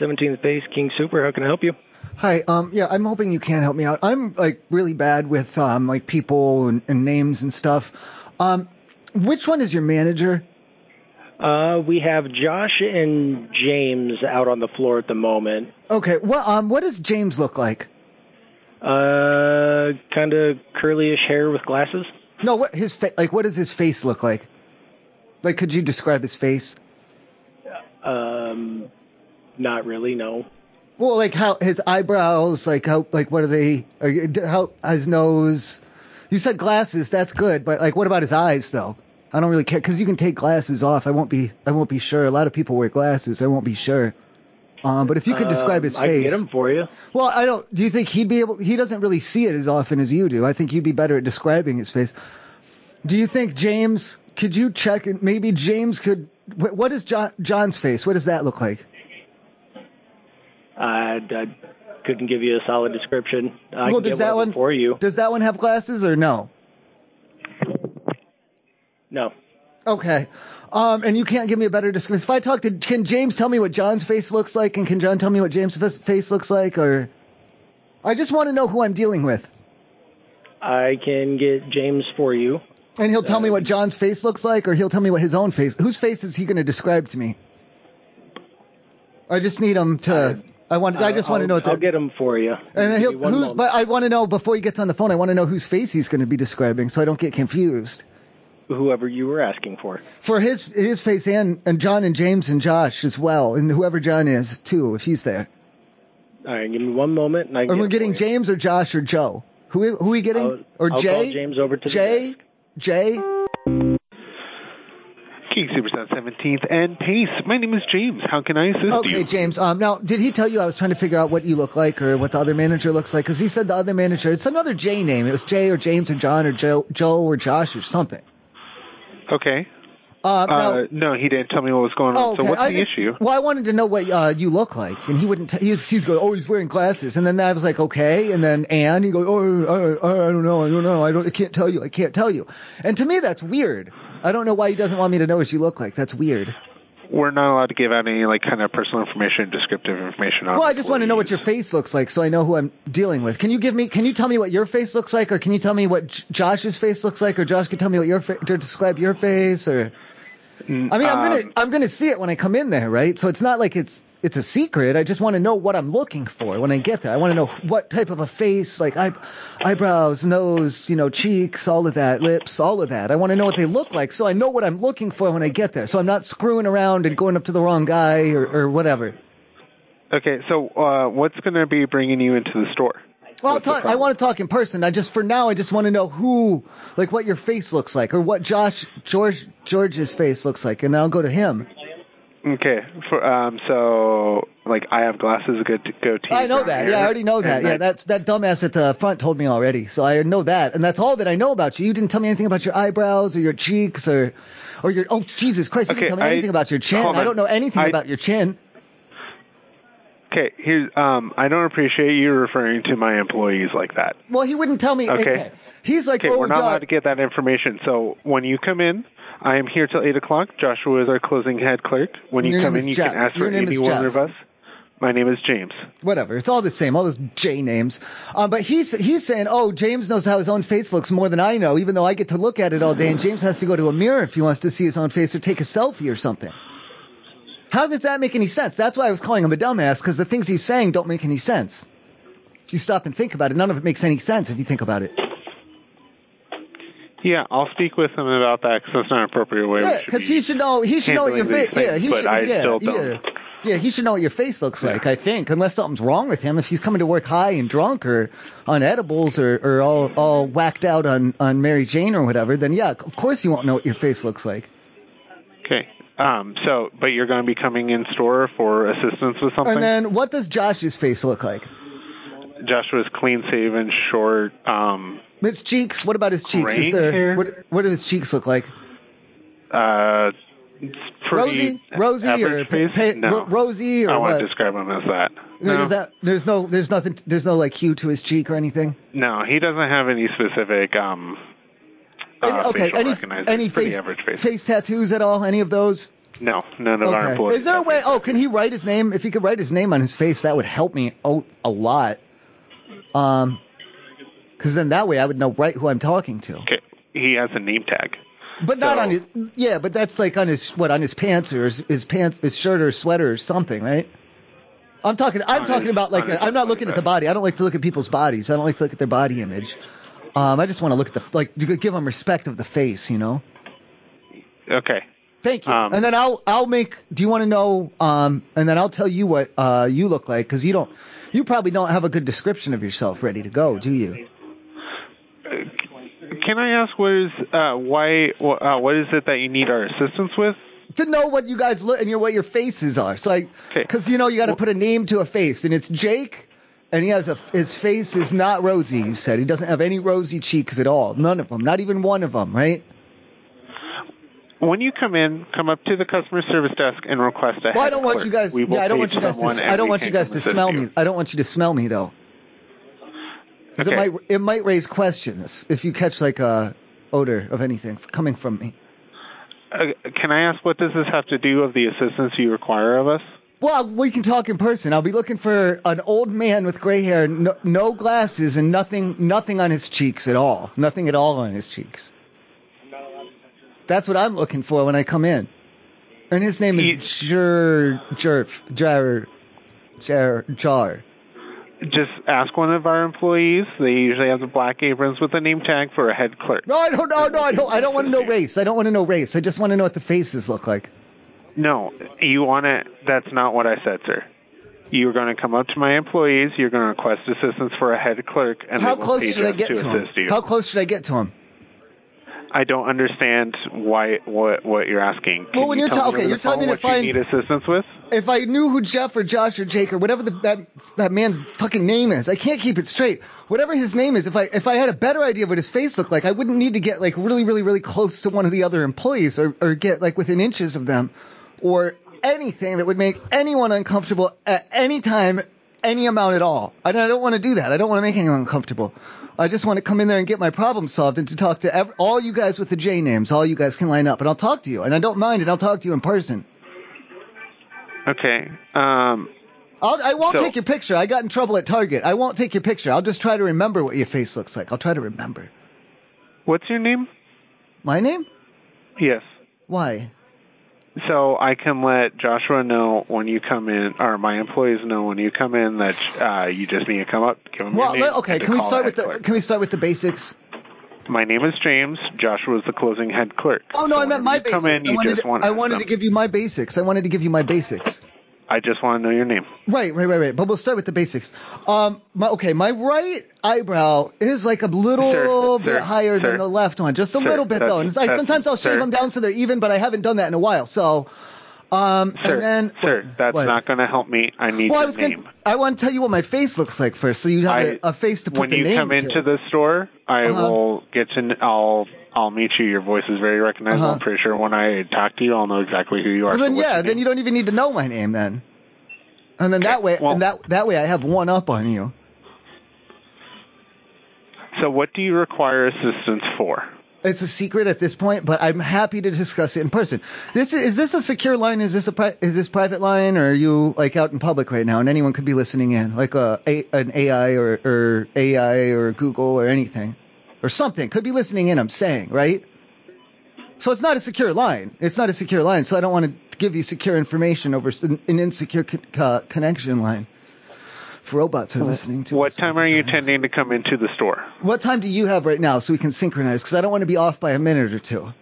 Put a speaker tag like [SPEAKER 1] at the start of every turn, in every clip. [SPEAKER 1] 17th Base King Super. How can I help you?
[SPEAKER 2] Hi. Um, yeah, I'm hoping you can help me out. I'm like really bad with um, like people and, and names and stuff. Um, which one is your manager?
[SPEAKER 1] Uh, we have Josh and James out on the floor at the moment.
[SPEAKER 2] Okay. Well, um, what does James look like?
[SPEAKER 1] Uh, kind of curlyish hair with glasses.
[SPEAKER 2] No, what his fa- like? What does his face look like? Like, could you describe his face?
[SPEAKER 1] Um, not really. No.
[SPEAKER 2] Well, like how his eyebrows, like how, like what are they? uh, How his nose? You said glasses. That's good, but like, what about his eyes though? I don't really care because you can take glasses off. I won't be. I won't be sure. A lot of people wear glasses. I won't be sure. Um, but if you could describe
[SPEAKER 1] Um,
[SPEAKER 2] his
[SPEAKER 1] I can
[SPEAKER 2] face,
[SPEAKER 1] get him for you.
[SPEAKER 2] well, I don't. Do you think he'd be able? He doesn't really see it as often as you do. I think you'd be better at describing his face. Do you think James? Could you check? and Maybe James could. wh- What is John, John's face? What does that look like?
[SPEAKER 1] I, I couldn't give you a solid description. I
[SPEAKER 2] Well,
[SPEAKER 1] can get
[SPEAKER 2] does that
[SPEAKER 1] one, of them
[SPEAKER 2] one-
[SPEAKER 1] for you.
[SPEAKER 2] Does that one have glasses or no?
[SPEAKER 1] No.
[SPEAKER 2] Okay. Um, and you can't give me a better description. If I talk to, can James tell me what John's face looks like, and can John tell me what James' fa- face looks like, or? I just want to know who I'm dealing with,
[SPEAKER 1] I can get uh, James for you.
[SPEAKER 2] and he'll tell me what John's face looks like, or he'll tell me what his own face. Whose face is he going to describe to me? I just need him to. I want. I just want to know.
[SPEAKER 1] Uh, I'll,
[SPEAKER 2] What the-
[SPEAKER 1] I'll get him for you.
[SPEAKER 2] and
[SPEAKER 1] Give
[SPEAKER 2] he'll,
[SPEAKER 1] me one
[SPEAKER 2] who's,
[SPEAKER 1] moment.
[SPEAKER 2] but I want to know before he gets on the phone. I want to know whose face he's going to be describing, so I don't get confused.
[SPEAKER 1] whoever you were asking for.
[SPEAKER 2] for his his face and and John and James and Josh as well, and whoever John is too, if he's there.
[SPEAKER 1] All right, give me one moment. And I can
[SPEAKER 2] Are
[SPEAKER 1] get
[SPEAKER 2] we
[SPEAKER 1] him
[SPEAKER 2] getting
[SPEAKER 1] for you.
[SPEAKER 2] James or Josh or Joe? Who who we getting?
[SPEAKER 1] I'll-
[SPEAKER 2] or
[SPEAKER 1] I'll
[SPEAKER 2] Jay?
[SPEAKER 1] call James over to
[SPEAKER 2] Jay? Jay?
[SPEAKER 3] King Superstar 17th and Pace. My name is James. How can I assist you?
[SPEAKER 2] Okay, James. Um, now did he tell you I was trying to figure out what you look like or what the other manager looks like? Because he said the other manager. It's another J name. It was Jay or James or John or Joe, Joe or Josh or something.
[SPEAKER 3] Okay.
[SPEAKER 2] Uh, now,
[SPEAKER 3] Uh, no, he didn't tell me what was going on.
[SPEAKER 2] Oh, okay.
[SPEAKER 3] So what's
[SPEAKER 2] I
[SPEAKER 3] the
[SPEAKER 2] just-
[SPEAKER 3] issue?
[SPEAKER 2] Well, I wanted to know what uh, you look like, and he wouldn't. T- he was, he's going, oh, he's wearing glasses, and then I was like, okay, and then and he goes, oh, I, I, I don't know, I don't know, I don't, I can't tell you, I can't tell you, and to me that's weird. I don't know why he doesn't want me to know what you look like. That's weird.
[SPEAKER 3] We're not allowed to give out any like kind of personal information, descriptive information. On
[SPEAKER 2] Well, I just want to know what your face looks like, so I know who I'm dealing with. Can you give me? Can you tell me what your face looks like, or can you tell me what J- Josh's face looks like, or Josh can tell me what your fa- to describe your face, or? I mean, I'm gonna I'm gonna see it when I come in there, right? So it's not like it's it's a secret. I just want to know what I'm looking for when I get there. I want to know what type of a face, like eye, eyebrows, nose, you know, cheeks, all of that, lips, all of that. I want to know what they look like, so I know what I'm looking for when I get there. So I'm not screwing around and going up to the wrong guy or, or whatever.
[SPEAKER 3] Okay, so uh, what's going to be bringing you into the store?
[SPEAKER 2] Well, I'll talk, I want to talk in person. I just for now, I just want to know who, like, what your face looks like, or what Josh George George's face looks like, and then I'll go to him.
[SPEAKER 3] Okay, for um, so like I have glasses, good to go to.
[SPEAKER 2] I know that. Yeah, I already know that. Yeah, that's that dumbass at the front told me already. So I know that, and that's all that I know about you. You didn't tell me anything about your eyebrows or your cheeks or, or your. Oh Jesus Christ! You
[SPEAKER 3] Okay,
[SPEAKER 2] didn't tell me
[SPEAKER 3] I-
[SPEAKER 2] anything about your chin.
[SPEAKER 3] hold
[SPEAKER 2] I
[SPEAKER 3] on.
[SPEAKER 2] don't know anything
[SPEAKER 3] I-
[SPEAKER 2] about your chin.
[SPEAKER 3] Okay, here's um, I don't appreciate you referring to my employees like that.
[SPEAKER 2] Well, he wouldn't tell me.
[SPEAKER 3] Okay.
[SPEAKER 2] He's like,
[SPEAKER 3] Okay,
[SPEAKER 2] oh,
[SPEAKER 3] we're not
[SPEAKER 2] John-
[SPEAKER 3] allowed to get that information. So when you come in, I am here till eight o'clock. Joshua is our closing head clerk. When you
[SPEAKER 2] Your
[SPEAKER 3] come
[SPEAKER 2] name
[SPEAKER 3] in,
[SPEAKER 2] is
[SPEAKER 3] you
[SPEAKER 2] Jeff.
[SPEAKER 3] can ask
[SPEAKER 2] Your
[SPEAKER 3] for
[SPEAKER 2] name is
[SPEAKER 3] any one
[SPEAKER 2] Jeff.
[SPEAKER 3] of us. My name is James.
[SPEAKER 2] whatever. It's all the same. All those J names. Um, but he's he's saying, oh, James knows how his own face looks more than I know, even though I get to look at it all day, and James has to go to a mirror if he wants to see his own face or take a selfie or something. How does that make any sense? That's why I was calling him a dumbass because the things he's saying don't make any sense. If you stop and think about it, none of it makes any sense if you think about it.
[SPEAKER 3] Yeah, I'll speak with him about that because that's not an appropriate way. we
[SPEAKER 2] Yeah,
[SPEAKER 3] should
[SPEAKER 2] because
[SPEAKER 3] be-
[SPEAKER 2] he should know. He should know what your
[SPEAKER 3] handling
[SPEAKER 2] face.
[SPEAKER 3] these
[SPEAKER 2] Yeah,
[SPEAKER 3] things,
[SPEAKER 2] he
[SPEAKER 3] but
[SPEAKER 2] should.
[SPEAKER 3] I
[SPEAKER 2] yeah,
[SPEAKER 3] still
[SPEAKER 2] yeah.
[SPEAKER 3] don't.
[SPEAKER 2] Yeah, he should know what your face looks like. I think, unless something's wrong with him, if he's coming to work high and drunk or on edibles or, or all all whacked out on on Mary Jane or whatever, then yeah, of course you won't know what your face looks like.
[SPEAKER 3] Okay. Um. So, but you're going to be coming in store for assistance with something.
[SPEAKER 2] And then, what does Josh's face look like?
[SPEAKER 3] Joshua's clean shaven, short. Um.
[SPEAKER 2] His cheeks. What about his cheeks?
[SPEAKER 3] Gray
[SPEAKER 2] Is there
[SPEAKER 3] hair?
[SPEAKER 2] what? What do his cheeks look like?
[SPEAKER 3] Uh. it's
[SPEAKER 2] Rosy,
[SPEAKER 3] Pretty
[SPEAKER 2] rosy, or
[SPEAKER 3] average face?
[SPEAKER 2] pa-
[SPEAKER 3] no.
[SPEAKER 2] ro- rosy, or
[SPEAKER 3] I
[SPEAKER 2] what?
[SPEAKER 3] want to describe him as that.
[SPEAKER 2] There's
[SPEAKER 3] No.
[SPEAKER 2] that- there's no, there's nothing, there's no like hue to his cheek or anything.
[SPEAKER 3] No, he doesn't have any specific um uh,
[SPEAKER 2] Any- okay,
[SPEAKER 3] facial
[SPEAKER 2] any,
[SPEAKER 3] recognition.
[SPEAKER 2] any
[SPEAKER 3] It's pretty
[SPEAKER 2] face,
[SPEAKER 3] average face.
[SPEAKER 2] face tattoos at all? Any of those?
[SPEAKER 3] No, none of our
[SPEAKER 2] Okay.
[SPEAKER 3] employees.
[SPEAKER 2] Is there a way? Oh, can he write his name? If he could write his name on his face, that would help me out a lot. Um, because then that way I would know right who I'm talking to.
[SPEAKER 3] Okay. He has a name tag.
[SPEAKER 2] But not
[SPEAKER 3] So-
[SPEAKER 2] on his. Yeah, but that's like on his what on his pants or his, his pants, his shirt or sweater or something, right? I'm talking. I'm
[SPEAKER 3] On
[SPEAKER 2] talking
[SPEAKER 3] his-
[SPEAKER 2] about like
[SPEAKER 3] on his
[SPEAKER 2] i I'm not looking at the body. I don't like to look at people's bodies. I don't like to look at their body image. Um, I just want to look at the like you could give them respect of the face, you know.
[SPEAKER 3] Okay.
[SPEAKER 2] Thank you.
[SPEAKER 3] Um,
[SPEAKER 2] and then I'll I'll make. Do you want to know? Um, and then I'll tell you what uh you look like because you don't you probably don't have a good description of yourself ready to go, do you?
[SPEAKER 3] Can I ask what is uh, why wh- uh, what is it that you need our assistance with?
[SPEAKER 2] To know what you guys look and your what your faces are. So I
[SPEAKER 3] Okay.
[SPEAKER 2] because you know you got to put a name to a face and it's Jake. And he has a his face is not rosy. You said he doesn't have any rosy cheeks at all. None of them. Not even one of them. Right?
[SPEAKER 3] When you come in, come up to the customer service desk and request a.
[SPEAKER 2] Well, I
[SPEAKER 3] head
[SPEAKER 2] don't want
[SPEAKER 3] clerk.
[SPEAKER 2] you guys.
[SPEAKER 3] We will
[SPEAKER 2] Yeah, I don't
[SPEAKER 3] page
[SPEAKER 2] want you guys
[SPEAKER 3] someone
[SPEAKER 2] to.
[SPEAKER 3] and
[SPEAKER 2] I don't
[SPEAKER 3] we
[SPEAKER 2] want
[SPEAKER 3] can
[SPEAKER 2] you guys
[SPEAKER 3] come
[SPEAKER 2] to
[SPEAKER 3] assist
[SPEAKER 2] smell
[SPEAKER 3] you.
[SPEAKER 2] me. I don't want you to smell me though. 'Cause
[SPEAKER 3] Okay.
[SPEAKER 2] it might it might raise questions if you catch like a odor of anything f- coming from me.
[SPEAKER 3] Uh, can I ask what does this have to do of the assistance you require of us?
[SPEAKER 2] Well, we can talk in person. I'll be looking for an old man with gray hair, no, no glasses, and nothing nothing on his cheeks at all. Nothing at all on his cheeks. That's what I'm looking for when I come in. And his name
[SPEAKER 3] He-
[SPEAKER 2] is Jer Jerf Jar Jar Jar.
[SPEAKER 3] Just ask one of our employees. They usually have the black aprons with a name tag for a head clerk.
[SPEAKER 2] No, I don't. No, no, I don't. I don't want to know race. I don't want to know race. I just want to know what the faces look like.
[SPEAKER 3] No, you want to. That's not what I said, sir. You're going to come up to my employees. You're going to request assistance for a head clerk, and
[SPEAKER 2] How
[SPEAKER 3] they will
[SPEAKER 2] close
[SPEAKER 3] page
[SPEAKER 2] should I
[SPEAKER 3] us
[SPEAKER 2] get
[SPEAKER 3] to
[SPEAKER 2] to him?
[SPEAKER 3] assist you.
[SPEAKER 2] How close should I get to him?
[SPEAKER 3] I don't understand why what what you're asking. Can
[SPEAKER 2] Well, when
[SPEAKER 3] you
[SPEAKER 2] you're
[SPEAKER 3] tell
[SPEAKER 2] ta-
[SPEAKER 3] me
[SPEAKER 2] okay,
[SPEAKER 3] over
[SPEAKER 2] you're
[SPEAKER 3] the
[SPEAKER 2] telling
[SPEAKER 3] phone
[SPEAKER 2] me to
[SPEAKER 3] what
[SPEAKER 2] find-
[SPEAKER 3] you need assistance with.
[SPEAKER 2] If I knew who Jeff or Josh or Jake or whatever the, that that man's fucking name is, I can't keep it straight. Whatever his name is, if I if I had a better idea of what his face looked like, I wouldn't need to get like really really really close to one of the other employees or or get like within inches of them, or anything that would make anyone uncomfortable at any time, any amount at all. And I don't want to do that. I don't want to make anyone uncomfortable. I just want to come in there and get my problem solved and to talk to ev- all you guys with the J names. All you guys can line up, and I'll talk to you. And I don't mind, and I'll talk to you in person.
[SPEAKER 3] Okay. Um.
[SPEAKER 2] I'll, I won't
[SPEAKER 3] So-
[SPEAKER 2] take your picture. I got in trouble at Target. I won't take your picture. I'll just try to remember what your face looks like. I'll try to remember.
[SPEAKER 3] What's your name?
[SPEAKER 2] My name?
[SPEAKER 3] Yes.
[SPEAKER 2] Why?
[SPEAKER 3] So I can let Joshua know when you come in, or my employees know when you come in that uh, you just need to come up, give them
[SPEAKER 2] Well,
[SPEAKER 3] your name.
[SPEAKER 2] let- okay.
[SPEAKER 3] and to
[SPEAKER 2] Can we
[SPEAKER 3] call
[SPEAKER 2] start
[SPEAKER 3] the
[SPEAKER 2] with the
[SPEAKER 3] head
[SPEAKER 2] Can we start with the basics?
[SPEAKER 3] clerk. My name is James. Joshua is the closing head clerk.
[SPEAKER 2] Oh no,
[SPEAKER 3] So
[SPEAKER 2] I
[SPEAKER 3] whenever
[SPEAKER 2] meant my
[SPEAKER 3] you
[SPEAKER 2] basics.
[SPEAKER 3] Come in,
[SPEAKER 2] I
[SPEAKER 3] you
[SPEAKER 2] wanted,
[SPEAKER 3] just
[SPEAKER 2] to-
[SPEAKER 3] want
[SPEAKER 2] I wanted
[SPEAKER 3] them.
[SPEAKER 2] to give you my basics. I wanted to give you my basics.
[SPEAKER 3] I just want to know your name.
[SPEAKER 2] Right, right, right, right. But we'll start with the basics. Um, my, okay, my right eyebrow is like a little
[SPEAKER 3] Sir,
[SPEAKER 2] bit
[SPEAKER 3] sir,
[SPEAKER 2] higher
[SPEAKER 3] sir.
[SPEAKER 2] than the left one, just a
[SPEAKER 3] Sir,
[SPEAKER 2] little bit
[SPEAKER 3] that's-
[SPEAKER 2] though. And it's like
[SPEAKER 3] that's-
[SPEAKER 2] sometimes I'll shave
[SPEAKER 3] sir.
[SPEAKER 2] them down so they're even, but I haven't done that in a while. So, um,
[SPEAKER 3] Sir,
[SPEAKER 2] and then
[SPEAKER 3] sir,
[SPEAKER 2] what-
[SPEAKER 3] that's
[SPEAKER 2] what?
[SPEAKER 3] not going to help me. I need
[SPEAKER 2] Well, I
[SPEAKER 3] your
[SPEAKER 2] was
[SPEAKER 3] name.
[SPEAKER 2] gonna. I want to tell you what my face looks like first, so you have a
[SPEAKER 3] I-
[SPEAKER 2] a face to put
[SPEAKER 3] when
[SPEAKER 2] the
[SPEAKER 3] you
[SPEAKER 2] name
[SPEAKER 3] come
[SPEAKER 2] to.
[SPEAKER 3] into the store, I
[SPEAKER 2] Uh-huh.
[SPEAKER 3] will get to. kn- I'll I'll meet you. Your voice is very recognizable.
[SPEAKER 2] Uh-huh.
[SPEAKER 3] I'm pretty sure when I talk to you, I'll know exactly who you are.
[SPEAKER 2] Well,
[SPEAKER 3] So
[SPEAKER 2] then
[SPEAKER 3] what's
[SPEAKER 2] yeah,
[SPEAKER 3] your
[SPEAKER 2] then
[SPEAKER 3] name?
[SPEAKER 2] you don't even need to know my name then. And then that way,
[SPEAKER 3] well-
[SPEAKER 2] and that that way, I have one up on you.
[SPEAKER 3] So what do you require assistance for?
[SPEAKER 2] It's a secret at this point, but I'm happy to discuss it in person. This is, is this a secure line? Is this a pri- is this private line, or are you like out in public right now, and anyone could be listening in, like a, a an AI or or AI or Google or anything, or something could be listening in. I'm saying right. So it's not a secure line. It's not a secure line. So I don't want to give you secure information over s- an an insecure con- uh, connection line. If robots are listening to
[SPEAKER 3] What
[SPEAKER 2] us
[SPEAKER 3] time
[SPEAKER 2] all
[SPEAKER 3] are
[SPEAKER 2] the
[SPEAKER 3] you intending to come into the store?
[SPEAKER 2] What time do you have right now so we can synchronize? Because I don't want to be off by a minute or two.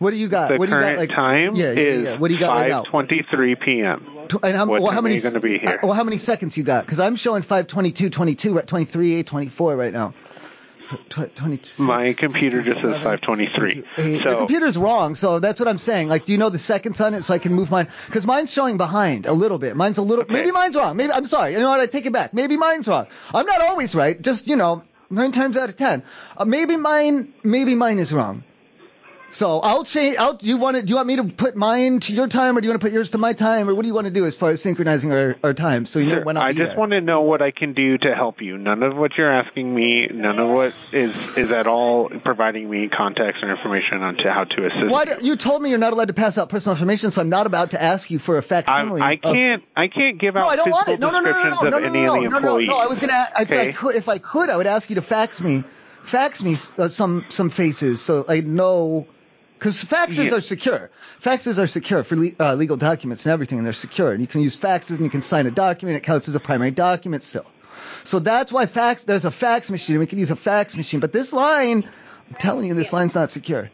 [SPEAKER 2] What do you got?
[SPEAKER 3] The
[SPEAKER 2] what do you
[SPEAKER 3] current
[SPEAKER 2] got? Like
[SPEAKER 3] time
[SPEAKER 2] yeah, yeah,
[SPEAKER 3] is
[SPEAKER 2] yeah. What do you got right now?
[SPEAKER 3] 5:23 p.m.
[SPEAKER 2] Tw- And how,
[SPEAKER 3] what
[SPEAKER 2] well,
[SPEAKER 3] time
[SPEAKER 2] how
[SPEAKER 3] are
[SPEAKER 2] many
[SPEAKER 3] you gonna be here?
[SPEAKER 2] uh, well, how many seconds you got? Because I'm showing 5:22, 22, right- 23, 24 right now. Tw- 22.
[SPEAKER 3] My computer just says 5:23.
[SPEAKER 2] the
[SPEAKER 3] So
[SPEAKER 2] computer's wrong, so that's what I'm saying. Like, do you know the seconds on it so I can move mine? Because mine's showing behind a little bit. Mine's a little.
[SPEAKER 3] Okay.
[SPEAKER 2] Maybe mine's wrong. Maybe I'm sorry. You know what? I take it back. Maybe mine's wrong. I'm not always right. Just you know, nine times out of ten. Uh, maybe mine. Maybe mine is wrong. So I'll change. I'll, you want it? Do you want me to put mine to your time, or do you want to put yours to my time, or what do you want to do as far as synchronizing our, our time? So you know
[SPEAKER 3] Sure.
[SPEAKER 2] when I'll
[SPEAKER 3] I
[SPEAKER 2] be
[SPEAKER 3] just
[SPEAKER 2] there.
[SPEAKER 3] want to know what I can do to help you. None of what you're asking me, none of what is is at all providing me context or information on to how to assist.
[SPEAKER 2] Why do, you told me you're not allowed to pass out personal information, so I'm not about to ask you for a
[SPEAKER 3] I,
[SPEAKER 2] facsimile.
[SPEAKER 3] I
[SPEAKER 2] of-
[SPEAKER 3] can't. I can't give
[SPEAKER 2] No,
[SPEAKER 3] out
[SPEAKER 2] I don't want
[SPEAKER 3] physical
[SPEAKER 2] it. No, no, no, no,
[SPEAKER 3] descriptions
[SPEAKER 2] no, no, no,
[SPEAKER 3] of
[SPEAKER 2] no,
[SPEAKER 3] any of the
[SPEAKER 2] no, no, no,
[SPEAKER 3] employees.
[SPEAKER 2] no. I was gonna. I, if, I
[SPEAKER 3] Okay.
[SPEAKER 2] could, if I could, I would ask you to fax me, fax me uh, some some faces so I know. Because faxes
[SPEAKER 3] Yeah.
[SPEAKER 2] are secure. Faxes are secure for le- uh, legal documents and everything, and they're secure. And you can use faxes and you can sign a document. It counts as a primary document still. So that's why fax. There's a fax machine. and We can use a fax machine, but this line, I'm telling you, this line's not secure.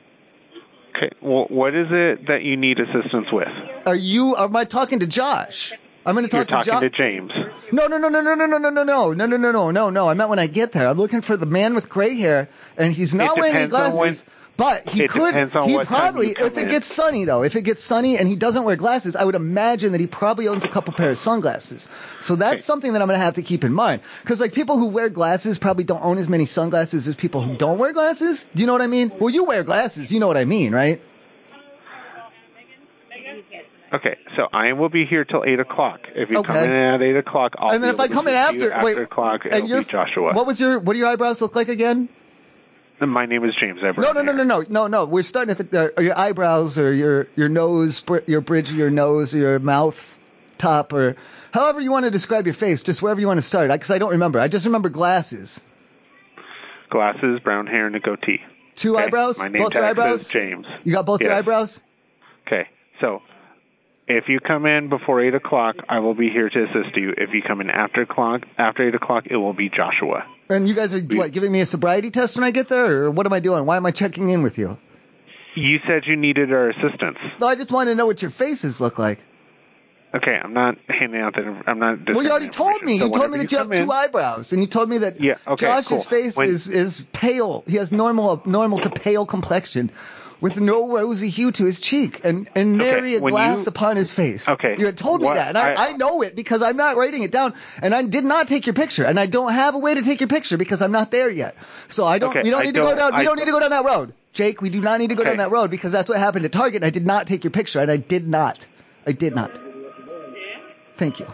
[SPEAKER 3] Okay. Well, what is it that you need assistance with?
[SPEAKER 2] Are you? Am I talking to Josh? I'm going to
[SPEAKER 3] You're
[SPEAKER 2] talk to
[SPEAKER 3] talking
[SPEAKER 2] Josh.
[SPEAKER 3] to James.
[SPEAKER 2] No, no, no, no, no, no, no, no, no, no, no, no, no, no, no, no. I meant when I get there. I'm looking for the man with gray hair, and he's not
[SPEAKER 3] It
[SPEAKER 2] wearing any
[SPEAKER 3] depends on
[SPEAKER 2] glasses. but he
[SPEAKER 3] it
[SPEAKER 2] could.
[SPEAKER 3] depends on
[SPEAKER 2] he
[SPEAKER 3] what time
[SPEAKER 2] probably,
[SPEAKER 3] you come
[SPEAKER 2] if it
[SPEAKER 3] in.
[SPEAKER 2] gets sunny though, if it gets sunny and he doesn't wear glasses, I would imagine that he probably owns a couple pair of sunglasses. So that's
[SPEAKER 3] Okay.
[SPEAKER 2] something that I'm gonna have to keep in mind. Because like people who wear glasses probably don't own as many sunglasses as people who don't wear glasses. Do you know what I mean? Well, you wear glasses. You know what I mean, right?
[SPEAKER 3] Okay. So I will be here till eight o'clock. If you come
[SPEAKER 2] Okay.
[SPEAKER 3] in at eight o'clock, I'll
[SPEAKER 2] and then
[SPEAKER 3] be
[SPEAKER 2] if I
[SPEAKER 3] able
[SPEAKER 2] come
[SPEAKER 3] to
[SPEAKER 2] in
[SPEAKER 3] assist
[SPEAKER 2] after,
[SPEAKER 3] you
[SPEAKER 2] wait,
[SPEAKER 3] after o'clock,
[SPEAKER 2] and
[SPEAKER 3] it'll
[SPEAKER 2] you're
[SPEAKER 3] be Joshua.
[SPEAKER 2] What was your, what do your eyebrows look like again?
[SPEAKER 3] My name is James Everett.
[SPEAKER 2] No, no, no, no, no, no, no. We're starting at the, uh, your eyebrows or your your nose, br- your bridge of your nose, or your mouth top, or however you want to describe your face. Just wherever you want to start, because I, don't remember. I just remember glasses,
[SPEAKER 3] Glasses, brown hair, and a goatee.
[SPEAKER 2] two
[SPEAKER 3] Okay?
[SPEAKER 2] eyebrows,
[SPEAKER 3] My name
[SPEAKER 2] both
[SPEAKER 3] tag
[SPEAKER 2] your
[SPEAKER 3] says
[SPEAKER 2] eyebrows.
[SPEAKER 3] James.
[SPEAKER 2] You got both your
[SPEAKER 3] Yes.
[SPEAKER 2] eyebrows.
[SPEAKER 3] Okay. So if you come in before eight o'clock, I will be here to assist you. If you come in after clock, after eight o'clock, it will be Joshua.
[SPEAKER 2] And you guys are what giving me a sobriety test when I get there, or what am I doing? Why am I checking in with you?
[SPEAKER 3] You said you needed our assistance.
[SPEAKER 2] No, I just want to know what your faces look like.
[SPEAKER 3] Okay, I'm not handing out that. I'm not.
[SPEAKER 2] Well,
[SPEAKER 3] discerning
[SPEAKER 2] you already told
[SPEAKER 3] information.
[SPEAKER 2] me.
[SPEAKER 3] So
[SPEAKER 2] you told me
[SPEAKER 3] whenever
[SPEAKER 2] that you have
[SPEAKER 3] come in-
[SPEAKER 2] two eyebrows, and you told me that
[SPEAKER 3] Yeah, okay,
[SPEAKER 2] Josh's
[SPEAKER 3] cool.
[SPEAKER 2] face
[SPEAKER 3] When-
[SPEAKER 2] is is pale. He has normal normal to pale complexion, with no rosy hue to his cheek, and and nary a
[SPEAKER 3] when
[SPEAKER 2] glass
[SPEAKER 3] you-
[SPEAKER 2] upon his face.
[SPEAKER 3] Okay,
[SPEAKER 2] you had told me
[SPEAKER 3] what-
[SPEAKER 2] that, and I, I,
[SPEAKER 3] I-
[SPEAKER 2] know it because I'm not writing it down, and I did not take your picture, and I don't have a way to take your picture because I'm not there yet. So I don't.
[SPEAKER 3] Okay,
[SPEAKER 2] you don't
[SPEAKER 3] I
[SPEAKER 2] need to go
[SPEAKER 3] don't-
[SPEAKER 2] down. You
[SPEAKER 3] I-
[SPEAKER 2] don't need to go down that road, Jake. We do not need to go down
[SPEAKER 3] Okay.
[SPEAKER 2] that road because that's what happened at Target. And I did not take your picture, and I did not. I did not. Thank you.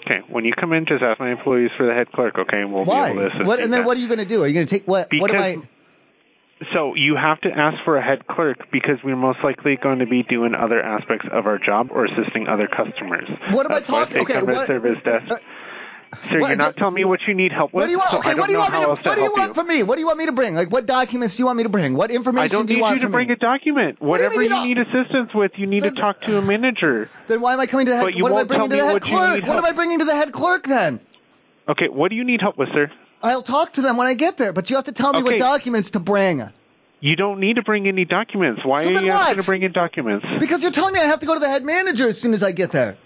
[SPEAKER 3] Okay, when you come in, just ask my employees for the head clerk. Okay, and we'll
[SPEAKER 2] Why?
[SPEAKER 3] be able to assist
[SPEAKER 2] What,
[SPEAKER 3] you
[SPEAKER 2] and then
[SPEAKER 3] then.
[SPEAKER 2] what are you going to do? Are you going to take what? what am I?
[SPEAKER 3] Because- So you have to ask for a head clerk because we're most likely going to be doing other aspects of our job or assisting other customers.
[SPEAKER 2] What am I
[SPEAKER 3] That's why
[SPEAKER 2] talking-
[SPEAKER 3] They
[SPEAKER 2] okay,
[SPEAKER 3] come to
[SPEAKER 2] what-
[SPEAKER 3] service desk.
[SPEAKER 2] uh,
[SPEAKER 3] Sir,
[SPEAKER 2] what-
[SPEAKER 3] you're not telling me what you need help with.
[SPEAKER 2] What do you want?
[SPEAKER 3] so I
[SPEAKER 2] okay,
[SPEAKER 3] don't
[SPEAKER 2] what do you
[SPEAKER 3] know
[SPEAKER 2] want me
[SPEAKER 3] how
[SPEAKER 2] to?
[SPEAKER 3] else
[SPEAKER 2] What do you
[SPEAKER 3] help
[SPEAKER 2] want
[SPEAKER 3] you.
[SPEAKER 2] from me? What do you want me to bring? Like, what documents do you want me to bring? What
[SPEAKER 3] I
[SPEAKER 2] information
[SPEAKER 3] don't
[SPEAKER 2] do
[SPEAKER 3] need
[SPEAKER 2] you want
[SPEAKER 3] you to
[SPEAKER 2] from
[SPEAKER 3] bring
[SPEAKER 2] me?
[SPEAKER 3] a document.
[SPEAKER 2] What do you
[SPEAKER 3] Whatever
[SPEAKER 2] mean
[SPEAKER 3] you,
[SPEAKER 2] you don't-
[SPEAKER 3] need assistance with, you need
[SPEAKER 2] Then-
[SPEAKER 3] to talk to a manager.
[SPEAKER 2] Then why am I coming to the
[SPEAKER 3] But
[SPEAKER 2] head?
[SPEAKER 3] you
[SPEAKER 2] What am I
[SPEAKER 3] won't tell
[SPEAKER 2] bringing to
[SPEAKER 3] me
[SPEAKER 2] the head
[SPEAKER 3] what you
[SPEAKER 2] clerk?
[SPEAKER 3] need
[SPEAKER 2] What am
[SPEAKER 3] help.
[SPEAKER 2] I bringing to the head clerk then?
[SPEAKER 3] Okay, what do you need help with, sir?
[SPEAKER 2] I'll talk to them when I get there, but you have to tell me what
[SPEAKER 3] Okay.
[SPEAKER 2] documents to bring.
[SPEAKER 3] You don't need to bring any documents. Why
[SPEAKER 2] So
[SPEAKER 3] are
[SPEAKER 2] then
[SPEAKER 3] you asking
[SPEAKER 2] what?
[SPEAKER 3] to bring in documents?
[SPEAKER 2] Because you're telling me I have to go to the head manager as soon as I get there.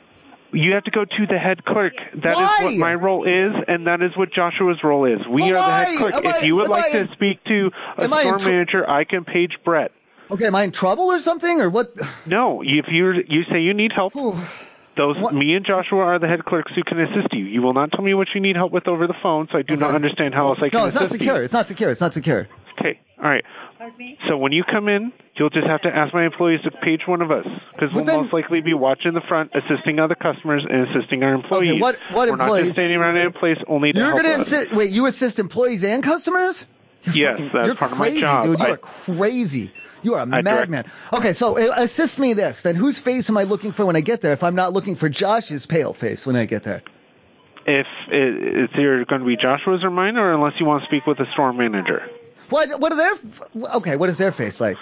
[SPEAKER 3] You have to go to the head clerk. That is
[SPEAKER 2] Why?
[SPEAKER 3] what my role is, and that is what Joshua's role is. We
[SPEAKER 2] But
[SPEAKER 3] are the
[SPEAKER 2] why?
[SPEAKER 3] head clerk.
[SPEAKER 2] Am
[SPEAKER 3] if
[SPEAKER 2] I-
[SPEAKER 3] you would
[SPEAKER 2] am
[SPEAKER 3] like
[SPEAKER 2] I-
[SPEAKER 3] to speak to a
[SPEAKER 2] am I in
[SPEAKER 3] store
[SPEAKER 2] tr-
[SPEAKER 3] manager, I can page Brett.
[SPEAKER 2] Okay, am I in trouble or something or what?
[SPEAKER 3] No, if you are you say you need help,
[SPEAKER 2] Ooh.
[SPEAKER 3] those
[SPEAKER 2] What-
[SPEAKER 3] me and Joshua are the head clerks who can assist you. You will not tell me what you need help with over the phone, so I do not
[SPEAKER 2] Okay.
[SPEAKER 3] understand how else I can
[SPEAKER 2] No, it's not
[SPEAKER 3] assist
[SPEAKER 2] secure.
[SPEAKER 3] you.
[SPEAKER 2] It's not secure. It's not secure.
[SPEAKER 3] Okay, all right. So when you come in, you'll just have to ask my employees to page one of us because
[SPEAKER 2] But
[SPEAKER 3] we'll
[SPEAKER 2] then-
[SPEAKER 3] most likely be watching the front, assisting other customers, and assisting our employees.
[SPEAKER 2] Okay, what- what
[SPEAKER 3] We're not
[SPEAKER 2] employees?
[SPEAKER 3] just standing around in a place only to
[SPEAKER 2] You're
[SPEAKER 3] help
[SPEAKER 2] gonna
[SPEAKER 3] us.
[SPEAKER 2] insist? Wait, you assist employees and customers? You're
[SPEAKER 3] Yes,
[SPEAKER 2] fucking-
[SPEAKER 3] that's
[SPEAKER 2] you're
[SPEAKER 3] part of my
[SPEAKER 2] crazy,
[SPEAKER 3] job.
[SPEAKER 2] dude. You
[SPEAKER 3] I-
[SPEAKER 2] are crazy. You are a
[SPEAKER 3] I direct-
[SPEAKER 2] madman. Okay, so uh, assist me this. Then whose face am I looking for when I get there? If I'm not looking for Josh's pale face when I get there.
[SPEAKER 3] if it, it's either going to be Joshua's or mine, or unless you want to speak with the store manager.
[SPEAKER 2] What? What are their? f- Okay, what is their face like?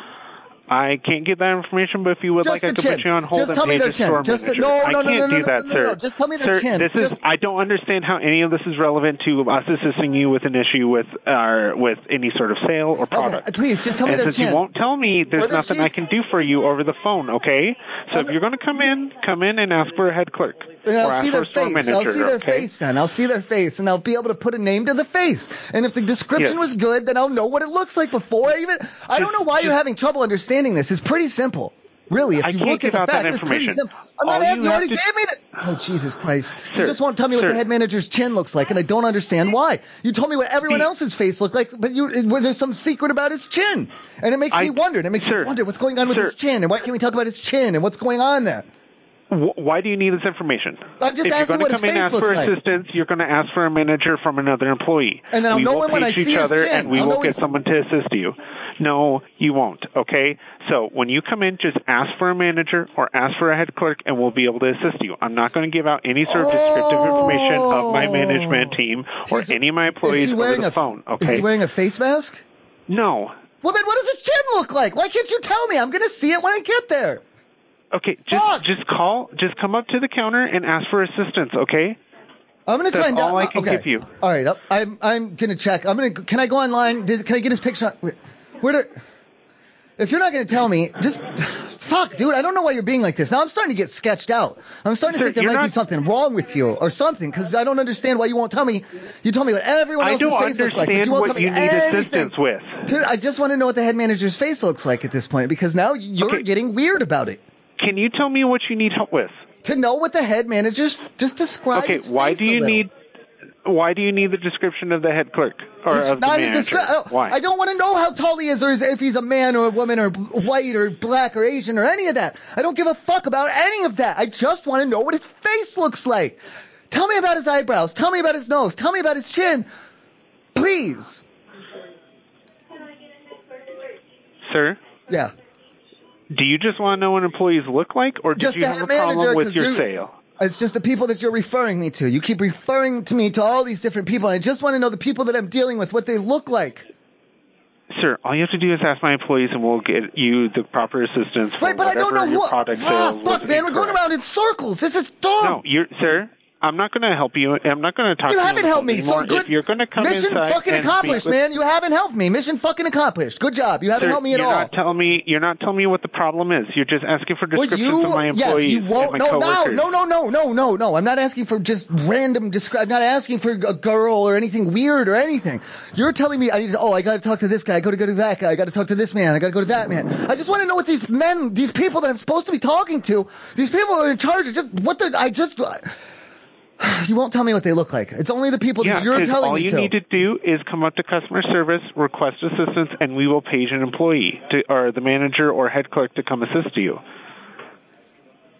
[SPEAKER 3] I can't get that information, but if you would
[SPEAKER 2] Just
[SPEAKER 3] like, I
[SPEAKER 2] the
[SPEAKER 3] could
[SPEAKER 2] chin.
[SPEAKER 3] put you on hold
[SPEAKER 2] Just
[SPEAKER 3] and
[SPEAKER 2] tell me
[SPEAKER 3] page
[SPEAKER 2] their
[SPEAKER 3] the
[SPEAKER 2] chin.
[SPEAKER 3] store
[SPEAKER 2] Just the-
[SPEAKER 3] manager.
[SPEAKER 2] no, no,
[SPEAKER 3] I
[SPEAKER 2] no,
[SPEAKER 3] can't
[SPEAKER 2] no, no,
[SPEAKER 3] do that,
[SPEAKER 2] no, no,
[SPEAKER 3] sir.
[SPEAKER 2] no, no. Just tell me their
[SPEAKER 3] sir,
[SPEAKER 2] chin.
[SPEAKER 3] This
[SPEAKER 2] Just-
[SPEAKER 3] is I don't understand how any of this is relevant to us assisting you with an issue with our with any sort of sale or product.
[SPEAKER 2] Okay, uh, please just tell me
[SPEAKER 3] And
[SPEAKER 2] their
[SPEAKER 3] since
[SPEAKER 2] chin.
[SPEAKER 3] you won't tell me,
[SPEAKER 2] Or
[SPEAKER 3] there's
[SPEAKER 2] their
[SPEAKER 3] nothing I
[SPEAKER 2] cheeks.
[SPEAKER 3] can do for you over the phone, okay? So
[SPEAKER 2] I'm-
[SPEAKER 3] if you're going to come in, come in and ask for a head clerk
[SPEAKER 2] And
[SPEAKER 3] or
[SPEAKER 2] I'll
[SPEAKER 3] ask
[SPEAKER 2] see
[SPEAKER 3] for
[SPEAKER 2] their
[SPEAKER 3] a store
[SPEAKER 2] face.
[SPEAKER 3] manager,
[SPEAKER 2] I'll see their
[SPEAKER 3] okay?
[SPEAKER 2] face then. I'll see their face and I'll be able to put a name to the face. And if the description
[SPEAKER 3] Yes.
[SPEAKER 2] was good, then I'll know what it looks like before I even. I don't know why you're having trouble understanding this. It's pretty simple. Really, if
[SPEAKER 3] I
[SPEAKER 2] you
[SPEAKER 3] can't
[SPEAKER 2] look
[SPEAKER 3] give
[SPEAKER 2] at the
[SPEAKER 3] out that
[SPEAKER 2] facts, it's pretty
[SPEAKER 3] information.
[SPEAKER 2] simple. I'm not
[SPEAKER 3] All
[SPEAKER 2] happy.
[SPEAKER 3] you
[SPEAKER 2] You
[SPEAKER 3] have
[SPEAKER 2] already
[SPEAKER 3] to-
[SPEAKER 2] gave me the. Oh Jesus Christ!
[SPEAKER 3] Sir,
[SPEAKER 2] you just won't tell me what
[SPEAKER 3] sir.
[SPEAKER 2] the head manager's chin looks like, and I don't understand why. You told me what everyone
[SPEAKER 3] Be-
[SPEAKER 2] else's face looked like, but you well, there's some secret about his chin, and it makes
[SPEAKER 3] I-
[SPEAKER 2] me wonder. And it makes
[SPEAKER 3] sir,
[SPEAKER 2] me wonder what's going on with
[SPEAKER 3] sir.
[SPEAKER 2] his chin, and why can't we talk about his chin and what's going on there?
[SPEAKER 3] Wh- Why do you need this information?
[SPEAKER 2] I'm just
[SPEAKER 3] if
[SPEAKER 2] asking
[SPEAKER 3] you're going
[SPEAKER 2] what
[SPEAKER 3] to
[SPEAKER 2] his
[SPEAKER 3] come in and
[SPEAKER 2] face
[SPEAKER 3] ask for
[SPEAKER 2] looks like.
[SPEAKER 3] assistance, you're going to ask for a manager from another employee.
[SPEAKER 2] And then I'll
[SPEAKER 3] we
[SPEAKER 2] know
[SPEAKER 3] will
[SPEAKER 2] him when I
[SPEAKER 3] teach
[SPEAKER 2] see
[SPEAKER 3] each
[SPEAKER 2] his
[SPEAKER 3] other,
[SPEAKER 2] chin.
[SPEAKER 3] and we
[SPEAKER 2] I'll
[SPEAKER 3] will
[SPEAKER 2] know
[SPEAKER 3] get
[SPEAKER 2] he's-
[SPEAKER 3] someone to assist you. No, you won't. Okay. So when you come in, just ask for a manager or ask for a head clerk, and we'll be able to assist you. I'm not going to give out any sort of descriptive information of my
[SPEAKER 2] Oh.
[SPEAKER 3] management team or
[SPEAKER 2] Is-
[SPEAKER 3] any of my
[SPEAKER 2] Is
[SPEAKER 3] employees
[SPEAKER 2] he
[SPEAKER 3] over
[SPEAKER 2] wearing
[SPEAKER 3] the
[SPEAKER 2] a
[SPEAKER 3] phone.
[SPEAKER 2] Is
[SPEAKER 3] Okay.
[SPEAKER 2] he wearing a face mask?
[SPEAKER 3] no.
[SPEAKER 2] Well, then what does his chin look like? Why can't you tell me? I'm gonna see it when I get there.
[SPEAKER 3] Okay. Just
[SPEAKER 2] Fuck.
[SPEAKER 3] just call. Just come up to the counter and ask for assistance. Okay.
[SPEAKER 2] I'm gonna
[SPEAKER 3] That's
[SPEAKER 2] try and
[SPEAKER 3] all I can
[SPEAKER 2] okay.
[SPEAKER 3] give you.
[SPEAKER 2] All right, I'm I'm gonna check. I'm gonna can I go online? Does, can I get his picture? Wait, Where do? If you're not gonna tell me, just fuck, dude. I don't know why you're being like this. Now I'm starting to get sketched out. I'm starting
[SPEAKER 3] Sir,
[SPEAKER 2] to think there
[SPEAKER 3] you're
[SPEAKER 2] might be
[SPEAKER 3] not-
[SPEAKER 2] something wrong with you or something because I don't understand why you won't tell me. You told me what everyone
[SPEAKER 3] I
[SPEAKER 2] else's
[SPEAKER 3] don't
[SPEAKER 2] face looks like, but
[SPEAKER 3] understand
[SPEAKER 2] you won't
[SPEAKER 3] what
[SPEAKER 2] tell me
[SPEAKER 3] you need
[SPEAKER 2] anything.
[SPEAKER 3] assistance with.
[SPEAKER 2] Dude, I just want to know what the head manager's face looks like at this point because now you're
[SPEAKER 3] Okay.
[SPEAKER 2] getting weird about it.
[SPEAKER 3] Can you tell me what you need help with?
[SPEAKER 2] To know what the head manager's just describe.
[SPEAKER 3] Okay,
[SPEAKER 2] his
[SPEAKER 3] why
[SPEAKER 2] face
[SPEAKER 3] do
[SPEAKER 2] a
[SPEAKER 3] you
[SPEAKER 2] little.
[SPEAKER 3] need why do you need the description of the head clerk or
[SPEAKER 2] It's
[SPEAKER 3] of the
[SPEAKER 2] not a
[SPEAKER 3] manager?
[SPEAKER 2] descri- I don't-
[SPEAKER 3] why?
[SPEAKER 2] I don't want to know how tall he is or is- if he's a man or a woman or b- white or black or Asian or any of that. I don't give a fuck about any of that. I just want to know what his face looks like. Tell me about his eyebrows. Tell me about his nose. Tell me about his chin. Please.
[SPEAKER 3] Sir,
[SPEAKER 2] Yeah.
[SPEAKER 3] do you just want to know what employees look like, or did
[SPEAKER 2] Just
[SPEAKER 3] you
[SPEAKER 2] the
[SPEAKER 3] have a
[SPEAKER 2] head manager,
[SPEAKER 3] problem with
[SPEAKER 2] 'cause
[SPEAKER 3] your
[SPEAKER 2] you-
[SPEAKER 3] sale?
[SPEAKER 2] It's just the people that you're referring me to. You keep referring to me to all these different people. I just want to know the people that I'm dealing with, what they look like.
[SPEAKER 3] Sir, all you have to do is ask my employees, and we'll get you the proper assistance for
[SPEAKER 2] Wait, but I
[SPEAKER 3] whatever
[SPEAKER 2] don't know
[SPEAKER 3] your
[SPEAKER 2] who.
[SPEAKER 3] product
[SPEAKER 2] ah,
[SPEAKER 3] sale was
[SPEAKER 2] fuck, man, we're going
[SPEAKER 3] incorrect.
[SPEAKER 2] around in circles. This is dumb.
[SPEAKER 3] No, you're, sir, I'm not going to help you. I'm not going to talk
[SPEAKER 2] You
[SPEAKER 3] to you.
[SPEAKER 2] haven't helped me. So
[SPEAKER 3] Anymore.
[SPEAKER 2] good.
[SPEAKER 3] If you're going to come
[SPEAKER 2] Mission
[SPEAKER 3] inside
[SPEAKER 2] fucking
[SPEAKER 3] and speak
[SPEAKER 2] accomplished,
[SPEAKER 3] with-
[SPEAKER 2] man. You haven't helped me. Mission fucking accomplished. Good job. You haven't
[SPEAKER 3] Sir,
[SPEAKER 2] helped me at
[SPEAKER 3] you're
[SPEAKER 2] all.
[SPEAKER 3] Not telling me, you're not telling me what the problem is. You're just asking for
[SPEAKER 2] Well,
[SPEAKER 3] descriptions
[SPEAKER 2] you,
[SPEAKER 3] of my
[SPEAKER 2] yes,
[SPEAKER 3] employees
[SPEAKER 2] you won't.
[SPEAKER 3] and my
[SPEAKER 2] No, no,
[SPEAKER 3] coworkers.
[SPEAKER 2] no, no, no, no, no, no. I'm not asking for just random. Descri- I'm not asking for a girl or anything weird or anything. You're telling me, I need. to- Oh, I got to talk to this guy. I got to go to that guy. I got to talk to this man. I got to go to that man. I just want to know what these men, these people that I'm supposed to be talking to, these people who are in charge. Of just what the? I just. You won't tell me what they look like. It's only the people
[SPEAKER 3] Yeah,
[SPEAKER 2] that you're
[SPEAKER 3] 'cause
[SPEAKER 2] telling
[SPEAKER 3] all
[SPEAKER 2] me
[SPEAKER 3] you
[SPEAKER 2] to.
[SPEAKER 3] need to do is come up to customer service, request assistance, and we will page an employee to, or the manager or head clerk to come assist you.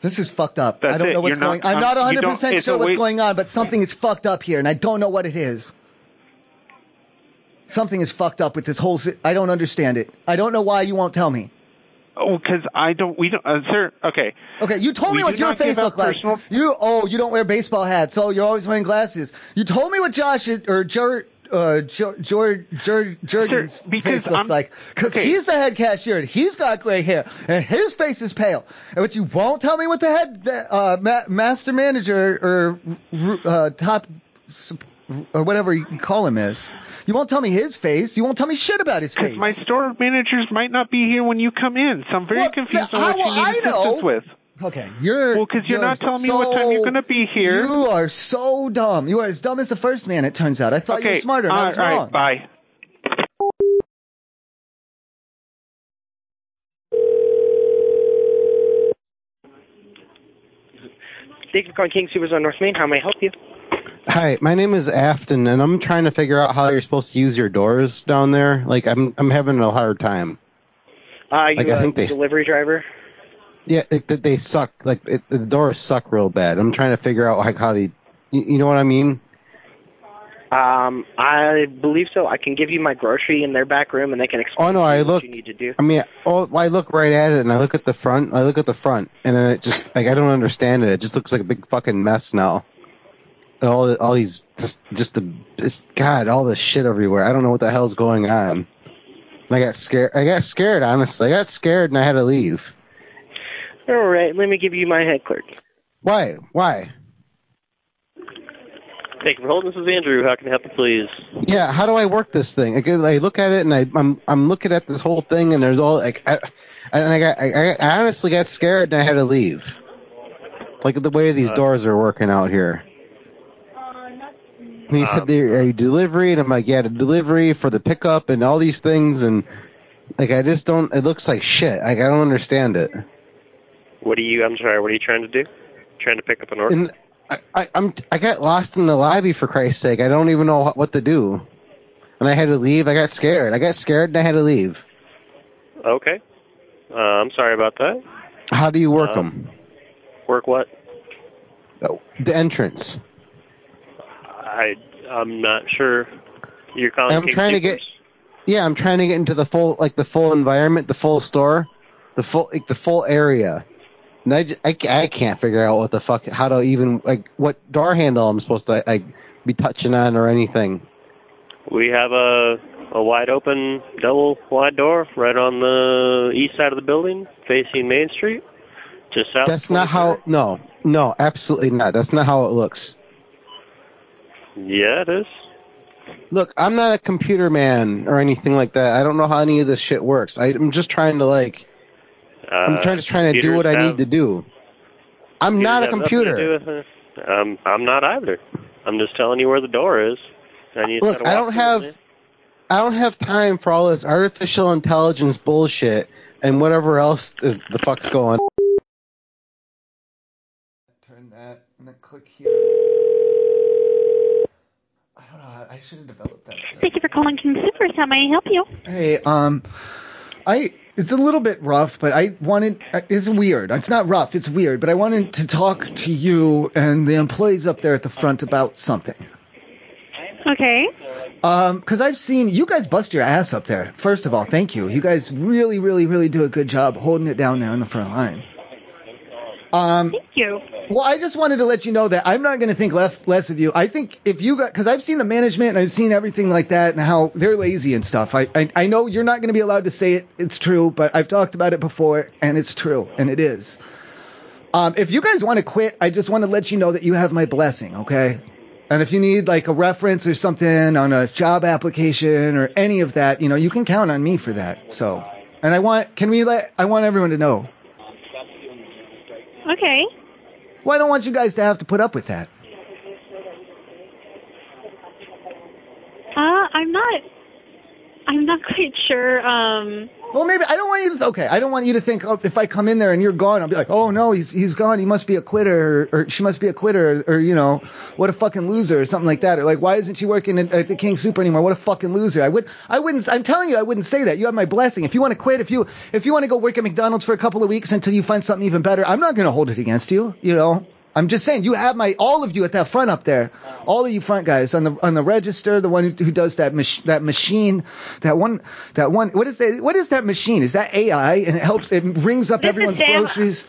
[SPEAKER 2] This is fucked up.
[SPEAKER 3] That's
[SPEAKER 2] I don't
[SPEAKER 3] it.
[SPEAKER 2] know what's
[SPEAKER 3] You're not-
[SPEAKER 2] going. I'm
[SPEAKER 3] I'm-
[SPEAKER 2] not
[SPEAKER 3] you
[SPEAKER 2] 100
[SPEAKER 3] don't-
[SPEAKER 2] percent
[SPEAKER 3] it's
[SPEAKER 2] sure
[SPEAKER 3] a
[SPEAKER 2] what's
[SPEAKER 3] wait-
[SPEAKER 2] going on, but something is fucked up here, and I don't know what it is. Something is fucked up with this whole. si- I don't understand it. I don't know why you won't tell me.
[SPEAKER 3] Oh, because I don't, we don't, uh, sir. Okay,
[SPEAKER 2] Okay, you told
[SPEAKER 3] We
[SPEAKER 2] me
[SPEAKER 3] do
[SPEAKER 2] what your
[SPEAKER 3] not give
[SPEAKER 2] face
[SPEAKER 3] out
[SPEAKER 2] looked like.
[SPEAKER 3] personal-
[SPEAKER 2] You oh, you don't wear baseball hats, so you're always wearing glasses. You told me what Josh or Jer, uh, Jer, Jer, Jer, Jurgen's
[SPEAKER 3] Sir, because
[SPEAKER 2] face looks
[SPEAKER 3] I'm-
[SPEAKER 2] like because
[SPEAKER 3] okay.
[SPEAKER 2] he's the head cashier and he's got gray hair and his face is pale. And but you won't tell me what the head uh, ma- master manager or uh, top sup- or whatever you call him is. You won't tell me his face. You won't tell me shit about his
[SPEAKER 3] because
[SPEAKER 2] face.
[SPEAKER 3] my store managers might not be here when you come in, so I'm very
[SPEAKER 2] Well,
[SPEAKER 3] confused
[SPEAKER 2] yeah,
[SPEAKER 3] on what
[SPEAKER 2] how
[SPEAKER 3] you
[SPEAKER 2] will
[SPEAKER 3] need
[SPEAKER 2] I
[SPEAKER 3] assistance
[SPEAKER 2] know?
[SPEAKER 3] with.
[SPEAKER 2] Okay, you're.
[SPEAKER 3] Well, 'cause you're not telling me what time you're gonna be here.
[SPEAKER 2] You are so dumb. You are as dumb as the first man. It turns out. I thought you
[SPEAKER 3] okay,
[SPEAKER 2] were smarter. And
[SPEAKER 3] all
[SPEAKER 2] I was
[SPEAKER 3] right,
[SPEAKER 2] wrong.
[SPEAKER 3] bye.
[SPEAKER 4] Thank you for calling King Supers on North Main. How may I help you?
[SPEAKER 5] Hi, my name is Afton, and I'm trying to figure out how you're supposed to use your doors down there. Like, I'm I'm having a hard time.
[SPEAKER 4] Uh, you
[SPEAKER 5] Like, I
[SPEAKER 4] a
[SPEAKER 5] think they-
[SPEAKER 4] delivery driver?
[SPEAKER 5] Yeah, it, they- they suck. Like, it, the doors suck real bad. I'm trying to figure out like how to, you, you know what I mean?
[SPEAKER 4] Um, I believe so. I can give you my grocery in their back room, and they can explain
[SPEAKER 5] Oh no,
[SPEAKER 4] to you
[SPEAKER 5] I
[SPEAKER 4] what
[SPEAKER 5] look.
[SPEAKER 4] you need to do.
[SPEAKER 5] I mean, oh, I look right at it, and I look at the front. I look at the front, and then it just like I don't understand it. It just looks like a big fucking mess now. And all the- all these just just the it's, God, all this shit everywhere. I don't know what the hell's going on. And I got scared. I got scared. Honestly, I got scared, and I had to leave.
[SPEAKER 4] All right, let me give you my head clerk.
[SPEAKER 5] Why? Why?
[SPEAKER 6] Thank you for holding. This is Andrew. How can I help you, please?
[SPEAKER 5] Yeah. How do I work this thing? I, go- I look at it, and I, I'm I'm looking at this whole thing, and there's all like, I, and I got I, I honestly got scared, and I had to leave. Like the way
[SPEAKER 7] Uh,
[SPEAKER 5] these doors are working out here. And he said, "Are you delivery?" And I'm like, "Yeah, the delivery for the pickup and all these things." And like, I just don't. It looks like shit. Like I don't understand it.
[SPEAKER 6] What are you? I'm sorry. What are you trying to do? Trying to pick up an order?
[SPEAKER 5] And I, I, I'm I got lost in the lobby for Christ's sake. I don't even know what to do, and I had to leave. I got scared. I got scared and I had to leave.
[SPEAKER 6] okay. Uh, I'm sorry about that.
[SPEAKER 5] How do you work 'em?
[SPEAKER 6] Work what?
[SPEAKER 5] The entrance.
[SPEAKER 6] I I'm not sure. You're calling.
[SPEAKER 5] I'm
[SPEAKER 6] King
[SPEAKER 5] trying to
[SPEAKER 6] Supers?
[SPEAKER 5] get. Yeah, I'm trying to get into the full like the full environment, the full store, the full like the full area. And I, j- I ca- I can't figure out what the fuck how to even like what door handle I'm supposed to like be touching on or anything.
[SPEAKER 6] We have a a wide open double wide door right on the east side of the building, facing Main Street, just south.
[SPEAKER 5] That's not how. No, no, absolutely not. That's not how it looks.
[SPEAKER 6] Yeah, it is.
[SPEAKER 5] Look, I'm not a computer man or anything like that. I don't know how any of this shit works. I, I'm just trying to like.
[SPEAKER 6] Uh,
[SPEAKER 5] I'm trying, just trying to do
[SPEAKER 6] computers
[SPEAKER 5] what I
[SPEAKER 6] have-
[SPEAKER 5] need to do. I'm
[SPEAKER 6] computers
[SPEAKER 5] not a
[SPEAKER 6] have nothing to
[SPEAKER 5] computer.
[SPEAKER 6] do with it. Um, I'm not either. I'm just telling you where the door is. And you
[SPEAKER 5] Look, I don't have I don't have time for all this artificial intelligence bullshit and whatever else is the fuck's going.
[SPEAKER 2] Turn that and then click here. I don't know. I should have developed that.
[SPEAKER 8] Thank you for calling King Supers. How may I help you?
[SPEAKER 2] Hey, um, I it's a little bit rough, but I wanted it's weird. It's not rough, it's weird, but I wanted to talk to you and the employees up there at the front about something.
[SPEAKER 8] Okay.
[SPEAKER 2] Um, because I've seen you guys bust your ass up there. First of all, thank you. You guys really, really, really do a good job holding it down there on the front line. Um, thank
[SPEAKER 8] you.
[SPEAKER 2] Well, I just wanted to let you know that I'm not going to think left, less of you. I think if you got, because I've seen the management and I've seen everything like that and how they're lazy and stuff. I, I, I know you're not going to be allowed to say it. It's true, but I've talked about it before and it's true and it is. Um, if you guys want to quit, I just want to let you know that you have my blessing, okay? And if you need like a reference or something on a job application or any of that, you know, you can count on me for that. So, and I want, can we let, I want everyone to know.
[SPEAKER 8] Okay.
[SPEAKER 2] Well, I don't want you guys to have to put up with that.
[SPEAKER 8] Uh, I'm not. I'm not quite sure. Um,
[SPEAKER 2] Mm-hmm. Well, maybe I don't want you to. Okay, I don't want you to think. Oh, if I come in there and you're gone, I'll be like, oh no, he's he's gone. He must be a quitter, or, or she must be a quitter, or, you know, what a fucking loser, or something like that, or like, why isn't she working at, at the King Super anymore? What a fucking loser. I would, I wouldn't. I'm telling you, I wouldn't say that. You have my blessing. If you want to quit, if you if you want to go work at McDonald's for a couple of weeks until you find something even better, I'm not going to hold it against you. You know, I'm just saying you have my all of you at that front up there, all of you front guys on the on the register, the one who, who does that mach- that machine, that one that one what is that what is that machine? Is that AI and it helps it rings up everyone's
[SPEAKER 8] Sam.
[SPEAKER 2] groceries.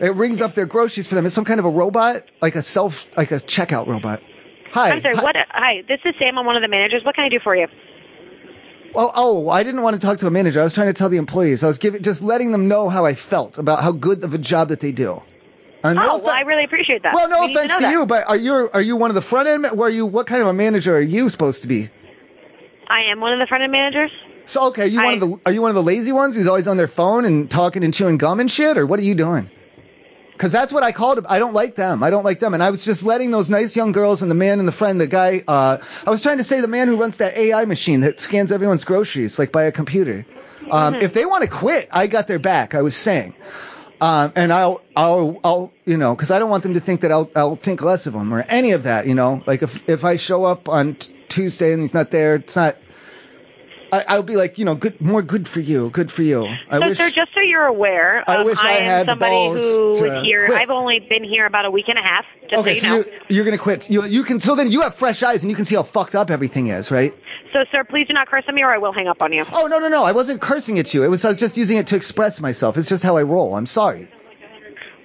[SPEAKER 2] It rings up their groceries for them. It's some kind of a robot, like a self like a checkout robot. Hi.
[SPEAKER 8] I'm sorry.
[SPEAKER 2] Hi.
[SPEAKER 8] What? Hi, this is Sam. I'm one of the managers. What can I do for you?
[SPEAKER 2] Oh, oh, I didn't want to talk to a manager. I was trying to tell the employees. I was giving just letting them know how I felt about how good of a job that they do. And no
[SPEAKER 8] oh, well, I really appreciate that.
[SPEAKER 2] Well, no
[SPEAKER 8] We need
[SPEAKER 2] offense
[SPEAKER 8] know
[SPEAKER 2] to,
[SPEAKER 8] that.
[SPEAKER 2] you, but are you are you one of the front end? Where you? What kind of a manager are you supposed to be?
[SPEAKER 8] I am one of the front end managers.
[SPEAKER 2] So okay, you one of the are you one of the lazy ones who's always on their phone and talking and chewing gum and shit, or what are you doing? Because that's what I called. I don't like them. I don't like them. And I was just letting those nice young girls and the man and the friend, the guy. Uh, I was trying to say the man who runs that AI machine that scans everyone's groceries like by a computer. Um, If they want to quit, I got their back. I was saying. Um, and I'll, I'll, I'll, you know, because I don't want them to think that I'll, I'll think less of them or any of that, you know. Like if, if I show up on t- Tuesday and he's not there, it's not. I, I'll be like, you know, good, more good for you, good for you. I
[SPEAKER 8] so,
[SPEAKER 2] wish.
[SPEAKER 8] sir, just so you're aware,
[SPEAKER 2] I
[SPEAKER 8] um,
[SPEAKER 2] wish I
[SPEAKER 8] am
[SPEAKER 2] had the
[SPEAKER 8] somebody
[SPEAKER 2] balls
[SPEAKER 8] who
[SPEAKER 2] to
[SPEAKER 8] is here.
[SPEAKER 2] quit.
[SPEAKER 8] I've only been here about a week and a half. Just
[SPEAKER 2] okay,
[SPEAKER 8] so you know.
[SPEAKER 2] you're, you're gonna quit. You, you can. So then you have fresh eyes and you can see how fucked up everything is, right?
[SPEAKER 8] So, sir, please do not curse at me, or I will hang up on you.
[SPEAKER 2] Oh no, no, no! I wasn't cursing at you. It was I was just using it to express myself. It's just how I roll. I'm sorry.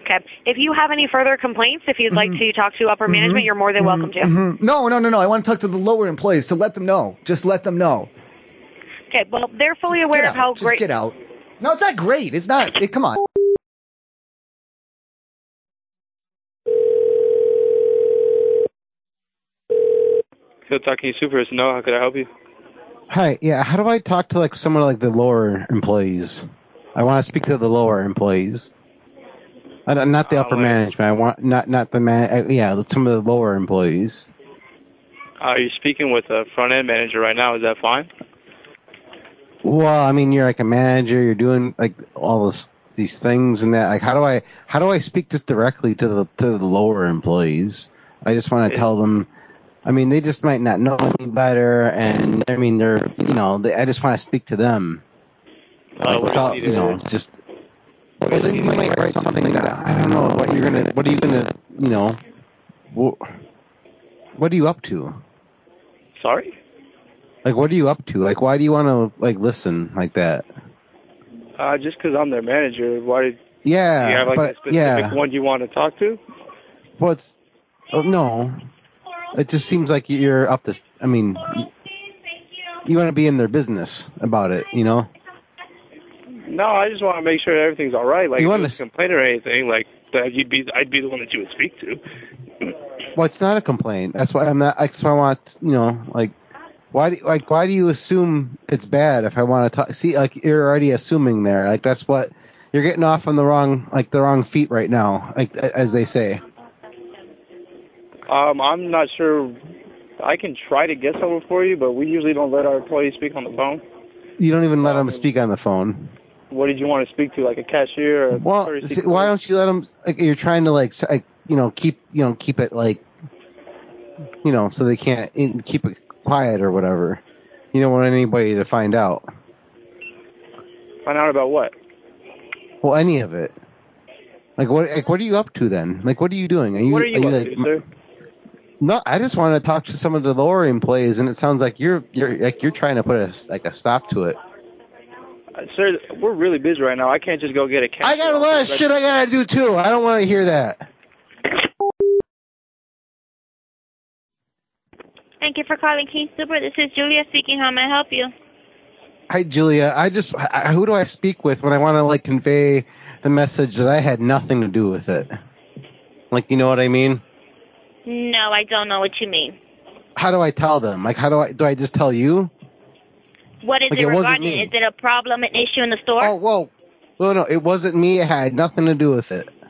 [SPEAKER 8] Okay. If you have any further complaints, if you'd like
[SPEAKER 2] Mm-hmm.
[SPEAKER 8] to talk to upper management, you're more than welcome to.
[SPEAKER 2] Mhm. No, no, no, no. I want to talk to the lower employees to let them know. Just let them know.
[SPEAKER 8] Okay. Well, they're fully
[SPEAKER 2] Just
[SPEAKER 8] aware
[SPEAKER 2] get
[SPEAKER 8] of how
[SPEAKER 2] out. Just
[SPEAKER 8] great.
[SPEAKER 2] get out. No, it's not great. It's not. It, come on.
[SPEAKER 7] Kentucky Supers. No, how could I help you?
[SPEAKER 5] Hi, yeah. How do I talk to like someone like the lower employees? I want to speak to the lower employees. I don't, not the upper management. I want not not the man. uh, Yeah, some of the lower employees.
[SPEAKER 7] Uh, you're speaking with a front end manager right now. Is that fine?
[SPEAKER 5] Well, I mean, you're like a manager. You're doing like all this these things and that. Like, how do I how do I speak this directly to the to the lower employees? I just want to tell them. I mean, they just might not know any better, and I mean, they're you know, they, I just want to speak to them.
[SPEAKER 6] Uh,
[SPEAKER 5] Like,
[SPEAKER 6] what do
[SPEAKER 5] without,
[SPEAKER 6] you
[SPEAKER 5] you know, just. Well, then you might write something that I don't know what you're gonna. What are you gonna? You know, what, what are you up to?
[SPEAKER 6] Sorry?
[SPEAKER 5] Like, what are you up to? Like, why do you want to like listen like that?
[SPEAKER 7] Uh, just 'cause I'm their manager, why did
[SPEAKER 5] Yeah,
[SPEAKER 7] do you have like
[SPEAKER 5] but
[SPEAKER 7] a specific
[SPEAKER 5] yeah.
[SPEAKER 7] one you want to talk to?
[SPEAKER 5] Well, it's oh, no. It just seems like you're up this. I mean, you want to be in their business about it, you know?
[SPEAKER 7] No, I just want to make sure everything's all right. Like,
[SPEAKER 5] You
[SPEAKER 7] if
[SPEAKER 5] wanna
[SPEAKER 7] you
[SPEAKER 5] s-
[SPEAKER 7] complain or anything, like that you'd be, I'd be the one that you would speak to.
[SPEAKER 5] Well, it's not a complaint. That's why I'm not. That's why I want you know, like, why do like why do you assume it's bad if I want to talk? See, like you're already assuming there. Like that's what you're getting off on the wrong like the wrong feet right now. Like a- as they say.
[SPEAKER 7] Um, I'm not sure. I can try to get someone for you, but we usually don't let our employees speak on the phone.
[SPEAKER 5] You don't even let them speak on the phone.
[SPEAKER 7] What did you want to speak to, like a cashier? Or a
[SPEAKER 5] Well,
[SPEAKER 7] courtesy
[SPEAKER 5] see, why don't you let them? Like, you're trying to like, s- like, you know, keep you know keep it like, you know, so they can't in- keep it quiet or whatever. You don't want anybody to find out.
[SPEAKER 7] Find out about what?
[SPEAKER 5] Well, any of it. Like what? Like what are you up to then? Like what are you doing? Are you?
[SPEAKER 7] what are you, up
[SPEAKER 5] like,
[SPEAKER 7] to, sir?
[SPEAKER 5] No, I just want to talk to some of the lower employees, and it sounds like you're you're like you're trying to put a s- like a stop to it.
[SPEAKER 7] Uh, sir, we're really busy right now. I can't just go get a cashier.
[SPEAKER 5] I got a lot of shit I gotta do too. I don't want to hear that.
[SPEAKER 9] Thank you for calling King Super. This is Julia speaking. How may I help you?
[SPEAKER 5] Hi, Julia. I just I, who do I speak with when I want to like convey the message that I had nothing to do with it? Like you know what I mean?
[SPEAKER 9] No, I don't know what you mean.
[SPEAKER 5] How do I tell them? Like how do I do I just tell you?
[SPEAKER 9] What is
[SPEAKER 5] Like,
[SPEAKER 9] it
[SPEAKER 5] it wasn't
[SPEAKER 9] regarding?
[SPEAKER 5] me.
[SPEAKER 9] Is it a problem, an issue in the store?
[SPEAKER 5] Oh whoa, no no, it wasn't me. It had nothing to do with it.
[SPEAKER 9] so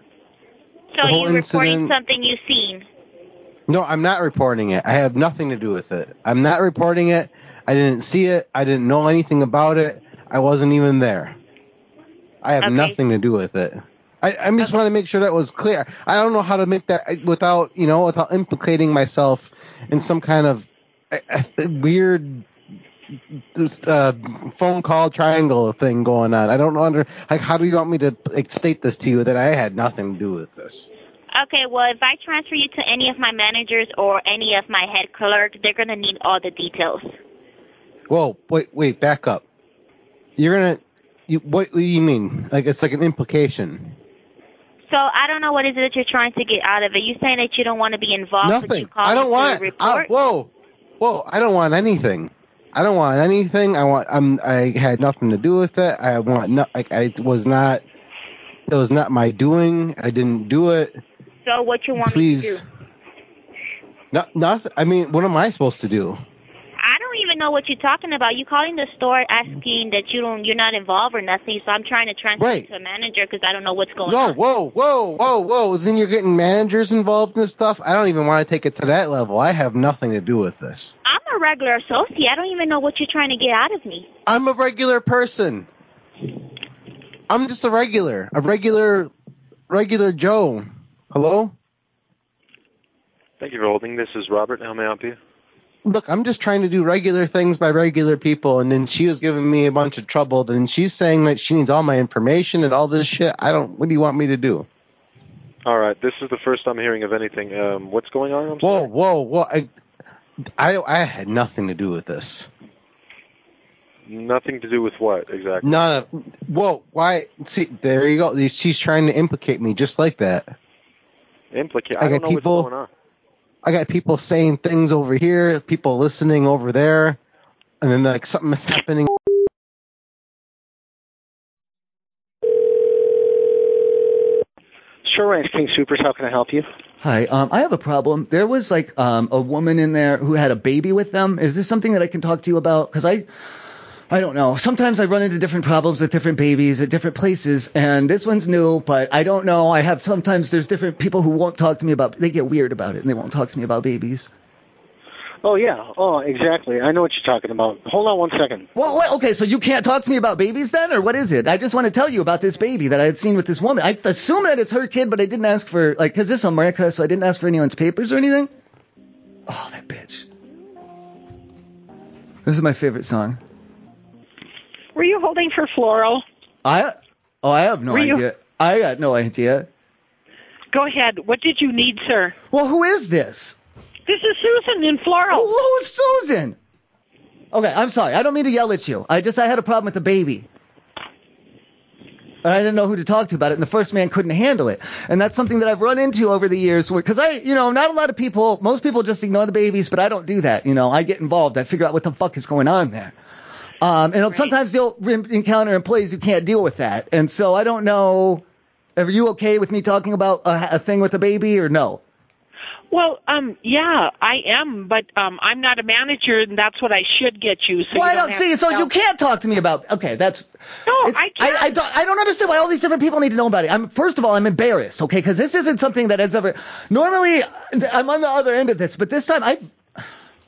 [SPEAKER 5] the whole
[SPEAKER 9] you're reporting
[SPEAKER 5] incident-
[SPEAKER 9] something you've seen.
[SPEAKER 5] No, I'm not reporting it. I have nothing to do with it. I'm not reporting it. I didn't see it. I didn't know anything about it. I wasn't even there. I have nothing to do with it. I, I just want to make sure that was clear. I don't know how to make that without, you know, without implicating myself in some kind of uh, uh, weird uh, phone call triangle thing going on. I don't know under like how do you want me to like, state this to you that I had nothing to do with this?
[SPEAKER 9] Okay, well, if I transfer you to any of my managers or any of my head clerks, they're going to need all the details.
[SPEAKER 5] Whoa, wait, wait, back up. You're gonna, you, what, what do you mean? Like it's like an implication.
[SPEAKER 9] So I don't know what is it that you're trying to get out of it. You saying that you don't want to be involved? but
[SPEAKER 5] Nothing.
[SPEAKER 9] You call
[SPEAKER 5] I
[SPEAKER 9] me
[SPEAKER 5] don't
[SPEAKER 9] to
[SPEAKER 5] want. I,
[SPEAKER 9] report?
[SPEAKER 5] Ah, whoa, whoa! I don't want anything. I don't want anything. I want. I'm. I had nothing to do with it. I want. No, like I was not. It was not my doing. I didn't do it.
[SPEAKER 9] so what you want
[SPEAKER 5] Please.
[SPEAKER 9] me to do?
[SPEAKER 5] No, nothing. I mean, what am I supposed to do?
[SPEAKER 9] I don't even know what you're talking about. You calling the store asking that you don't, you're not involved or nothing. So I'm trying to transfer
[SPEAKER 5] Right.
[SPEAKER 9] you to a manager because I don't know what's going
[SPEAKER 5] No,
[SPEAKER 9] on.
[SPEAKER 5] whoa, whoa, whoa, whoa! Then you're getting managers involved in this stuff. I don't even want to take it to that level. I have nothing to do with this.
[SPEAKER 9] I'm a regular associate. I don't even know what you're trying to get out of me.
[SPEAKER 5] I'm a regular person. I'm just a regular, a regular, regular Joe. Hello.
[SPEAKER 6] Thank you for holding. This is Robert. How may I help you?
[SPEAKER 5] Look, I'm just trying to do regular things by regular people, and then she was giving me a bunch of trouble. Then she's saying that she needs all my information and all this shit. I don't. What do you want me to do?
[SPEAKER 6] All right. This is the first I'm hearing of anything. Um, what's going on? I'm
[SPEAKER 5] Whoa, whoa, whoa! I, I, I had nothing to do with this.
[SPEAKER 6] Nothing to do with what exactly?
[SPEAKER 5] None of. Whoa, why? See, there you go. She's trying to implicate me just like that.
[SPEAKER 6] Implicate.
[SPEAKER 5] I
[SPEAKER 6] I don't
[SPEAKER 5] got
[SPEAKER 6] know
[SPEAKER 5] people-
[SPEAKER 6] what's going on.
[SPEAKER 5] I got people saying things over here, people listening over there, and then like something's happening.
[SPEAKER 4] Sure Ranch King Supers, how can I help you?
[SPEAKER 2] Hi, um, I have a problem. There was like um, a woman in there who had a baby with them. Is this something that I can talk to you about? Because I, I don't know. Sometimes I run into different problems with different babies at different places, and this one's new, but I don't know. I have sometimes there's different people who won't talk to me about. They get weird about it and they won't talk to me about babies.
[SPEAKER 10] Oh yeah. Oh, exactly. I know what you're talking about. Hold on one second.
[SPEAKER 2] Well, wait, okay, so you can't talk to me about babies then, or what is it? I just want to tell you about this baby that I had seen with this woman. I assume that it's her kid, but I didn't ask for like 'cause this is America, so I didn't ask for anyone's papers or anything. Oh, that bitch. This is my favorite song.
[SPEAKER 11] Were you holding for floral?
[SPEAKER 2] I oh, I have no
[SPEAKER 11] Were you-
[SPEAKER 2] idea. I got no idea.
[SPEAKER 11] Go ahead. What did you need, sir?
[SPEAKER 2] Well, who is this?
[SPEAKER 11] This is Susan in floral.
[SPEAKER 2] Oh, it's Susan. Okay, I'm sorry. I don't mean to yell at you. I just I had a problem with the baby. And I didn't know who to talk to about it, and the first man couldn't handle it. And that's something that I've run into over the years, because I, you know, not a lot of people, most people just ignore the babies, but I don't do that. You know, I get involved. I figure out what the fuck is going on there. Um, and sometimes you'll re- encounter employees who can't deal with that. And so I don't know, are you okay with me talking about a, a thing with a baby or no?
[SPEAKER 11] Well, um, yeah, I am, but um, I'm not a manager, and that's what I should get you. So
[SPEAKER 2] well,
[SPEAKER 11] you
[SPEAKER 2] I don't
[SPEAKER 11] have
[SPEAKER 2] see.
[SPEAKER 11] to
[SPEAKER 2] So
[SPEAKER 11] tell-
[SPEAKER 2] you can't talk to me about. Okay, that's.
[SPEAKER 11] No, I can't.
[SPEAKER 2] I, don't. I don't understand why all these different people need to know about it. I'm first of all, I'm embarrassed. Okay, because this isn't something that has ever. Normally, I'm on the other end of this, but this time I.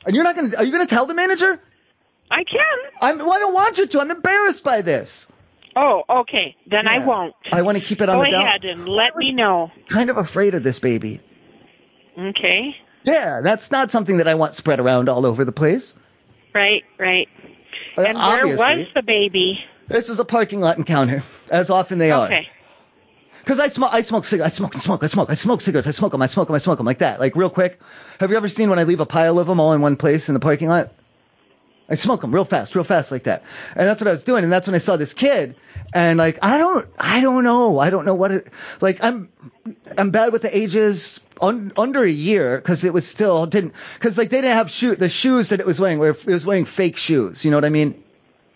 [SPEAKER 2] And you're not gonna. Are you gonna tell the manager?
[SPEAKER 11] I can.
[SPEAKER 2] I'm. Well, I don't want you to. I'm embarrassed by this.
[SPEAKER 11] Oh, okay. Then I won't.
[SPEAKER 2] I want to keep it on
[SPEAKER 11] Go
[SPEAKER 2] the down.
[SPEAKER 11] ahead and let me know.
[SPEAKER 2] Kind of afraid of this baby.
[SPEAKER 11] Okay.
[SPEAKER 2] Yeah, that's not something that I want spread around all over the place.
[SPEAKER 11] Right. Right.
[SPEAKER 2] Uh,
[SPEAKER 11] and where
[SPEAKER 2] obviously.
[SPEAKER 11] was the baby?
[SPEAKER 2] This is a parking lot encounter, as often they are.
[SPEAKER 11] Okay.
[SPEAKER 2] Because I smoke, I smoke cigarettes, I smoke and smoke, I smoke, I smoke cigarettes, I smoke them, I smoke them, I smoke them, like that, like real quick. Have you ever seen when I leave a pile of them all in one place in the parking lot? I smoke them real fast, real fast, like that. And that's what I was doing, and that's when I saw this kid, and like I don't, I don't know, I don't know what it, like I'm, I'm bad with the ages un, under a year because it was still didn't, because like they didn't have shoe, the shoes that it was wearing were it was wearing fake shoes, you know what I mean?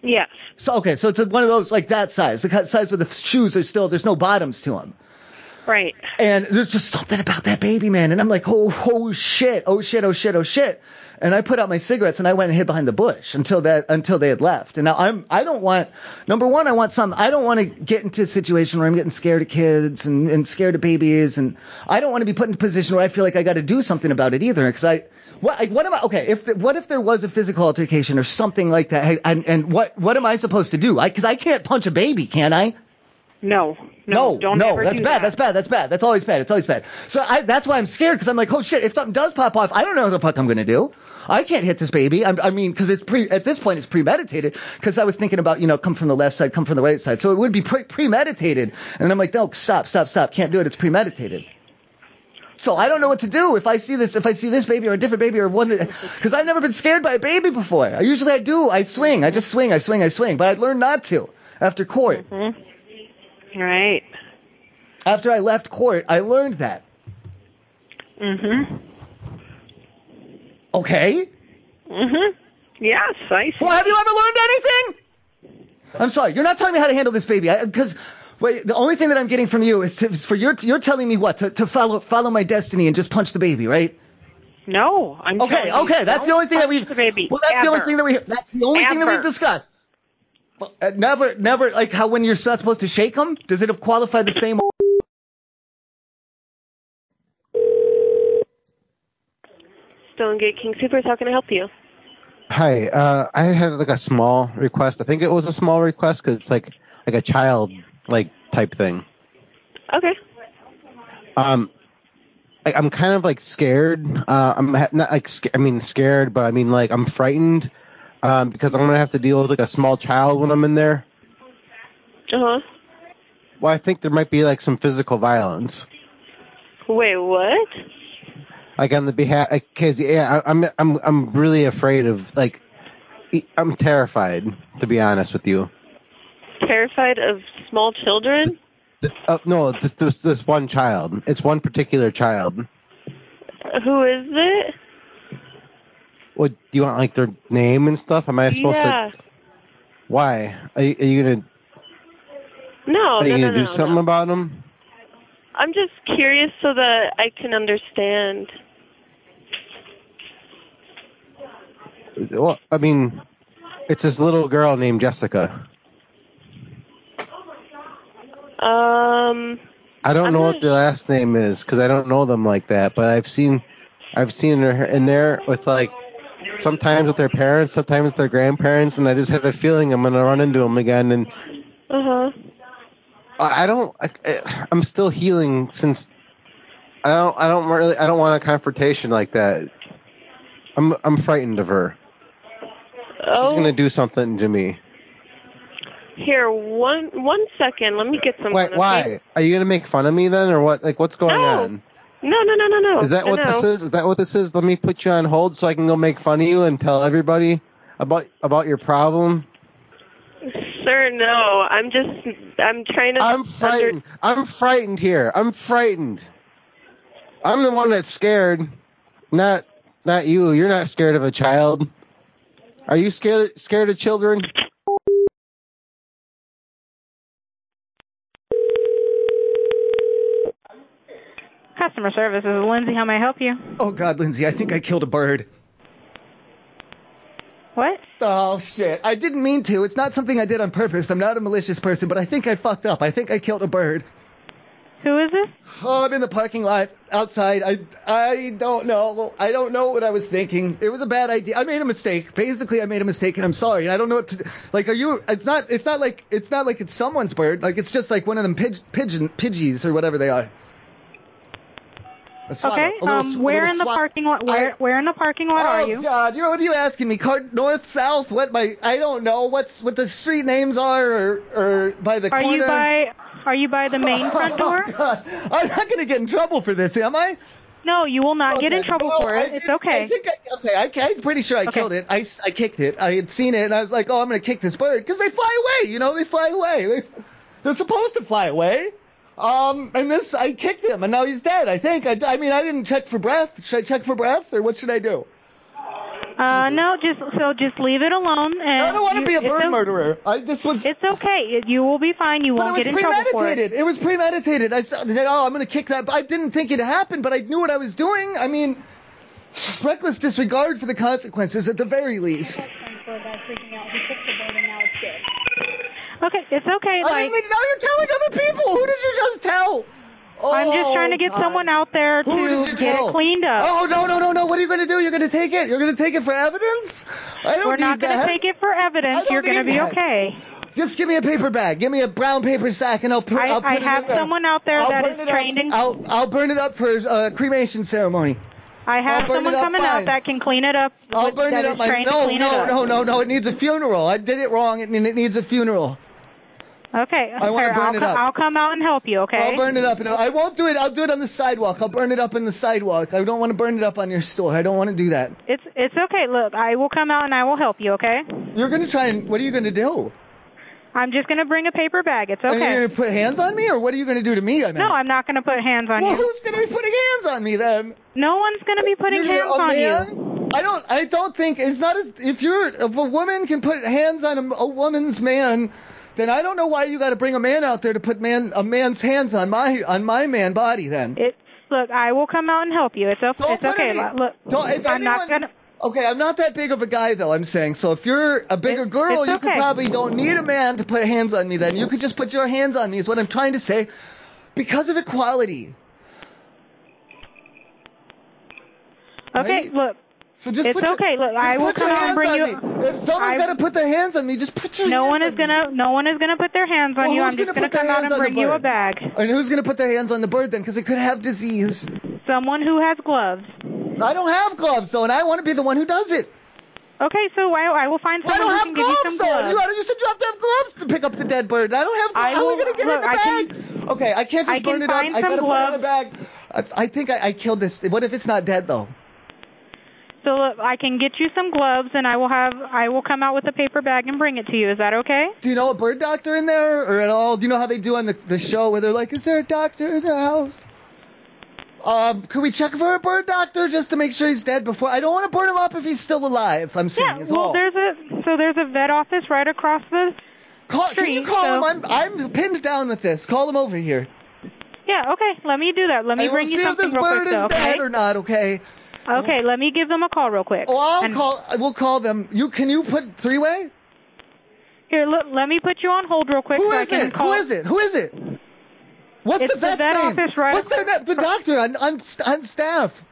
[SPEAKER 11] Yeah.
[SPEAKER 2] So okay, so it's one of those like that size, the kind- size where the shoes are still there's no bottoms to them.
[SPEAKER 11] Right.
[SPEAKER 2] And there's just something about that baby, man. And I'm like, oh, oh shit, oh shit, oh shit, oh shit. And I put out my cigarettes and I went and hid behind the bush until that until they had left. And now I'm I don't want number one, I want some I don't want to get into a situation where I'm getting scared of kids and, and scared of babies and I don't want to be put in a position where I feel like I got to do something about it either because I what like, what am I okay if the, what if there was a physical altercation or something like that hey, and and what what am I supposed to do? I because I can't punch a baby, can I?
[SPEAKER 11] No,
[SPEAKER 2] no,
[SPEAKER 11] don't
[SPEAKER 2] no,
[SPEAKER 11] ever
[SPEAKER 2] that's
[SPEAKER 11] do
[SPEAKER 2] bad.
[SPEAKER 11] that.
[SPEAKER 2] That's bad. That's bad. That's always bad. It's always bad. So I, that's why I'm scared because I'm like, oh shit, if something does pop off, I don't know what the fuck I'm gonna do. I can't hit this baby. I'm, I mean, because it's pre at this point it's premeditated. Because I was thinking about you know come from the left side, come from the right side, so it would be pre- premeditated. And I'm like, no, stop, stop, stop, can't do it. It's premeditated. So I don't know what to do if I see this, if I see this baby or a different baby or one that, because I've never been scared by a baby before. I usually I do. I swing. I just swing. I swing. I swing. But I learned not to after court. Mm-hmm.
[SPEAKER 11] Right.
[SPEAKER 2] After I left court, I learned that.
[SPEAKER 11] Mm-hmm.
[SPEAKER 2] Okay.
[SPEAKER 11] Mm-hmm. Yes, I see.
[SPEAKER 2] Well, have you ever learned anything? I'm sorry, you're not telling me how to handle this baby, because wait, the only thing that I'm getting from you is, to, is for your, you're telling me what to, to follow follow my destiny and just punch the baby, right?
[SPEAKER 11] No, I'm
[SPEAKER 2] okay.
[SPEAKER 11] telling you,
[SPEAKER 2] okay, that's the
[SPEAKER 11] don't
[SPEAKER 2] only thing that we've.
[SPEAKER 11] the baby,
[SPEAKER 2] well, that's the only
[SPEAKER 11] ever.
[SPEAKER 2] thing that we. That's the only thing that we've
[SPEAKER 11] Ever.
[SPEAKER 2] discussed. Well, uh, never, never like how when you're not supposed to shake them. Does it qualify the same?
[SPEAKER 12] Stonegate King Supers, how can I help you?
[SPEAKER 5] Hi, uh, I had like a small request. I think it was a small request because it's like like a child like type thing.
[SPEAKER 12] Okay.
[SPEAKER 5] Um, I, I'm kind of like scared. Uh, I'm ha- not like sca- I mean scared, but I mean like I'm frightened um, because I'm gonna have to deal with like a small child when I'm in there.
[SPEAKER 12] Uh huh.
[SPEAKER 5] Well, I think there might be like some physical violence,
[SPEAKER 12] Wait, what?
[SPEAKER 5] like on the behalf. Like, Cause yeah, I, I'm I'm I'm really afraid of like e- I'm terrified to be honest with you.
[SPEAKER 12] Terrified of small children?
[SPEAKER 5] Uh, no, this, this this one child. It's one particular child.
[SPEAKER 12] Who is it?
[SPEAKER 5] What do you want? Like their name and stuff? Am I supposed
[SPEAKER 12] yeah.
[SPEAKER 5] to? Why? Are you, are you gonna?
[SPEAKER 12] No,
[SPEAKER 5] are
[SPEAKER 12] Oh, no,
[SPEAKER 5] you
[SPEAKER 12] no,
[SPEAKER 5] gonna
[SPEAKER 12] no,
[SPEAKER 5] do something
[SPEAKER 12] no.
[SPEAKER 5] about them?
[SPEAKER 12] I'm just curious so that I can understand.
[SPEAKER 5] Well, I mean, it's this little girl named Jessica.
[SPEAKER 12] Um,
[SPEAKER 5] I don't know what their last name is because I don't know them like that. But I've seen, I've seen her in there with like sometimes with their parents, sometimes with their grandparents, and I just have a feeling I'm gonna run into them again. And
[SPEAKER 12] Uh huh.
[SPEAKER 5] I I don't. I, I- I'm still healing since. I don't. I don't really. I don't want a confrontation like that. I'm. I'm frightened of her. She's
[SPEAKER 12] Oh,
[SPEAKER 5] gonna do something to me.
[SPEAKER 12] here one one second. Let me get some.
[SPEAKER 5] Wait, why? Are you gonna make fun of me then, or what? Like, what's going on?
[SPEAKER 12] No, no, no, no, no.
[SPEAKER 5] Is that
[SPEAKER 12] no,
[SPEAKER 5] what
[SPEAKER 12] no.
[SPEAKER 5] this is? Is that what this is? Let me put you on hold so I can go make fun of you and tell everybody about about your problem.
[SPEAKER 12] Sir, no. I'm just. I'm trying to.
[SPEAKER 5] I'm frightened. I'm frightened here. I'm frightened. I'm the one that's scared, not not you. You're not scared of a child. Are you scared scared of children?
[SPEAKER 13] Customer service this is Lindsay. How may I help you?
[SPEAKER 2] Oh God, Lindsay, I think I killed a bird.
[SPEAKER 13] What?
[SPEAKER 2] Oh shit! I didn't mean to. It's not something I did on purpose. I'm not a malicious person, but I think I fucked up. I think I killed a bird.
[SPEAKER 13] Who is this?
[SPEAKER 2] Oh, I'm in the parking lot outside. I I don't know. I don't know what I was thinking. It was a bad idea. I made a mistake. Basically, I made a mistake, and I'm sorry. And I don't know what to. Like, are you? It's not. It's not like. It's not like it's someone's bird. Like, it's just like one of them pig, pigeon pidgeys or whatever they are. A swallow.
[SPEAKER 13] okay.
[SPEAKER 2] A little sw-
[SPEAKER 13] um,
[SPEAKER 2] a
[SPEAKER 13] where
[SPEAKER 2] little
[SPEAKER 13] in the
[SPEAKER 2] swa-
[SPEAKER 13] parking lot? Where where in the parking lot are
[SPEAKER 2] oh,
[SPEAKER 13] you?
[SPEAKER 2] God, you what are you asking me? Card north, south? What my? I don't know. What's what the street names are, or or by the
[SPEAKER 13] Are
[SPEAKER 2] corner? Oh,
[SPEAKER 13] you by Are you by the main front door?
[SPEAKER 2] I'm not gonna get in trouble for this, am I?
[SPEAKER 13] No, you will not get in
[SPEAKER 2] Okay.
[SPEAKER 13] trouble
[SPEAKER 2] No,
[SPEAKER 13] for
[SPEAKER 2] I
[SPEAKER 13] it. It's
[SPEAKER 2] didn't-
[SPEAKER 13] okay.
[SPEAKER 2] I think I, okay, I, I'm pretty sure I killed it. I, s- I kicked it. I had seen it, and I was like, oh, I'm gonna kick this bird because they fly away. You know, they fly away. They, they're supposed to fly away. Um, and this, I kicked him, and now he's dead. I think. I, I mean, I didn't check for breath. Should I check for breath, or what should I do?
[SPEAKER 13] Uh, no, just so just leave it alone. And
[SPEAKER 2] I don't want to
[SPEAKER 13] you-
[SPEAKER 2] be a
[SPEAKER 13] it's
[SPEAKER 2] bird
[SPEAKER 13] o-
[SPEAKER 2] murderer. I, this was.
[SPEAKER 13] It's okay. It- You will be fine. You
[SPEAKER 2] But
[SPEAKER 13] won't
[SPEAKER 2] it
[SPEAKER 13] get
[SPEAKER 2] was
[SPEAKER 13] in trouble for it.
[SPEAKER 2] premeditated. It was premeditated. I s- I said, "Oh, I'm going to kick that." I didn't think it happened, but I knew what I was doing. I mean, reckless disregard for the consequences, at the very least.
[SPEAKER 13] Okay, it's okay.
[SPEAKER 2] I
[SPEAKER 13] Like
[SPEAKER 2] didn't mean, now you're telling other people. Who did you just tell?
[SPEAKER 13] I'm just trying to
[SPEAKER 2] Oh,
[SPEAKER 13] get
[SPEAKER 2] God.
[SPEAKER 13] someone out there
[SPEAKER 2] Who did
[SPEAKER 13] to
[SPEAKER 2] you
[SPEAKER 13] get
[SPEAKER 2] tell?
[SPEAKER 13] it cleaned up.
[SPEAKER 2] Oh no no no no! What are you going to do? You're going to take it. You're going to take it for evidence. I don't
[SPEAKER 13] We're
[SPEAKER 2] need
[SPEAKER 13] not gonna
[SPEAKER 2] that.
[SPEAKER 13] take it for evidence.
[SPEAKER 2] I don't
[SPEAKER 13] You're gonna
[SPEAKER 2] need
[SPEAKER 13] be
[SPEAKER 2] that.
[SPEAKER 13] okay.
[SPEAKER 2] Just give me a paper bag. Give me a brown paper sack, and I'll put.
[SPEAKER 13] I-
[SPEAKER 2] will put
[SPEAKER 13] I
[SPEAKER 2] it
[SPEAKER 13] have
[SPEAKER 2] in there.
[SPEAKER 13] someone out there
[SPEAKER 2] I'll
[SPEAKER 13] that
[SPEAKER 2] burn
[SPEAKER 13] is
[SPEAKER 2] it
[SPEAKER 13] trained
[SPEAKER 2] up.
[SPEAKER 13] in-
[SPEAKER 2] I'll I'll burn it up for uh, cremation ceremony.
[SPEAKER 13] I
[SPEAKER 2] I'll
[SPEAKER 13] have
[SPEAKER 2] burn
[SPEAKER 13] someone
[SPEAKER 2] it up
[SPEAKER 13] coming
[SPEAKER 2] fine.
[SPEAKER 13] out that can clean it up.
[SPEAKER 2] I'll
[SPEAKER 13] with-
[SPEAKER 2] burn
[SPEAKER 13] that
[SPEAKER 2] it
[SPEAKER 13] is
[SPEAKER 2] up. I,
[SPEAKER 13] trained to
[SPEAKER 2] no,
[SPEAKER 13] clean
[SPEAKER 2] no,
[SPEAKER 13] it up.
[SPEAKER 2] no, no, no. It needs a funeral. I did it wrong, and it needs a funeral.
[SPEAKER 13] Okay,
[SPEAKER 2] I wanna
[SPEAKER 13] sir,
[SPEAKER 2] burn
[SPEAKER 13] I'll,
[SPEAKER 2] it
[SPEAKER 13] co-
[SPEAKER 2] up.
[SPEAKER 13] I'll come out and help you. Okay.
[SPEAKER 2] I'll burn it up, and I won't do it. I'll do it on the sidewalk. I'll burn it up on the sidewalk. I don't want to burn it up on your store. I don't want to do that.
[SPEAKER 13] It's it's okay. Look, I will come out and I will help you. Okay.
[SPEAKER 2] You're gonna try and what are you gonna do?
[SPEAKER 13] I'm just gonna bring a paper bag. It's
[SPEAKER 2] Are you
[SPEAKER 13] okay.
[SPEAKER 2] gonna put hands on me, or what are you gonna do to me? I mean,
[SPEAKER 13] No, I'm not gonna put hands on
[SPEAKER 2] well,
[SPEAKER 13] you.
[SPEAKER 2] who's gonna be putting hands on me then?
[SPEAKER 13] No one's gonna be putting
[SPEAKER 2] You're
[SPEAKER 13] hands
[SPEAKER 2] gonna- a
[SPEAKER 13] on you.
[SPEAKER 2] man? I don't. I don't think it's not. As, if you're if a woman can put hands on a, a woman's man, then I don't know why you got to bring a man out there to put man a man's hands on my on my man body. Then
[SPEAKER 13] It. Look, I will come out and help you. It's okay.
[SPEAKER 2] Don't
[SPEAKER 13] it's
[SPEAKER 2] put
[SPEAKER 13] okay.
[SPEAKER 2] any-
[SPEAKER 13] Lo- Look,
[SPEAKER 2] don't, if
[SPEAKER 13] I'm
[SPEAKER 2] anyone,
[SPEAKER 13] not gonna.
[SPEAKER 2] Okay, I'm not that big of a guy though. I'm saying so. If you're a bigger girl,
[SPEAKER 13] it's
[SPEAKER 2] you could
[SPEAKER 13] okay.
[SPEAKER 2] probably don't need a man to put hands on me. Then you could just put your hands on me. Is what I'm trying to say, because of equality.
[SPEAKER 13] Okay,
[SPEAKER 2] Right?
[SPEAKER 13] look.
[SPEAKER 2] So just
[SPEAKER 13] it's
[SPEAKER 2] put your-
[SPEAKER 13] okay. Look,
[SPEAKER 2] just
[SPEAKER 13] I will
[SPEAKER 2] put your
[SPEAKER 13] come out and
[SPEAKER 2] hands
[SPEAKER 13] bring
[SPEAKER 2] on
[SPEAKER 13] you.
[SPEAKER 2] me. If someone's
[SPEAKER 13] I-
[SPEAKER 2] gotta put their hands on me, just put your
[SPEAKER 13] No
[SPEAKER 2] hands
[SPEAKER 13] one
[SPEAKER 2] on
[SPEAKER 13] is gonna. No one is gonna put their hands on
[SPEAKER 2] Well,
[SPEAKER 13] you.
[SPEAKER 2] who's
[SPEAKER 13] I'm just
[SPEAKER 2] gonna put their
[SPEAKER 13] come out
[SPEAKER 2] hands
[SPEAKER 13] and
[SPEAKER 2] on the
[SPEAKER 13] bring you a
[SPEAKER 2] bird?
[SPEAKER 13] bag.
[SPEAKER 2] And who's going to put their hands on the bird then? Because it could have disease.
[SPEAKER 13] Someone who has gloves.
[SPEAKER 2] I don't have gloves though, and I want to be the one who does it.
[SPEAKER 13] Okay, so I, I will find
[SPEAKER 2] Well, I
[SPEAKER 13] someone who
[SPEAKER 2] don't have
[SPEAKER 13] can give you
[SPEAKER 2] gloves
[SPEAKER 13] some
[SPEAKER 2] though.
[SPEAKER 13] gloves.
[SPEAKER 2] You oughta- you said you have to have gloves to pick up the dead bird. I don't have.
[SPEAKER 13] I
[SPEAKER 2] gloves. How are we
[SPEAKER 13] will-
[SPEAKER 2] going to get
[SPEAKER 13] look,
[SPEAKER 2] it in the
[SPEAKER 13] I
[SPEAKER 2] bag?
[SPEAKER 13] can-
[SPEAKER 2] okay, I can't just
[SPEAKER 13] I can
[SPEAKER 2] burn it up.
[SPEAKER 13] find
[SPEAKER 2] I
[SPEAKER 13] some
[SPEAKER 2] gotta put it in the
[SPEAKER 13] gloves.
[SPEAKER 2] bag. I, I think I, I killed this. What if it's not dead though?
[SPEAKER 13] So look, I can get you some gloves, and I will have I will come out with a paper bag and bring it to you. Is that okay?
[SPEAKER 2] Do you know a bird doctor in there or at all? Do you know how they do on the, the show where they're like, is there a doctor in the house? Um, could we check for a bird doctor just to make sure he's dead before? I don't want to burn him up if he's still alive. I'm saying
[SPEAKER 13] Yeah.
[SPEAKER 2] is
[SPEAKER 13] Well,
[SPEAKER 2] all.
[SPEAKER 13] there's a so there's a vet office right across the
[SPEAKER 2] Call,
[SPEAKER 13] street.
[SPEAKER 2] can you call
[SPEAKER 13] so-
[SPEAKER 2] him? I'm, I'm pinned down with this. Call him over here.
[SPEAKER 13] Yeah. Okay. Let me do that. Let me
[SPEAKER 2] And
[SPEAKER 13] bring
[SPEAKER 2] we'll
[SPEAKER 13] you
[SPEAKER 2] see if
[SPEAKER 13] something
[SPEAKER 2] this
[SPEAKER 13] real
[SPEAKER 2] bird
[SPEAKER 13] quick,
[SPEAKER 2] is
[SPEAKER 13] though.
[SPEAKER 2] dead
[SPEAKER 13] Okay.
[SPEAKER 2] or not. Okay.
[SPEAKER 13] Okay. Let me give them a call real quick.
[SPEAKER 2] Well, I'll
[SPEAKER 13] And-
[SPEAKER 2] call. We'll call them. You can you put three way?
[SPEAKER 13] Here, look, let me put you on hold real quick
[SPEAKER 2] Who
[SPEAKER 13] so
[SPEAKER 2] is
[SPEAKER 13] I can
[SPEAKER 2] it?
[SPEAKER 13] call.
[SPEAKER 2] Who is it? Who is it? What's
[SPEAKER 13] It's
[SPEAKER 2] the
[SPEAKER 13] the
[SPEAKER 2] vet's
[SPEAKER 13] vet
[SPEAKER 2] name?
[SPEAKER 13] office right
[SPEAKER 2] What's the, the doctor on, on, on staff?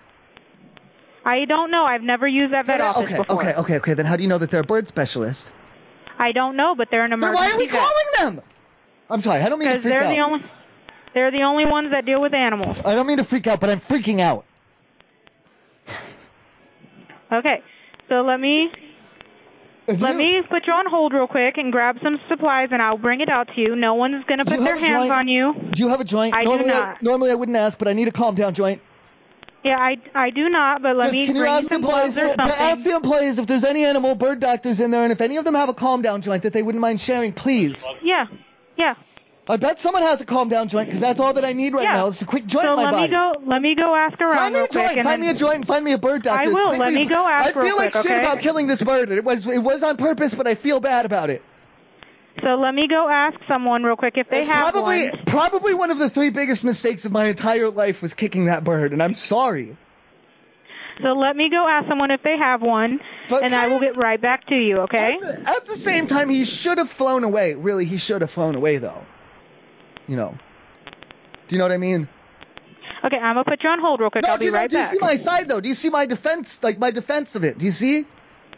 [SPEAKER 13] I don't know. I've never used that vet office
[SPEAKER 2] Okay,
[SPEAKER 13] before.
[SPEAKER 2] okay, okay, okay. Then how do you know that they're a bird specialist?
[SPEAKER 13] I don't know, but they're an
[SPEAKER 2] Then
[SPEAKER 13] emergency.
[SPEAKER 2] why are we calling them? I'm sorry. I don't mean to
[SPEAKER 13] Because
[SPEAKER 2] freak
[SPEAKER 13] they're
[SPEAKER 2] out.
[SPEAKER 13] the only they're the only ones that deal with animals.
[SPEAKER 2] I don't mean to freak out, but I'm freaking out.
[SPEAKER 13] Okay, so let me let me put you on hold real quick and grab some supplies, and I'll bring it out to you. No one's gonna
[SPEAKER 2] Do
[SPEAKER 13] put
[SPEAKER 2] you
[SPEAKER 13] their
[SPEAKER 2] have a
[SPEAKER 13] hands
[SPEAKER 2] joint?
[SPEAKER 13] on you.
[SPEAKER 2] Do you have a joint?
[SPEAKER 13] I do
[SPEAKER 2] normally,
[SPEAKER 13] not.
[SPEAKER 2] I, normally I wouldn't ask, but I need a calm down joint.
[SPEAKER 13] Yeah, I, I do not, but let
[SPEAKER 2] Just-
[SPEAKER 13] me
[SPEAKER 2] can
[SPEAKER 13] bring
[SPEAKER 2] you ask the
[SPEAKER 13] some
[SPEAKER 2] employees
[SPEAKER 13] gloves or
[SPEAKER 2] to ask
[SPEAKER 13] something.
[SPEAKER 2] the employees if there's any animal bird doctors in there, and if any of them have a calm down joint that they wouldn't mind sharing, please.
[SPEAKER 13] Yeah, yeah.
[SPEAKER 2] I bet someone has a calm down joint because that's all that I need right
[SPEAKER 13] Yeah.
[SPEAKER 2] now is a quick joint
[SPEAKER 13] so
[SPEAKER 2] in my
[SPEAKER 13] let
[SPEAKER 2] body.
[SPEAKER 13] me go. Let me go ask around
[SPEAKER 2] Find me
[SPEAKER 13] real
[SPEAKER 2] a
[SPEAKER 13] quick,
[SPEAKER 2] joint.
[SPEAKER 13] and
[SPEAKER 2] Find me
[SPEAKER 13] then
[SPEAKER 2] a joint. and Find me a bird doctor.
[SPEAKER 13] I
[SPEAKER 2] as
[SPEAKER 13] will.
[SPEAKER 2] quickly
[SPEAKER 13] Let
[SPEAKER 2] as-
[SPEAKER 13] me go ask
[SPEAKER 2] I feel
[SPEAKER 13] real
[SPEAKER 2] like
[SPEAKER 13] quick,
[SPEAKER 2] shit
[SPEAKER 13] okay?
[SPEAKER 2] about killing this bird. It was it was on purpose, but I feel bad about it.
[SPEAKER 13] so let me go ask someone real quick if they
[SPEAKER 2] It's
[SPEAKER 13] have
[SPEAKER 2] probably
[SPEAKER 13] one.
[SPEAKER 2] probably one of the three biggest mistakes of my entire life was kicking that bird, and I'm sorry.
[SPEAKER 13] So let me go ask someone if they have one, and I will get right back to you. Okay?
[SPEAKER 2] At the same time, he should have flown away. Really, he should have flown away though. You know. Do you know what I mean?
[SPEAKER 13] Okay, I'm gonna put you on hold real quick.
[SPEAKER 2] no,
[SPEAKER 13] I'll be
[SPEAKER 2] do you, know-
[SPEAKER 13] right
[SPEAKER 2] do you
[SPEAKER 13] back.
[SPEAKER 2] see my side though? Do you see my defense? Like my defense of it? Do you see?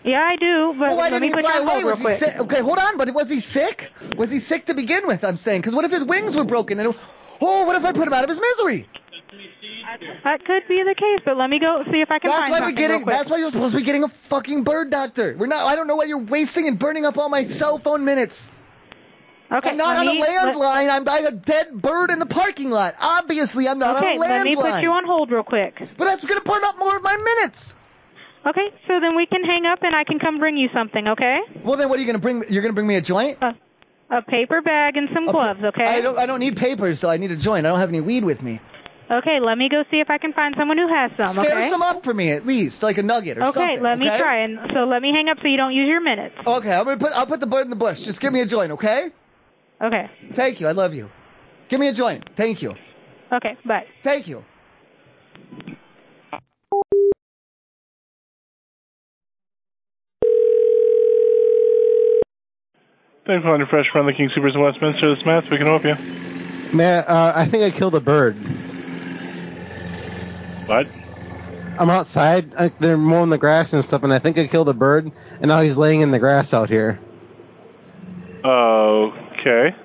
[SPEAKER 13] Yeah, I do. But
[SPEAKER 2] well, why
[SPEAKER 13] let
[SPEAKER 2] didn't
[SPEAKER 13] me
[SPEAKER 2] he
[SPEAKER 13] put you
[SPEAKER 2] fly
[SPEAKER 13] on
[SPEAKER 2] away?
[SPEAKER 13] hold real
[SPEAKER 2] Was he
[SPEAKER 13] quick.
[SPEAKER 2] sick? Okay, hold on. But was he sick? Was he sick to begin with? I'm saying because what if his wings were broken? And oh, what if I put him out of his misery?
[SPEAKER 13] That could be the case, but let me go see if I can
[SPEAKER 2] that's
[SPEAKER 13] find
[SPEAKER 2] why
[SPEAKER 13] something
[SPEAKER 2] we're getting.
[SPEAKER 13] real quick.
[SPEAKER 2] That's why you're supposed to be getting a fucking bird doctor. We're not. I don't know why you're wasting and burning up all my cell phone minutes.
[SPEAKER 13] Okay,
[SPEAKER 2] I'm not
[SPEAKER 13] let
[SPEAKER 2] on
[SPEAKER 13] me-
[SPEAKER 2] a
[SPEAKER 13] let-
[SPEAKER 2] landline. I'm by a dead bird in the parking lot. Obviously, I'm not
[SPEAKER 13] Okay,
[SPEAKER 2] on a landline.
[SPEAKER 13] let me put you on hold real quick.
[SPEAKER 2] But that's gonna burn up more of my minutes.
[SPEAKER 13] Okay, so then we can hang up and I can come bring you something, okay?
[SPEAKER 2] Well, then what are you gonna bring? You're gonna bring me a joint?
[SPEAKER 13] A paper bag and some gloves, okay?
[SPEAKER 2] I don't. I don't need papers though. I need a joint. I don't have any weed with me.
[SPEAKER 13] Okay, let me go see if I can find someone who has some,
[SPEAKER 2] Spare
[SPEAKER 13] Um, okay?
[SPEAKER 2] some up for me at least, like a nugget or
[SPEAKER 13] okay,
[SPEAKER 2] something.
[SPEAKER 13] let me
[SPEAKER 2] okay?
[SPEAKER 13] try and so let me hang up so you don't use your minutes.
[SPEAKER 2] Okay, I'm gonna put. I'll put the bird in the bush. Just give me a joint, okay?
[SPEAKER 13] Okay.
[SPEAKER 2] Thank you. I love you. Give me a joint. Thank you.
[SPEAKER 13] Okay, bye.
[SPEAKER 2] Thank you.
[SPEAKER 14] Thanks for calling Fresh from the King Supers in Westminster. This is Matt. We can help you.
[SPEAKER 5] Man, uh, I think I killed a bird.
[SPEAKER 14] What?
[SPEAKER 5] I'm outside. I, they're mowing the grass and stuff, and I think I killed a bird, and now he's laying in the grass out here.
[SPEAKER 14] Okay. Um,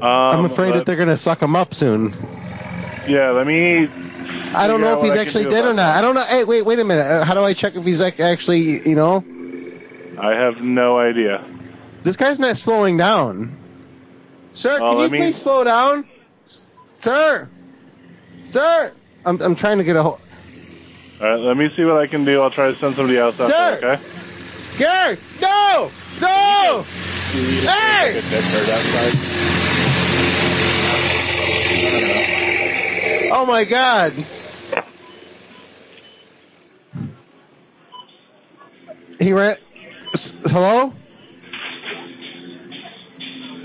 [SPEAKER 3] Oh,
[SPEAKER 5] I'm afraid that they're gonna suck him up soon.
[SPEAKER 14] Yeah, let me.
[SPEAKER 5] I don't know if he's actually dead or not. I don't know. Hey, wait, wait a minute. Uh, How do I check if he's like actually, you know?
[SPEAKER 14] I have no idea.
[SPEAKER 5] This guy's not slowing down. Sir,
[SPEAKER 14] Oh,
[SPEAKER 5] can you
[SPEAKER 14] let me-
[SPEAKER 5] please slow down? S- Sir, sir, I'm I'm trying to get a hold.
[SPEAKER 14] All right, let me see what I can do. I'll try to send somebody else out
[SPEAKER 5] Sir!
[SPEAKER 14] there. Okay.
[SPEAKER 5] Sir, no, no. Hey! Oh my God. He ran. s- Hello?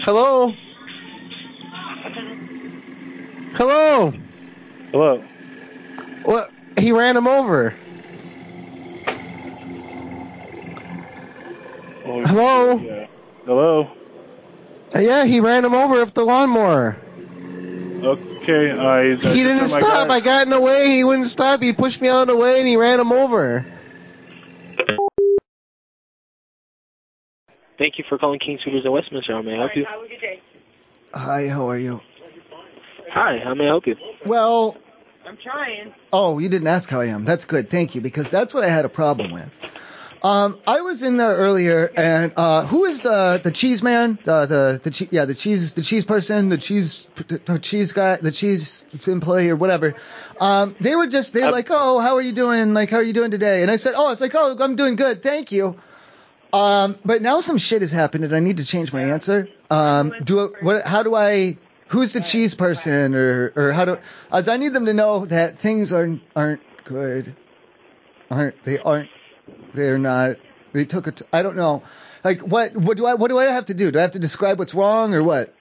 [SPEAKER 5] Hello? Hello?
[SPEAKER 14] Hello?
[SPEAKER 5] What? He ran him over. Hello? Uh,
[SPEAKER 14] Yeah. Hello.
[SPEAKER 5] Yeah, he ran him over with the lawnmower.
[SPEAKER 14] Okay. I. I
[SPEAKER 5] He didn't stop. I got in the way. He wouldn't stop. He pushed me out of the way and he ran him over.
[SPEAKER 4] Thank you for calling King Suitors in Westminster. How may I help you?
[SPEAKER 2] Hi, how are you?
[SPEAKER 4] Hi, how may I help you?
[SPEAKER 2] Well,
[SPEAKER 15] I'm trying.
[SPEAKER 2] oh, you didn't ask how I am. That's good. Thank you, because that's what I had a problem with. Um, I was in there earlier, and uh, who is the the cheese man? The the the che- yeah the cheese the cheese person the cheese the cheese guy the cheese employee or whatever. Um, they were just they were like, oh, how are you doing? Like, how are you doing today? And I said, oh, it's like, oh, I'm doing good, thank you. Um, but now some shit has happened, and I need to change my answer. Um, do what? How do I? Who's the cheese person, or or how do? As I need them to know that things aren't aren't good, aren't they aren't they're not they took it. I don't know. Like what what do I what do I have to do? Do I have to describe what's wrong or what?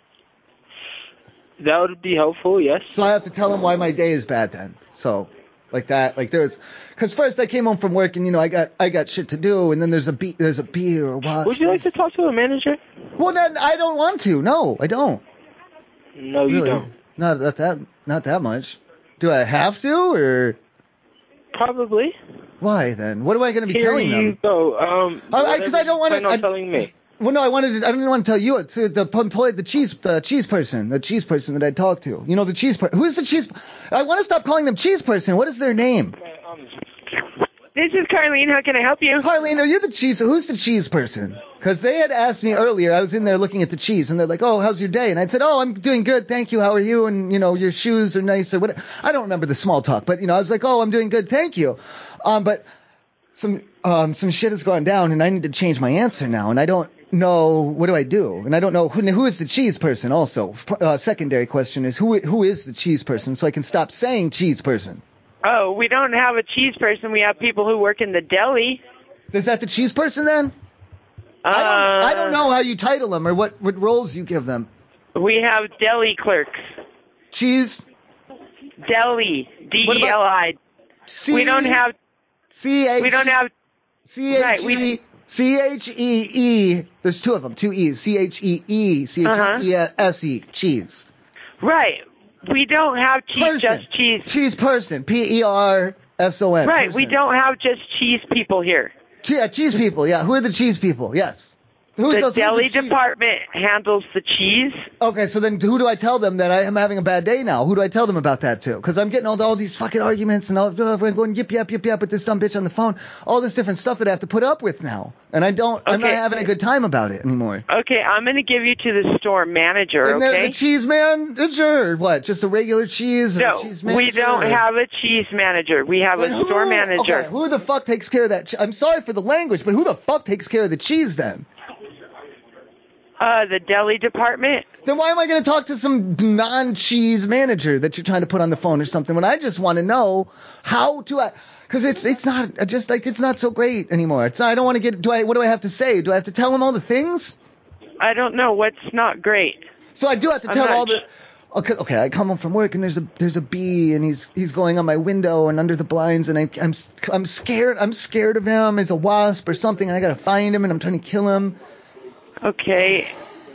[SPEAKER 4] That would be helpful, yes.
[SPEAKER 2] So I have to tell them why my day is bad then. So like that, like there's, cause first I came home from work and you know I got I got shit to do, and then there's a be there's a beer or what?
[SPEAKER 4] Would you like to talk to a manager?
[SPEAKER 2] Well, then I don't want to. No, I don't.
[SPEAKER 4] No, you
[SPEAKER 2] Really?
[SPEAKER 4] don't.
[SPEAKER 2] Not, not that not that much. Do I have to or?
[SPEAKER 12] Probably.
[SPEAKER 2] Why then? What am I going to be telling them?
[SPEAKER 7] go. Um,
[SPEAKER 2] Because I, don't want to.
[SPEAKER 7] plan on telling me.
[SPEAKER 2] Well, no, I wanted. To, I didn't want to tell you. It's uh, the employee, the cheese, the cheese person, the cheese person that I talked to. You know, the cheese. Per- who is the cheese? I want to stop calling them cheese person. What is their name?
[SPEAKER 15] This is Carlene. How can I help you?
[SPEAKER 2] Carlene, are you the cheese? Who's the cheese person? Because they had asked me earlier. I was in there looking at the cheese, and they're like, "Oh, how's your day?" And I said, "Oh, I'm doing good, thank you. How are you?" And you know, your shoes are nice or what? I don't remember the small talk, but you know, I was like, "Oh, I'm doing good, thank you." Um, but some um, some shit has gone down, and I need to change my answer now, and I don't know what do I do, and I don't know who, who is the cheese person. Also, uh, secondary question is who who is the cheese person, so I can stop saying cheese person.
[SPEAKER 15] Oh, we don't have a cheese person. We have people who work in the deli.
[SPEAKER 2] Is that the cheese person then? I don't, I
[SPEAKER 15] Uh,
[SPEAKER 2] don't know how you title them or what, what roles you give them.
[SPEAKER 15] We have deli clerks.
[SPEAKER 2] Cheese.
[SPEAKER 15] Deli. D E L I. We don't have.
[SPEAKER 2] C H.
[SPEAKER 15] We don't have.
[SPEAKER 2] C H
[SPEAKER 15] Right,
[SPEAKER 2] E
[SPEAKER 15] we-
[SPEAKER 2] C H E E. There's two of them, two E's. C H E E C H E S E. Cheese.
[SPEAKER 15] Uh-huh. Right. We don't have cheese, just cheese.
[SPEAKER 2] Cheese person. P E R S O N.
[SPEAKER 15] right. We don't have just cheese people here.
[SPEAKER 2] Che- yeah, cheese people. Yeah. Who are the cheese people? Yes. Who's
[SPEAKER 15] the
[SPEAKER 2] those- who's
[SPEAKER 15] deli
[SPEAKER 2] cheese-
[SPEAKER 15] department handles the cheese.
[SPEAKER 2] Okay, so then who do I tell them that I am having a bad day now? Who do I tell them about that to? Because I'm getting all, all these fucking arguments and all uh, we're going yip yap yip yap with this dumb bitch on the phone, all this different stuff that I have to put up with now, and I don't, I'm not
[SPEAKER 15] Okay.
[SPEAKER 2] having a good time about it anymore.
[SPEAKER 15] Okay, I'm going to give you to the store manager.
[SPEAKER 2] And they're
[SPEAKER 15] okay.
[SPEAKER 2] the cheese manager, or what? Just a regular cheese? Or a
[SPEAKER 15] no,
[SPEAKER 2] cheese
[SPEAKER 15] we
[SPEAKER 2] manager,
[SPEAKER 15] don't
[SPEAKER 2] or-
[SPEAKER 15] have a cheese manager. We have
[SPEAKER 2] Then
[SPEAKER 15] a
[SPEAKER 2] who-
[SPEAKER 15] store manager.
[SPEAKER 2] Okay, who the fuck takes care of that? Che- I'm sorry for the language, but who the fuck takes care of the cheese then?
[SPEAKER 15] Uh, the deli department.
[SPEAKER 2] Then why am I going to talk to some non-cheese manager that you're trying to put on the phone or something when I just want to know how to? Because it's it's not I just like it's not so great anymore. It's not, I don't want to get. Do I? What do I have to say? Do I have to tell them all the things?
[SPEAKER 15] I don't know what's not great.
[SPEAKER 2] So I do have to
[SPEAKER 15] I'm
[SPEAKER 2] tell
[SPEAKER 15] not
[SPEAKER 2] all the. Okay, okay, I come home from work and there's a there's a bee and he's he's going on my window and under the blinds and I, I'm s- I'm scared I'm scared of him. It's a wasp or something and I gotta find him and I'm trying to kill him.
[SPEAKER 15] Okay,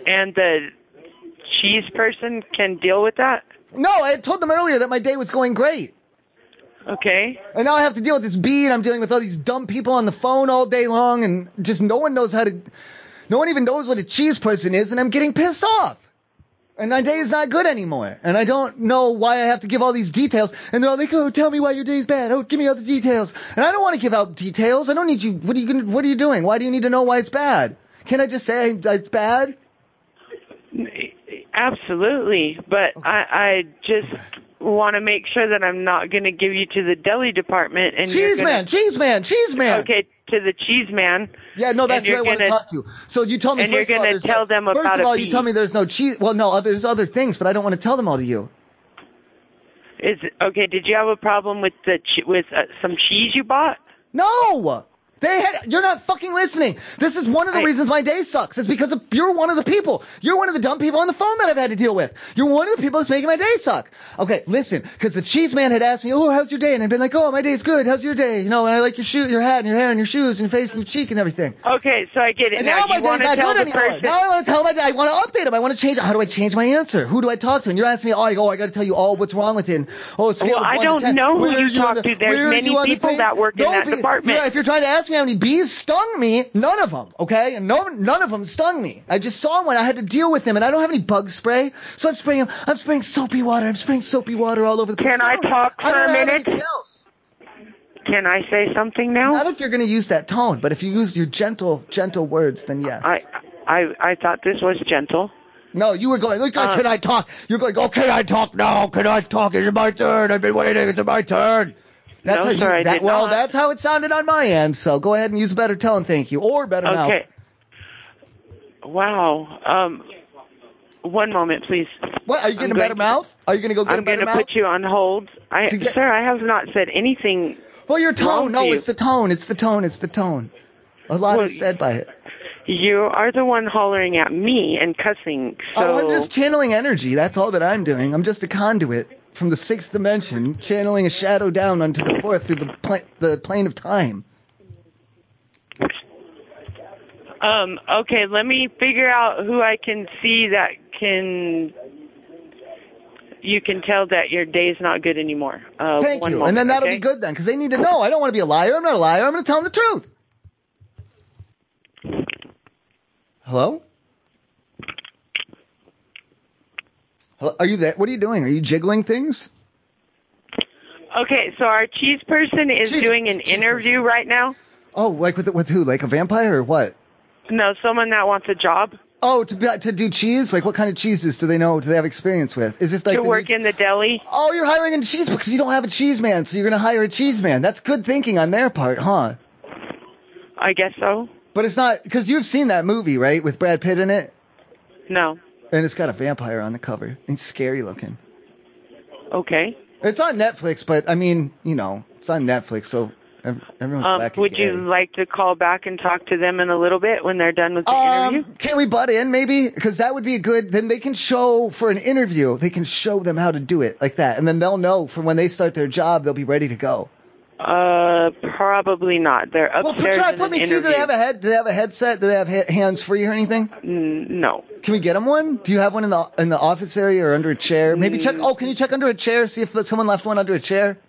[SPEAKER 15] and the cheese person can deal with that.
[SPEAKER 2] No, I had told them earlier that my day was going great.
[SPEAKER 15] Okay.
[SPEAKER 2] And now I have to deal with this bee, and I'm dealing with all these dumb people on the phone all day long, and just no one knows how to, no one even knows what a cheese person is, and I'm getting pissed off. And my day is not good anymore, and I don't know why I have to give all these details. And they're all like, "Oh, tell me why your day's bad. Oh, give me all the details." And I don't want to give out details. I don't need you. What are you gonna, What are you doing? Why do you need to know why it's bad? Can I just say it's bad?
[SPEAKER 15] Absolutely,
[SPEAKER 2] Oh.
[SPEAKER 15] but I, I just want to make sure that I'm not going to give you to the deli department and you're
[SPEAKER 2] Cheese
[SPEAKER 15] gonna-
[SPEAKER 2] man, cheese man, cheese man.
[SPEAKER 15] Okay, to the cheese man.
[SPEAKER 2] Yeah, no, that's
[SPEAKER 15] and
[SPEAKER 2] who
[SPEAKER 15] you're
[SPEAKER 2] I want to
[SPEAKER 15] gonna-
[SPEAKER 2] talk to. So you told me
[SPEAKER 15] And
[SPEAKER 2] 1st
[SPEAKER 15] you're
[SPEAKER 2] of all,
[SPEAKER 15] gonna
[SPEAKER 2] there's
[SPEAKER 15] tell
[SPEAKER 2] no-
[SPEAKER 15] them
[SPEAKER 2] First
[SPEAKER 15] about
[SPEAKER 2] of
[SPEAKER 15] a
[SPEAKER 2] all, you
[SPEAKER 15] bee.
[SPEAKER 2] tell me there's no cheese. Well, no, uh, there's other things, but I don't want to tell them all to you.
[SPEAKER 15] Is okay. Did you have a problem with the che- with uh, some cheese you bought?
[SPEAKER 2] No, they had. You're not fucking listening. This is one of the reasons my day sucks. It's because of, you're one of the people. You're one of the dumb people on the phone that I've had to deal with. You're one of the people that's making my day suck. Okay, listen, because the cheese man had asked me, "Oh, how's your day?" and I've been like, "Oh, my day's good. How's your day?" You know, and I like your shoe, your hat, and your hair, and your shoes, and your face, and your cheek, and everything.
[SPEAKER 15] Okay, so I get it
[SPEAKER 2] And
[SPEAKER 15] now.
[SPEAKER 2] now my
[SPEAKER 15] you want
[SPEAKER 2] day's
[SPEAKER 15] to
[SPEAKER 2] not
[SPEAKER 15] tell
[SPEAKER 2] good
[SPEAKER 15] the
[SPEAKER 2] anymore.
[SPEAKER 15] person.
[SPEAKER 2] Now I want to tell my I want to update him. I want to change. How do I change my answer? Who do I talk to? And you're asking me, oh, I- oh, I got to tell you all what's wrong with it. And, oh, it's
[SPEAKER 15] Well, I don't know who you talk to. There's many people that work in that department.
[SPEAKER 2] Yeah, if you're trying to ask me how many bees stung me, none of them. Okay, and no, none of them stung me. I just saw one. I had to deal with them, and I don't have any bug spray, so I'm spraying. I'm spraying soapy water. I'm spraying soapy water all over the place. Can I
[SPEAKER 15] talk
[SPEAKER 2] I
[SPEAKER 15] for
[SPEAKER 2] don't
[SPEAKER 15] a
[SPEAKER 2] have
[SPEAKER 15] minute?
[SPEAKER 2] anything else.
[SPEAKER 15] Can I say something now?
[SPEAKER 2] Not if you're going to use that tone, but if you use your gentle, gentle words, then yes.
[SPEAKER 15] I I I thought this was gentle. Uh,
[SPEAKER 2] No, you were going, look, can I talk? You're going, oh, can I talk now? Can I talk? Is it my turn? I've been waiting. It's my turn. That's
[SPEAKER 15] No,
[SPEAKER 2] how you,
[SPEAKER 15] sir, I
[SPEAKER 2] that,
[SPEAKER 15] did
[SPEAKER 2] well,
[SPEAKER 15] not.
[SPEAKER 2] that's how it sounded on my end. So go ahead and use a better tone, thank you, or better mouth.
[SPEAKER 15] Okay. Wow. Um, one moment, please.
[SPEAKER 2] What are you getting a better mouth? Are you going to go get
[SPEAKER 15] I'm
[SPEAKER 2] a better
[SPEAKER 15] gonna
[SPEAKER 2] mouth?
[SPEAKER 15] put you on hold. I, sir, I have not said anything.
[SPEAKER 2] Well, your
[SPEAKER 15] wrong
[SPEAKER 2] tone.
[SPEAKER 15] to
[SPEAKER 2] No,
[SPEAKER 15] you.
[SPEAKER 2] it's the tone. It's the tone. It's the tone. A lot is said by it.
[SPEAKER 15] You are the one hollering at me and cussing. So
[SPEAKER 2] Oh, I'm just channeling energy. That's all that I'm doing. I'm just a conduit from the sixth dimension, channeling a shadow down onto the fourth through the, pla- the plane of time.
[SPEAKER 15] Um, okay, let me figure out who I can see that can you can tell that your day's not good anymore. Uh,
[SPEAKER 2] Thank
[SPEAKER 15] one
[SPEAKER 2] you.
[SPEAKER 15] moment,
[SPEAKER 2] and then that'll
[SPEAKER 15] okay?
[SPEAKER 2] be good then, because they need to know. I don't want to be a liar. I'm not a liar. I'm going to tell them the truth. Hello? Hello? Are you there? What are you doing? Are you jiggling things?
[SPEAKER 15] Okay, so our cheese person is doing an interview right now.
[SPEAKER 2] Oh, like with with who? Like a vampire or what?
[SPEAKER 15] No, someone that wants a job
[SPEAKER 2] Oh, to be, to do cheese? Like what kind of cheeses do they know? Do they have experience with? Is this like
[SPEAKER 15] to
[SPEAKER 2] the-
[SPEAKER 15] work in the deli.
[SPEAKER 2] Oh, you're hiring a cheese because you don't have a cheese man, so you're going to hire a cheese man. That's good thinking on their part, huh?
[SPEAKER 15] I guess so.
[SPEAKER 2] But it's not because you've seen that movie, right, with Brad Pitt in it,
[SPEAKER 15] No.
[SPEAKER 2] and it's got a vampire on the cover. It's scary looking.
[SPEAKER 15] Okay.
[SPEAKER 2] It's on Netflix, but I mean, you know, it's on Netflix, so ev- everyone's
[SPEAKER 15] Um,
[SPEAKER 2] black and
[SPEAKER 15] would
[SPEAKER 2] gay.
[SPEAKER 15] you like to call back and talk to them in a little bit when they're done with the interview?
[SPEAKER 2] Um, can we butt in maybe? Because that would be a good. Then they can show for an interview. They can show them how to do it like that, and then they'll know for when they start their job, they'll be ready to go.
[SPEAKER 15] Uh, probably not. They're
[SPEAKER 2] Well,
[SPEAKER 15] upstairs
[SPEAKER 2] put, try
[SPEAKER 15] in
[SPEAKER 2] put
[SPEAKER 15] an
[SPEAKER 2] me.
[SPEAKER 15] interview.
[SPEAKER 2] See, do they have a head? Do they have a headset? Do they have ha- hands free or anything?
[SPEAKER 15] Mm, No.
[SPEAKER 2] Can we get them one? Do you have one in the in the office area or under a chair?
[SPEAKER 15] Mm.
[SPEAKER 2] Maybe check. Oh, can you check under a chair? See if someone left one under a chair.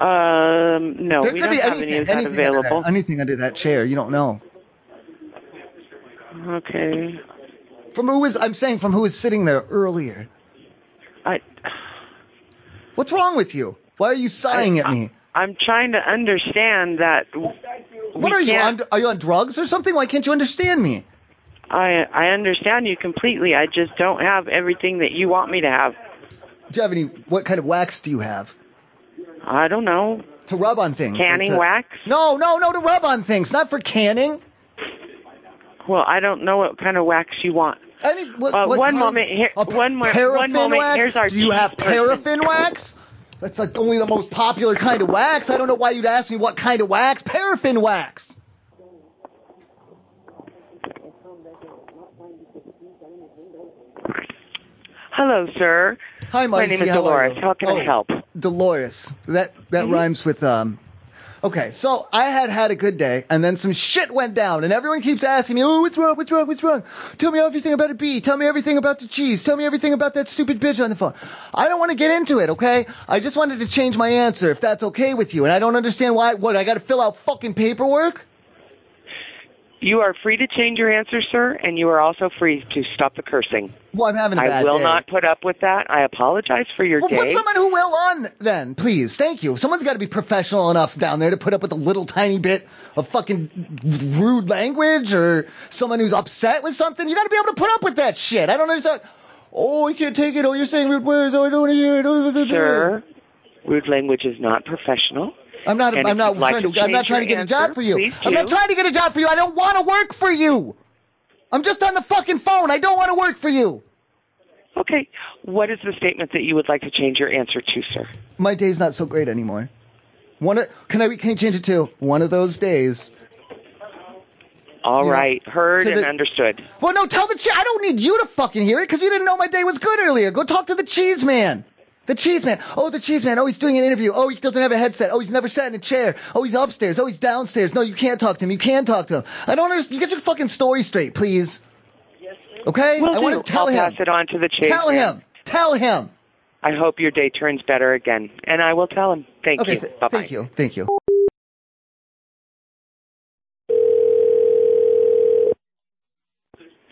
[SPEAKER 15] Um, no,
[SPEAKER 2] there
[SPEAKER 15] we
[SPEAKER 2] could
[SPEAKER 15] don't
[SPEAKER 2] be
[SPEAKER 15] have
[SPEAKER 2] anything,
[SPEAKER 15] any of that
[SPEAKER 2] anything Under
[SPEAKER 15] available.
[SPEAKER 2] that, anything under that chair? You don't know.
[SPEAKER 15] Okay.
[SPEAKER 2] From who is? I'm saying from who was sitting there earlier.
[SPEAKER 15] I.
[SPEAKER 2] What's wrong with you? Why are you sighing at me?
[SPEAKER 15] I'm trying to understand that.
[SPEAKER 2] What are you on? Are you on drugs or something? Why can't you understand me?
[SPEAKER 15] I I understand you completely. I just don't have everything that you want me to have.
[SPEAKER 2] Do you have any? What kind of wax do you have?
[SPEAKER 15] I don't know.
[SPEAKER 2] To rub on things. like
[SPEAKER 15] Canning
[SPEAKER 2] to-
[SPEAKER 15] wax?
[SPEAKER 2] No, no, no. To rub on things, not for canning.
[SPEAKER 15] Well, I don't know what kind of wax you want.
[SPEAKER 2] I mean, what,
[SPEAKER 15] uh,
[SPEAKER 2] what
[SPEAKER 15] one
[SPEAKER 2] kinds-
[SPEAKER 15] moment here. One, mo- one
[SPEAKER 2] Paraffin
[SPEAKER 15] moment.
[SPEAKER 2] wax?
[SPEAKER 15] Here's our
[SPEAKER 2] Do you have
[SPEAKER 15] cheese person.
[SPEAKER 2] paraffin wax? That's like only the most popular kind of wax. I don't know why you'd ask me what kind of wax. Paraffin wax.
[SPEAKER 15] Hello, sir.
[SPEAKER 2] Hi,
[SPEAKER 15] My
[SPEAKER 2] Marcy.
[SPEAKER 15] name is
[SPEAKER 2] how are
[SPEAKER 15] Dolores.
[SPEAKER 2] you?
[SPEAKER 15] How can I
[SPEAKER 2] Oh,
[SPEAKER 15] help? Mm-hmm.
[SPEAKER 2] Dolores. That that rhymes with um. Okay, so I had had a good day, and then some shit went down, and everyone keeps asking me, "Oh, what's wrong? What's wrong? What's wrong? Tell me everything about a bee. Tell me everything about the cheese. Tell me everything about that stupid bitch on the phone." I don't want to get into it, okay? I just wanted to change my answer, if that's okay with you. And I don't understand why. What? I got to fill out fucking paperwork?
[SPEAKER 15] You are free to change your answer, sir, and you are also free to stop the cursing.
[SPEAKER 2] Well, I'm having a
[SPEAKER 15] I
[SPEAKER 2] bad
[SPEAKER 15] will
[SPEAKER 2] day.
[SPEAKER 15] not put up with that. I apologize for your
[SPEAKER 2] Well,
[SPEAKER 15] day.
[SPEAKER 2] put someone who will on then, please. Thank you. Someone's got to be professional enough down there to put up with a little tiny bit of fucking rude language or someone who's upset with something. You got to be able to put up with that shit. I don't understand. Oh, I can't take it. Oh, you're saying rude words. Oh, I don't want to hear it. Oh, blah, blah, blah.
[SPEAKER 15] Sir, rude language is not professional.
[SPEAKER 2] I'm not.
[SPEAKER 15] And if
[SPEAKER 2] I'm not
[SPEAKER 15] you'd like
[SPEAKER 2] trying
[SPEAKER 15] to
[SPEAKER 2] to. I'm not
[SPEAKER 15] change
[SPEAKER 2] trying to
[SPEAKER 15] your
[SPEAKER 2] get a job
[SPEAKER 15] answer,
[SPEAKER 2] for you.
[SPEAKER 15] please
[SPEAKER 2] I'm not
[SPEAKER 15] do.
[SPEAKER 2] trying to get a job for you. I don't want to work for you. I'm just on the fucking phone. I don't want to work for you.
[SPEAKER 15] Okay. What is the statement that you would like to change your answer to, sir?
[SPEAKER 2] my day's not so great anymore. One of, can I can I change it to one of those days?
[SPEAKER 15] All
[SPEAKER 2] You know,
[SPEAKER 15] right, heard
[SPEAKER 2] to
[SPEAKER 15] and
[SPEAKER 2] the-
[SPEAKER 15] understood.
[SPEAKER 2] Well, no, tell the cheese. I don't need you to fucking hear it because you didn't know my day was good earlier. Go talk to the cheese man. The cheese man. Oh, the cheese man. Oh, he's doing an interview. Oh, he doesn't have a headset. Oh, he's never sat in a chair. Oh, he's upstairs. Oh, he's downstairs. No, you can't talk to him. You can talk to him. I don't understand. You get your fucking story straight, please. Okay?
[SPEAKER 15] Will
[SPEAKER 2] I
[SPEAKER 15] do.
[SPEAKER 2] want to tell
[SPEAKER 15] I'll
[SPEAKER 2] him.
[SPEAKER 15] pass it on to the chase.
[SPEAKER 2] Tell him. Tell him.
[SPEAKER 15] I hope your day turns better again, and I will tell him. Thank
[SPEAKER 2] Okay,
[SPEAKER 15] you.
[SPEAKER 2] th-
[SPEAKER 15] Bye-bye.
[SPEAKER 2] Thank you. Thank you.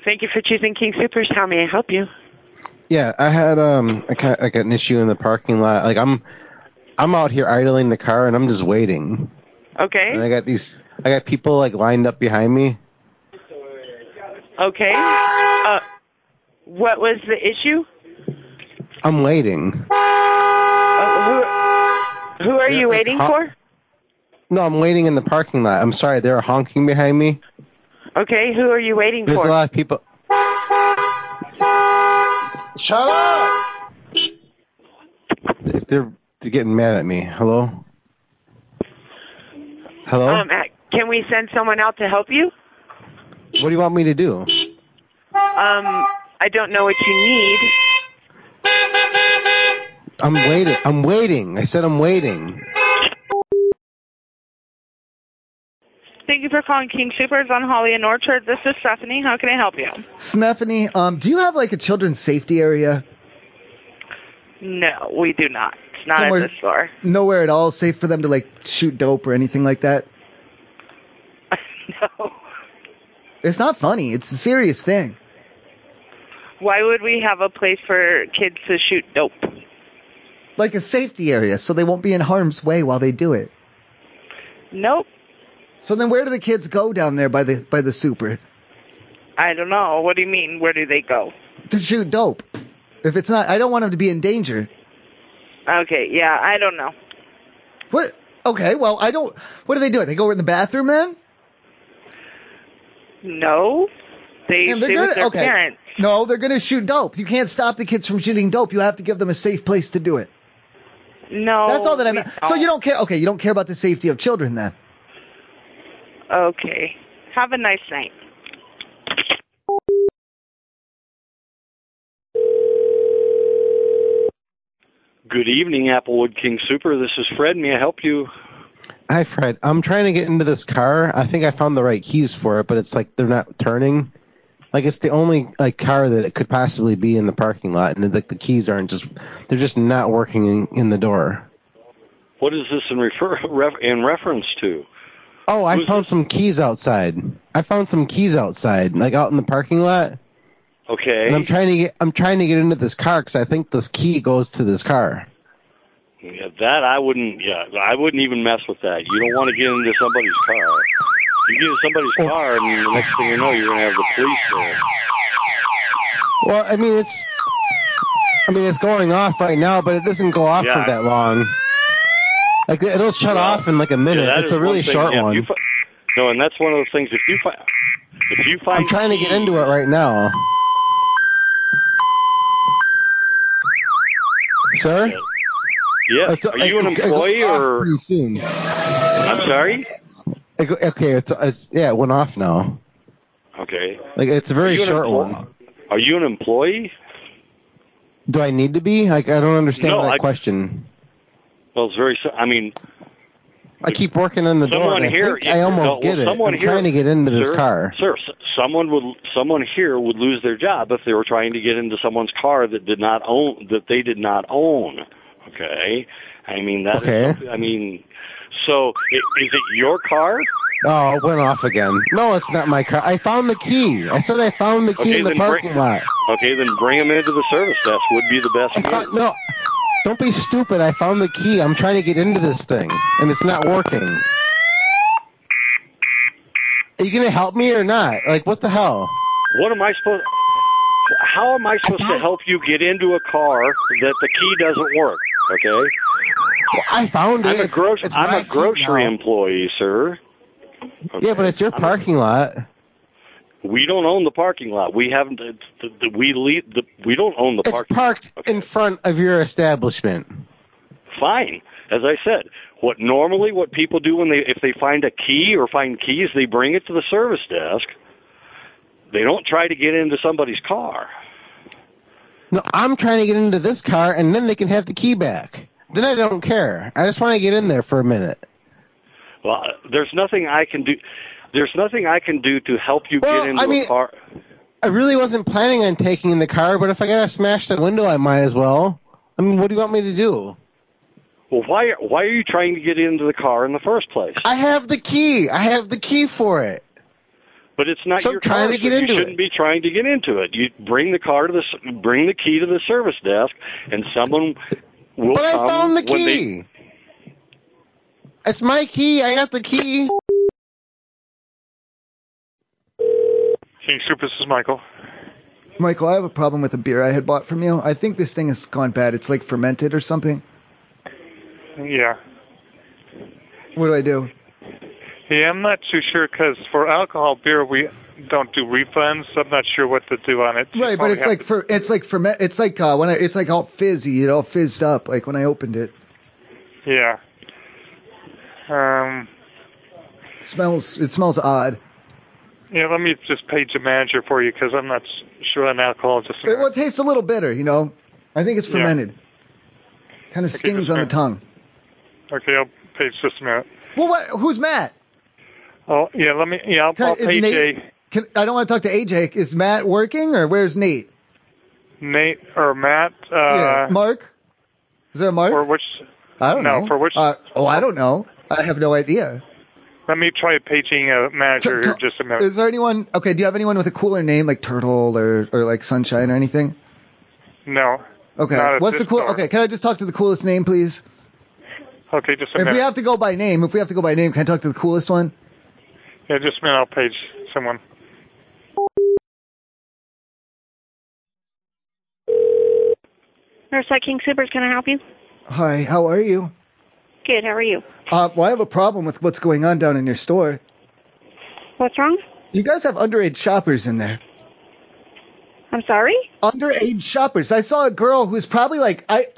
[SPEAKER 15] Thank you for choosing King Supers. How may I help you?
[SPEAKER 5] Yeah, I had um, I kind of, like an issue in the parking lot. Like I'm, I'm out here idling the car and I'm just waiting.
[SPEAKER 15] Okay.
[SPEAKER 5] And I got these, I got people like lined up behind me.
[SPEAKER 15] Okay. Uh, what was the issue?
[SPEAKER 5] I'm waiting.
[SPEAKER 15] Uh, who, who are you waiting for?
[SPEAKER 5] No, I'm waiting in the parking lot. I'm sorry, they're honking behind me.
[SPEAKER 15] Okay, who are you waiting
[SPEAKER 5] There's
[SPEAKER 15] for?
[SPEAKER 5] a lot of people. Shut up! They're they're getting mad at me. Hello. Hello.
[SPEAKER 15] Um, uh, can we send someone out to help you?
[SPEAKER 5] what do you want me to do?
[SPEAKER 15] Um, I don't know what you need.
[SPEAKER 5] I'm waiting. I'm waiting. I said I'm waiting.
[SPEAKER 13] Thank you for calling King Supers on Holly and Orchard. This is Stephanie. How can I help you?
[SPEAKER 2] Stephanie, um, do you have like a children's safety area?
[SPEAKER 12] No, we do not. Not
[SPEAKER 2] Somewhere-
[SPEAKER 12] at this store.
[SPEAKER 2] Nowhere at all safe for them to like shoot dope or anything like that.
[SPEAKER 12] no.
[SPEAKER 2] It's not funny. It's a serious thing.
[SPEAKER 12] Why would we have a place for kids to shoot dope?
[SPEAKER 2] Like a safety area, so they won't be in harm's way while they do it.
[SPEAKER 12] Nope.
[SPEAKER 2] So then, where do the kids go down there by the by the super
[SPEAKER 12] I don't know. What do you mean? Where do they go?
[SPEAKER 2] to shoot dope? If it's not, I don't want them to be in danger.
[SPEAKER 12] Okay, yeah, I don't know.
[SPEAKER 2] What? Okay, well, I don't. What do they do? They go in the bathroom, man.
[SPEAKER 12] No. They
[SPEAKER 2] And
[SPEAKER 12] stay
[SPEAKER 2] gonna,
[SPEAKER 12] with their
[SPEAKER 2] okay.
[SPEAKER 12] parents.
[SPEAKER 2] No, they're gonna shoot dope. You can't stop the kids from shooting dope. You have to give them a safe place to do it.
[SPEAKER 12] No.
[SPEAKER 2] That's all that I
[SPEAKER 12] we
[SPEAKER 2] meant. So you don't care. Okay, you don't care about the safety of children then.
[SPEAKER 12] Okay. Have a nice night.
[SPEAKER 16] Good evening, Applewood King Super. This is Fred. May I help you?
[SPEAKER 5] Hi, Fred. I'm trying to get into this car. I think I found the right keys for it, but it's like they're not turning. Like it's the only like car that it could possibly be in the parking lot, and like the keys aren't just they're just not working in, in the door.
[SPEAKER 16] What is this in refer ref, in reference to?
[SPEAKER 5] Oh, I found some keys outside. I found some keys outside, like out in the parking lot.
[SPEAKER 16] Okay.
[SPEAKER 5] And I'm trying to get I'm trying to get into this car because I think this key goes to this car.
[SPEAKER 16] Yeah, that I wouldn't. Yeah, I wouldn't even mess with that. You don't want to get into somebody's car. You get in somebody's
[SPEAKER 5] Oh.
[SPEAKER 16] car, and the next thing you know, you're gonna have the police there.
[SPEAKER 5] Well, I mean it's I mean it's going off right now, but it doesn't go off
[SPEAKER 16] Yeah.
[SPEAKER 5] for that long. Like it'll shut off in like a minute.
[SPEAKER 16] Yeah, that
[SPEAKER 5] it's
[SPEAKER 16] is
[SPEAKER 5] a
[SPEAKER 16] one
[SPEAKER 5] really
[SPEAKER 16] thing.
[SPEAKER 5] short
[SPEAKER 16] Yeah, if
[SPEAKER 5] one.
[SPEAKER 16] you fi- no, and that's one of the things. If you find, if you find,
[SPEAKER 5] I'm trying to get
[SPEAKER 16] keys-
[SPEAKER 5] into it right now. Sir?
[SPEAKER 16] Yeah.
[SPEAKER 5] It's-
[SPEAKER 16] Are you an
[SPEAKER 5] it- it goes
[SPEAKER 16] employee
[SPEAKER 5] off
[SPEAKER 16] or?
[SPEAKER 5] pretty soon.
[SPEAKER 16] I'm sorry.
[SPEAKER 5] It go- okay, it's, it's yeah, it went off now.
[SPEAKER 16] Okay.
[SPEAKER 5] Like it's a
[SPEAKER 16] Are
[SPEAKER 5] very
[SPEAKER 16] you an
[SPEAKER 5] short
[SPEAKER 16] employ-
[SPEAKER 5] one.
[SPEAKER 16] Are you an employee?
[SPEAKER 5] Do I need to be? Like I don't understand
[SPEAKER 16] No,
[SPEAKER 5] that
[SPEAKER 16] I-
[SPEAKER 5] question.
[SPEAKER 16] Well, it's very. I mean,
[SPEAKER 5] I keep working on the door.
[SPEAKER 16] someone
[SPEAKER 5] and I
[SPEAKER 16] here.
[SPEAKER 5] think I almost
[SPEAKER 16] no,
[SPEAKER 5] get
[SPEAKER 16] well,
[SPEAKER 5] it.
[SPEAKER 16] Someone
[SPEAKER 5] I'm
[SPEAKER 16] here,
[SPEAKER 5] trying to get into this
[SPEAKER 16] sir,
[SPEAKER 5] car.
[SPEAKER 16] Sir, s- someone would. Someone here would lose their job if they were trying to get into someone's car that did not own. That they did not own. Okay. I mean that. is
[SPEAKER 5] Okay.
[SPEAKER 16] something- I mean, so i- is it your car?
[SPEAKER 5] Oh, it went off again. No, it's not my car. I found the key. I said I found the key
[SPEAKER 16] Okay,
[SPEAKER 5] in the
[SPEAKER 16] then bring-
[SPEAKER 5] parking lot.
[SPEAKER 16] Okay, then bring them into the service desk. Would be the best. move.
[SPEAKER 5] No, don't be stupid. I found the key. I'm trying to get into this thing, and it's not working. Are you gonna help me or not? Like, what the hell?
[SPEAKER 16] What am I supposed? How am I supposed to help you get into a car that the key doesn't work? Okay.
[SPEAKER 5] I found it.
[SPEAKER 16] I'm a
[SPEAKER 5] It's-
[SPEAKER 16] grocery.
[SPEAKER 5] it's
[SPEAKER 16] I'm
[SPEAKER 5] my
[SPEAKER 16] a
[SPEAKER 5] key
[SPEAKER 16] grocery
[SPEAKER 5] now.
[SPEAKER 16] employee, sir.
[SPEAKER 5] Yeah, but it's your parking lot.
[SPEAKER 16] We don't own the parking lot. We haven't. The, the, we lead. The, we don't own the
[SPEAKER 5] It's
[SPEAKER 16] parking.
[SPEAKER 5] parked in front of your establishment.
[SPEAKER 16] Fine. As I said, what normally what people do when they if they find a key or find keys, they bring it to the service desk. They don't try to get into somebody's car.
[SPEAKER 5] No, I'm trying to get into this car, and then they can have the key back. Then I don't care. I just want to get in there for a minute.
[SPEAKER 16] Well, there's nothing I can do. There's nothing I can do to help you
[SPEAKER 5] Well,
[SPEAKER 16] get into
[SPEAKER 5] I mean-
[SPEAKER 16] a car.
[SPEAKER 5] I really wasn't planning on taking the car, but if I gotta smash that window, I might as well. I mean, what do you want me to do?
[SPEAKER 16] Well, why why are you trying to get into the car in the first place?
[SPEAKER 5] I have the key. I have the key for it.
[SPEAKER 16] But it's not
[SPEAKER 5] So I'm
[SPEAKER 16] your
[SPEAKER 5] trying
[SPEAKER 16] car,
[SPEAKER 5] to get
[SPEAKER 16] so
[SPEAKER 5] into
[SPEAKER 16] you shouldn't be trying to get into it. You bring the car to the s- bring the key to the service desk, and someone will
[SPEAKER 5] But I
[SPEAKER 16] come
[SPEAKER 5] found the
[SPEAKER 16] when they-
[SPEAKER 5] key. It's my key. I got the key.
[SPEAKER 14] King Super, this is Michael.
[SPEAKER 2] Michael, I have a problem with a beer I had bought from you. I think this thing has gone bad. It's like fermented or something.
[SPEAKER 14] Yeah.
[SPEAKER 2] What do I do?
[SPEAKER 14] Yeah, I'm not too sure 'cause for alcohol beer we don't do refunds. So I'm not sure what to do on it. You
[SPEAKER 2] Right, but
[SPEAKER 14] probably
[SPEAKER 2] it's
[SPEAKER 14] have
[SPEAKER 2] like
[SPEAKER 14] to-
[SPEAKER 2] for it's like ferment. It's like uh, when I, it's like all fizzy. It all fizzed up. Like when I opened it,
[SPEAKER 14] yeah. Um.
[SPEAKER 2] it smells it smells odd.
[SPEAKER 14] Yeah. Let me just page the manager for you 'cause I'm not s- sure on alcohol. Just
[SPEAKER 2] It, well, it tastes a little bitter. You know, I think it's
[SPEAKER 14] Yeah.
[SPEAKER 2] fermented. Kind of stings on the tongue.
[SPEAKER 14] okay. I'll page just a minute.
[SPEAKER 2] Well, what? Who's Matt?
[SPEAKER 14] Oh yeah. Let me. Yeah. I'll,
[SPEAKER 2] Can-
[SPEAKER 14] I'll
[SPEAKER 2] is
[SPEAKER 14] page
[SPEAKER 2] Nate-
[SPEAKER 14] a
[SPEAKER 2] Can, I don't want to talk to AJ. Is Matt working or where's Nate?
[SPEAKER 14] Nate or Matt. Uh,
[SPEAKER 2] yeah, Mark. Is there a mark?
[SPEAKER 14] For which?
[SPEAKER 2] I don't
[SPEAKER 14] no,
[SPEAKER 2] know.
[SPEAKER 14] for which-
[SPEAKER 2] Uh, oh, I don't know. I have no idea.
[SPEAKER 14] Let me try paging a manager
[SPEAKER 2] Tur-
[SPEAKER 14] here just a minute.
[SPEAKER 2] Is there anyone? Okay, do you have anyone with a cooler name like Turtle or or like Sunshine or anything?
[SPEAKER 14] no.
[SPEAKER 2] Okay.
[SPEAKER 14] Not at
[SPEAKER 2] What's the
[SPEAKER 14] this
[SPEAKER 2] cool?
[SPEAKER 14] door.
[SPEAKER 2] Okay, can I just talk to the coolest name, please?
[SPEAKER 14] Okay, just a
[SPEAKER 2] If
[SPEAKER 14] minute.
[SPEAKER 2] we have to go by name, if we have to go by name, can I talk to the coolest one?
[SPEAKER 14] yeah, just a minute. I'll page someone.
[SPEAKER 8] Nurse at King Supers, can I help you?
[SPEAKER 2] Hi, how are you?
[SPEAKER 8] Good, how are you?
[SPEAKER 2] Uh, well, I have a problem with what's going on down in your store.
[SPEAKER 8] What's wrong?
[SPEAKER 2] You guys have underage shoppers in there.
[SPEAKER 8] I'm sorry?
[SPEAKER 2] Underage shoppers. I saw a girl who's probably like I,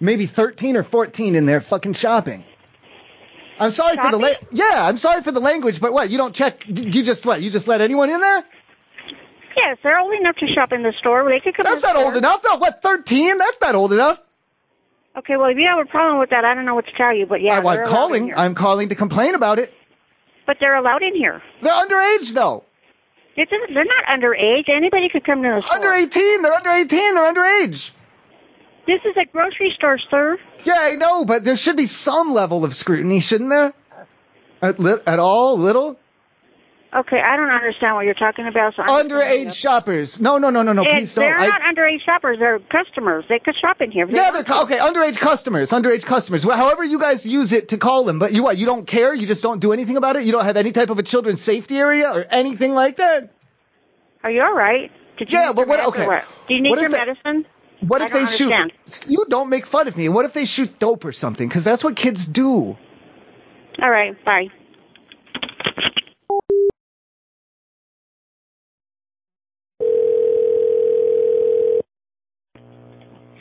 [SPEAKER 2] maybe 13 or 14 in there fucking shopping. I'm sorry for the la- yeah. I'm sorry for the language, but what? You don't check? d- You just what? You just let anyone in there?
[SPEAKER 8] Yes, they're old enough to shop in the store. They could come
[SPEAKER 2] That's
[SPEAKER 8] in the
[SPEAKER 2] not
[SPEAKER 8] store.
[SPEAKER 2] old enough. No, what? 13? That's not old enough.
[SPEAKER 8] Okay, well, if you have a problem with that, I don't know what to tell you, but yeah,
[SPEAKER 2] Well,
[SPEAKER 8] they're allowed
[SPEAKER 2] I'm
[SPEAKER 8] in
[SPEAKER 2] calling.
[SPEAKER 8] here.
[SPEAKER 2] I'm calling to complain about it.
[SPEAKER 8] But they're allowed in here.
[SPEAKER 2] They're underage though.
[SPEAKER 8] It's, they're not underage. Anybody could come to the store.
[SPEAKER 2] Under 18. They're under 18. They're underage.
[SPEAKER 8] This is a grocery store, sir.
[SPEAKER 2] Yeah, I know, but there should be some level of scrutiny, shouldn't there? At, li- at all, little.
[SPEAKER 8] Okay, I don't understand what you're talking about. So I'm just gonna hang
[SPEAKER 2] Underage
[SPEAKER 8] up.
[SPEAKER 2] shoppers. No, no, no, no, no.
[SPEAKER 8] It's-
[SPEAKER 2] please don't.
[SPEAKER 8] They're
[SPEAKER 2] I-
[SPEAKER 8] not underage shoppers. They're customers. They could shop in here. if they
[SPEAKER 2] yeah,
[SPEAKER 8] want
[SPEAKER 2] they're cu- okay. Underage customers. Underage customers. Well, however you guys use it to call them, but you what? You don't care. You just don't do anything about it. You don't have any type of a children's safety area or anything like that.
[SPEAKER 8] Are you all right? Did you
[SPEAKER 2] yeah,
[SPEAKER 8] need
[SPEAKER 2] but
[SPEAKER 8] your
[SPEAKER 2] what?
[SPEAKER 8] meds or
[SPEAKER 2] Okay.
[SPEAKER 8] what? Do you need
[SPEAKER 2] What if
[SPEAKER 8] your
[SPEAKER 2] they-
[SPEAKER 8] medicine?
[SPEAKER 2] What
[SPEAKER 8] I
[SPEAKER 2] if
[SPEAKER 8] don't
[SPEAKER 2] they shoot?
[SPEAKER 8] understand.
[SPEAKER 2] You don't make fun of me. What if they shoot dope or something? Because that's what kids do.
[SPEAKER 8] All right, bye.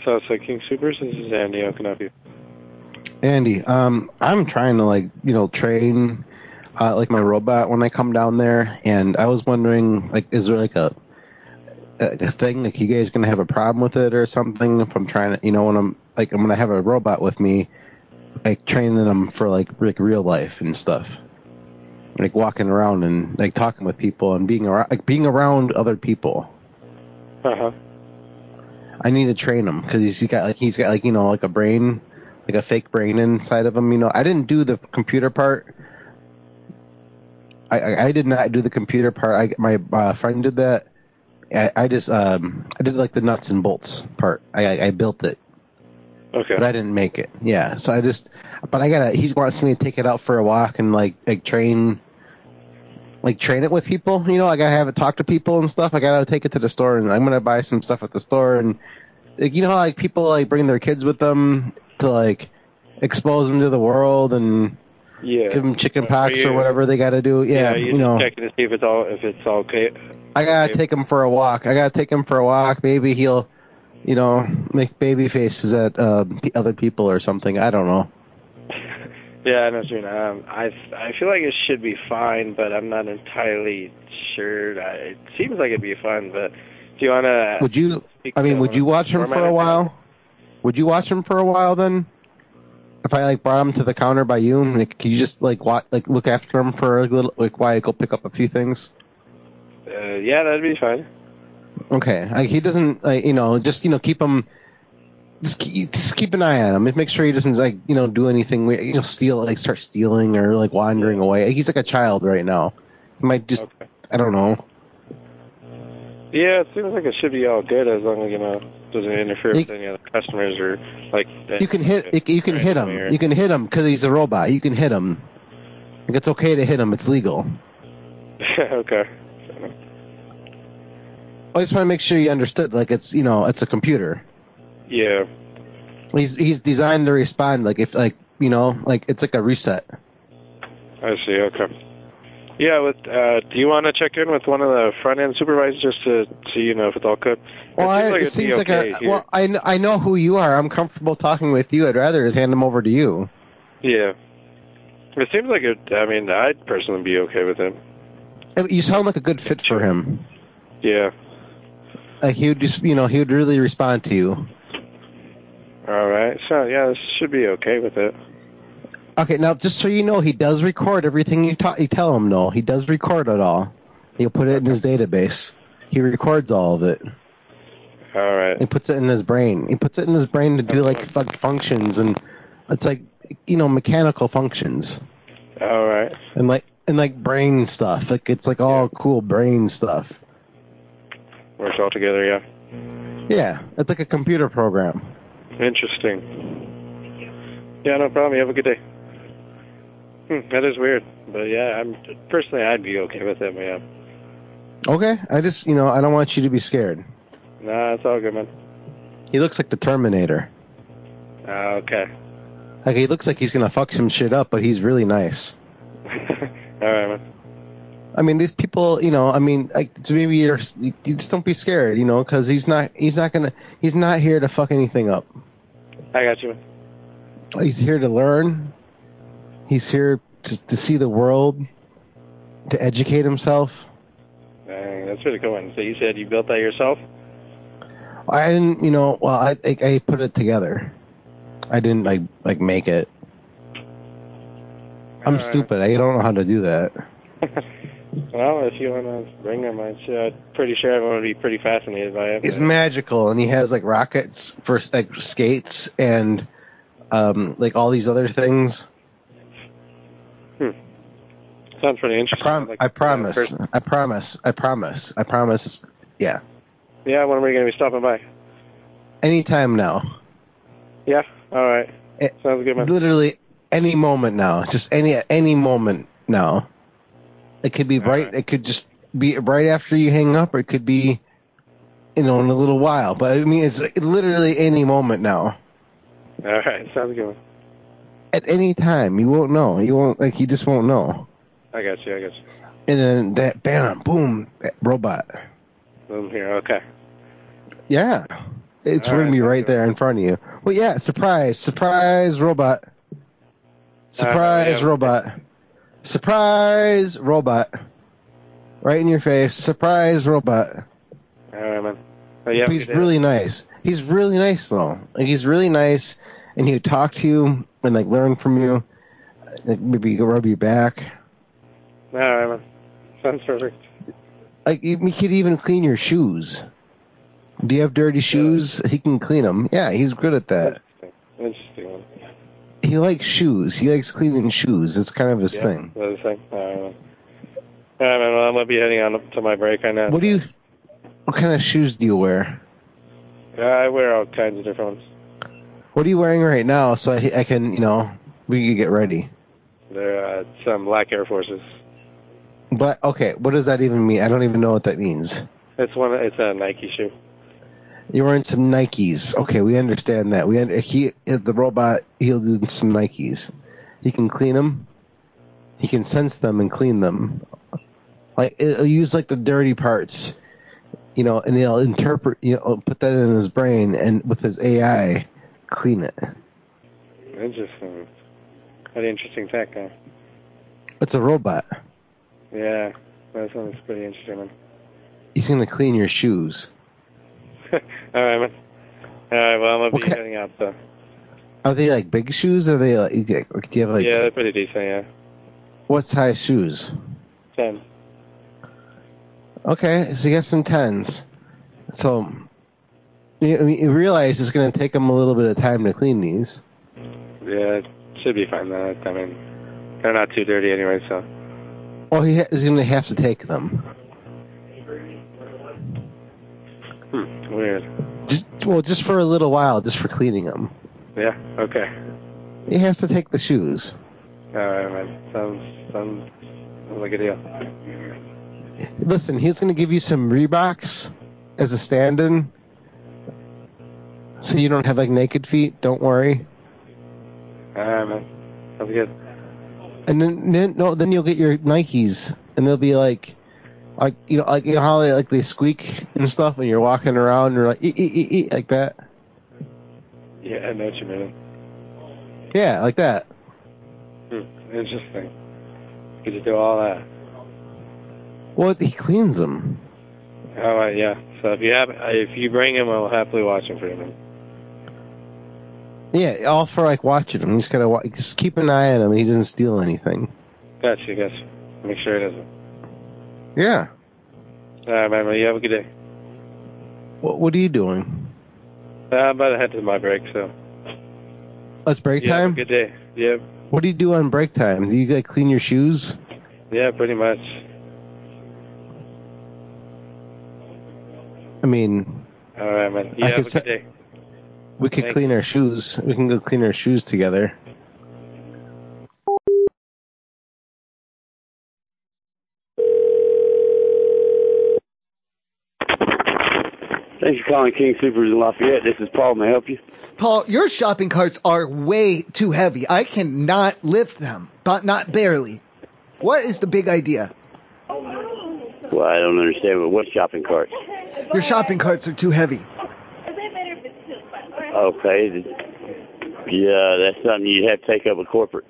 [SPEAKER 10] So it's like King Supers. This is Andy. How can I help you?
[SPEAKER 5] Andy, um, I'm trying to like you know train uh, like my robot when I come down there, and I was wondering like, is there like a a thing like you guys gonna have a problem with it or something? If I'm trying to, you know, when I'm like I'm gonna have a robot with me, like training them for like like real life and stuff, like walking around and like talking with people and being around like being around other people.
[SPEAKER 10] Uh
[SPEAKER 6] Uh-huh.
[SPEAKER 10] huh.
[SPEAKER 5] I need to train him because he's he got like he's got like you know like a brain, like a fake brain inside of him. You know, I didn't do the computer part. I I, I did not do the computer part. I my uh, friend did that. I, I just um I did like the nuts and bolts part. I I, I built it.
[SPEAKER 10] Okay.
[SPEAKER 5] But I didn't make it. Yeah. So I just but I gotta he wants me to take it out for a walk and like like train. Like train it with people, you know. I gotta have it talk to people and stuff. I gotta take it to the store, and I'm gonna buy some stuff at the store and like, you know how like people like bring their kids with them to like expose them to the world and
[SPEAKER 10] Yeah.
[SPEAKER 5] give them chicken pox
[SPEAKER 10] you-
[SPEAKER 5] or whatever they got to do. Yeah,
[SPEAKER 10] you
[SPEAKER 5] you know,
[SPEAKER 10] checking to see if it's all if it's all okay.
[SPEAKER 5] I gotta take him for a walk. I gotta take him for a walk. Maybe he'll, you know, make baby faces at uh, p- other people or something. I don't know.
[SPEAKER 10] Yeah, I know what you mean. Um, I I feel like it should be fine, but I'm not entirely sure. I, it seems like it'd be fine, but do you wanna?
[SPEAKER 5] Would you? I mean, would you watch him for a while? Would you watch him for a while then? If I like brought him to the counter by you, and, like, could you just like wa like look after him for a little, like while I go pick up a few things?
[SPEAKER 10] Uh, yeah, that'd be fine.
[SPEAKER 5] Okay, like he doesn't, like, you know, just you know, keep him, just keep, just keep an eye on him. Make sure he doesn't like you know do anything weird, you know, steal like start stealing or like wandering away. He's like a child right now. He might just, I don't know.
[SPEAKER 10] Yeah, it seems like it should be all good as long as you know it doesn't interfere with any other customers or like.
[SPEAKER 5] You can hit, you can hit him, you can hit him because he's a robot. You can hit him. Like it's okay to hit him. It's legal.
[SPEAKER 10] okay.
[SPEAKER 5] I just want to make sure you understood. Like it's you know, it's a computer.
[SPEAKER 10] Yeah.
[SPEAKER 5] He's he's designed to respond. Like if like you know, like it's like a reset.
[SPEAKER 10] I see. Okay. Yeah. With uh, do you want to check in with one of the front end supervisors just to see you know if it's all good?
[SPEAKER 5] Well, I,
[SPEAKER 10] like
[SPEAKER 5] it
[SPEAKER 10] it'd be
[SPEAKER 5] seems like
[SPEAKER 10] okay
[SPEAKER 5] I,
[SPEAKER 10] here.
[SPEAKER 5] well, I, kn- I know who you are. I'm comfortable talking with you. I'd rather just hand them over to you.
[SPEAKER 10] Yeah. It seems like it. I mean, I'd personally be okay with him.
[SPEAKER 5] You sound like a good fit for him.
[SPEAKER 10] Yeah.
[SPEAKER 5] Like he would just, you know, he would really respond to you.
[SPEAKER 10] All right. So yeah, this should be okay with it.
[SPEAKER 5] Okay, now just so you know, he does record everything you ta- you tell him. No, he does record it all. He'll put it in his database. He records all of it.
[SPEAKER 10] All right.
[SPEAKER 5] He puts it in his brain. He puts it in his brain to do like fuck functions and it's like you know mechanical functions
[SPEAKER 10] All right.
[SPEAKER 5] and like and like brain stuff. Like it's like all cool brain stuff.
[SPEAKER 10] Works all together, yeah.
[SPEAKER 5] Yeah, it's like a computer program.
[SPEAKER 10] Interesting. Yeah, no problem. You have a good day. Hmm, that is weird, but yeah, I'm personally I'd be okay with it, man.
[SPEAKER 5] Okay, I just you know I don't want you to be scared.
[SPEAKER 10] Nah, it's all good, man.
[SPEAKER 5] He looks like the Terminator.
[SPEAKER 10] Ah, okay.
[SPEAKER 5] Like he looks like he's gonna fuck some shit up, but he's really nice.
[SPEAKER 10] All right, man.
[SPEAKER 5] I mean, these people, you know, I mean, like maybe you're, you just don't be scared, you know, because he's not, he's not gonna, he's not here to fuck anything up.
[SPEAKER 10] I got you. man.
[SPEAKER 5] He's here to learn. He's here to, to see the world, to educate himself.
[SPEAKER 10] Dang, that's really cool. And so you said you built that yourself?
[SPEAKER 5] I didn't, you know, well, I I, I put it together. I didn't like like make it. I'm
[SPEAKER 10] Alright.
[SPEAKER 5] stupid. I don't know how to do that.
[SPEAKER 10] Well, if you want to bring them, I'm sure, I'm pretty sure everyone would be pretty fascinated by it.
[SPEAKER 5] It's
[SPEAKER 10] but-
[SPEAKER 5] magical, and he has like rockets for like skates and um like all these other things.
[SPEAKER 10] Sounds pretty interesting.
[SPEAKER 5] Prom-
[SPEAKER 10] Like,
[SPEAKER 5] I
[SPEAKER 10] uh,
[SPEAKER 5] promise.
[SPEAKER 10] first-
[SPEAKER 5] I promise. I promise. I promise. Yeah.
[SPEAKER 10] yeah, when are we going to be stopping by?
[SPEAKER 5] Anytime now.
[SPEAKER 10] Yeah, all right.
[SPEAKER 5] It-
[SPEAKER 10] Sounds good, man.
[SPEAKER 5] Literally any moment now. Just any any moment now. It could be right. It could just be right after you hang up, or it could be, you know, in a little while. But I mean, it's like, literally any moment now.
[SPEAKER 10] All right, sounds good. man.
[SPEAKER 5] At any time, you won't know. You won't like. You just won't know.
[SPEAKER 10] I got you. I got you.
[SPEAKER 5] And then that bam, boom, that robot.
[SPEAKER 10] Boom here. Okay.
[SPEAKER 5] Yeah. It's
[SPEAKER 10] All
[SPEAKER 5] going to be right there in front of you. Well, yeah, surprise, surprise, robot. Surprise,
[SPEAKER 10] yeah.
[SPEAKER 5] robot. Surprise, robot. Right in your face. Surprise, robot.
[SPEAKER 10] All right, man. But yeah,
[SPEAKER 5] he's really nice. He's really nice, though. Like, he's really nice, and he'll talk to you and, like, learn from you. Like, maybe he'll rub your back.
[SPEAKER 10] All right, man. Sounds perfect.
[SPEAKER 5] Like, he he could even clean your shoes. Do you have dirty shoes? He can clean them. Yeah, he's good at that.
[SPEAKER 10] Interesting one.
[SPEAKER 5] He likes shoes. He likes cleaning shoes. It's kind of his
[SPEAKER 10] yeah,
[SPEAKER 5] thing.
[SPEAKER 10] That's his thing. All right, man. All right, man. Well, I'm gonna be heading on up to my break right now.
[SPEAKER 5] What do you? What kind of shoes do you wear?
[SPEAKER 10] I wear all kinds of different ones.
[SPEAKER 5] What are you wearing right now? So I, I can, you know, we can get ready.
[SPEAKER 10] There are uh, some black Air Forces.
[SPEAKER 5] But okay, what does that even mean? I don't even know what that means.
[SPEAKER 10] It's one. It's a Nike shoe.
[SPEAKER 5] You're wearing some Nikes. Okay, we understand that. We un- he the robot. He'll do some Nikes. He can clean them. He can sense them and clean them. Like it'll use like the dirty parts, you know, and he'll interpret. You know, put that in his brain and with his AI, clean it.
[SPEAKER 10] Interesting. An interesting tech. Huh?
[SPEAKER 5] It's a robot.
[SPEAKER 10] Yeah, that sounds pretty interesting, man.
[SPEAKER 5] He's gonna clean your shoes.
[SPEAKER 10] all right, man. All right. Well, I'm gonna be
[SPEAKER 5] Okay.
[SPEAKER 10] heading out though.
[SPEAKER 5] Are they like big shoes? Are they like? Do you have like
[SPEAKER 10] yeah, they're pretty decent. Yeah.
[SPEAKER 5] what size shoes?
[SPEAKER 10] Ten.
[SPEAKER 5] Okay, so you got some tens. So you, I mean, you realize it's going to take them a little bit of time to clean these.
[SPEAKER 10] Yeah, it should be fine. though. I mean, they're not too dirty anyway, so.
[SPEAKER 5] Well, he ha- is going to have to take them.
[SPEAKER 10] Hmm, weird.
[SPEAKER 5] Just, well, just for a little while, just for cleaning them.
[SPEAKER 10] Yeah, okay.
[SPEAKER 5] He has to take the shoes.
[SPEAKER 10] Alright, man. Sounds, sounds, sounds like a deal.
[SPEAKER 5] Listen, he's going to give you some Reeboks as a stand-in, so you don't have like naked feet. Don't worry.
[SPEAKER 10] Alright, man. Sounds good.
[SPEAKER 5] And then, then no, then you'll get your Nikes, and they'll be like, like you know, like you know how they like they squeak and stuff when you're walking around, and you're like, "Ee, ee, ee, ee," like that.
[SPEAKER 10] Yeah, I know what you mean.
[SPEAKER 5] Yeah, like that.
[SPEAKER 10] Hmm, interesting. Could you do all that?
[SPEAKER 5] Well, he cleans them.
[SPEAKER 10] Alright, yeah. So if you have, if you bring him, I'll happily watch him for you, man.
[SPEAKER 5] Yeah, all for like watching him. He's gotta wa- just keep an eye on him. He doesn't steal anything.
[SPEAKER 10] Gotcha, gotcha. Make sure he doesn't.
[SPEAKER 5] Yeah.
[SPEAKER 10] Alright, man. Well, you have a good day.
[SPEAKER 5] What, what are you doing?
[SPEAKER 10] Uh, I'm about to head to my break, so.
[SPEAKER 5] That's break
[SPEAKER 10] Yeah, have a
[SPEAKER 5] time.
[SPEAKER 10] good day. Yep.
[SPEAKER 5] What do you do on break time? Do you like clean your shoes?
[SPEAKER 10] Yeah, pretty much.
[SPEAKER 5] I mean,
[SPEAKER 10] All right, man. You
[SPEAKER 5] I
[SPEAKER 10] have a
[SPEAKER 5] could
[SPEAKER 10] good
[SPEAKER 5] se-
[SPEAKER 10] day.
[SPEAKER 5] we could
[SPEAKER 10] Thank
[SPEAKER 5] clean our shoes. We can go clean our shoes together.
[SPEAKER 17] Thanks for calling King Supers in Lafayette. This is Paul. May I help you?
[SPEAKER 2] Paul, your shopping carts are way too heavy. I cannot lift them, but not barely. What is the big idea?
[SPEAKER 17] Well, I don't understand. But what shopping cart?
[SPEAKER 2] Your shopping carts are too heavy.
[SPEAKER 17] Okay. th- Yeah, that's something you have to take up with corporate.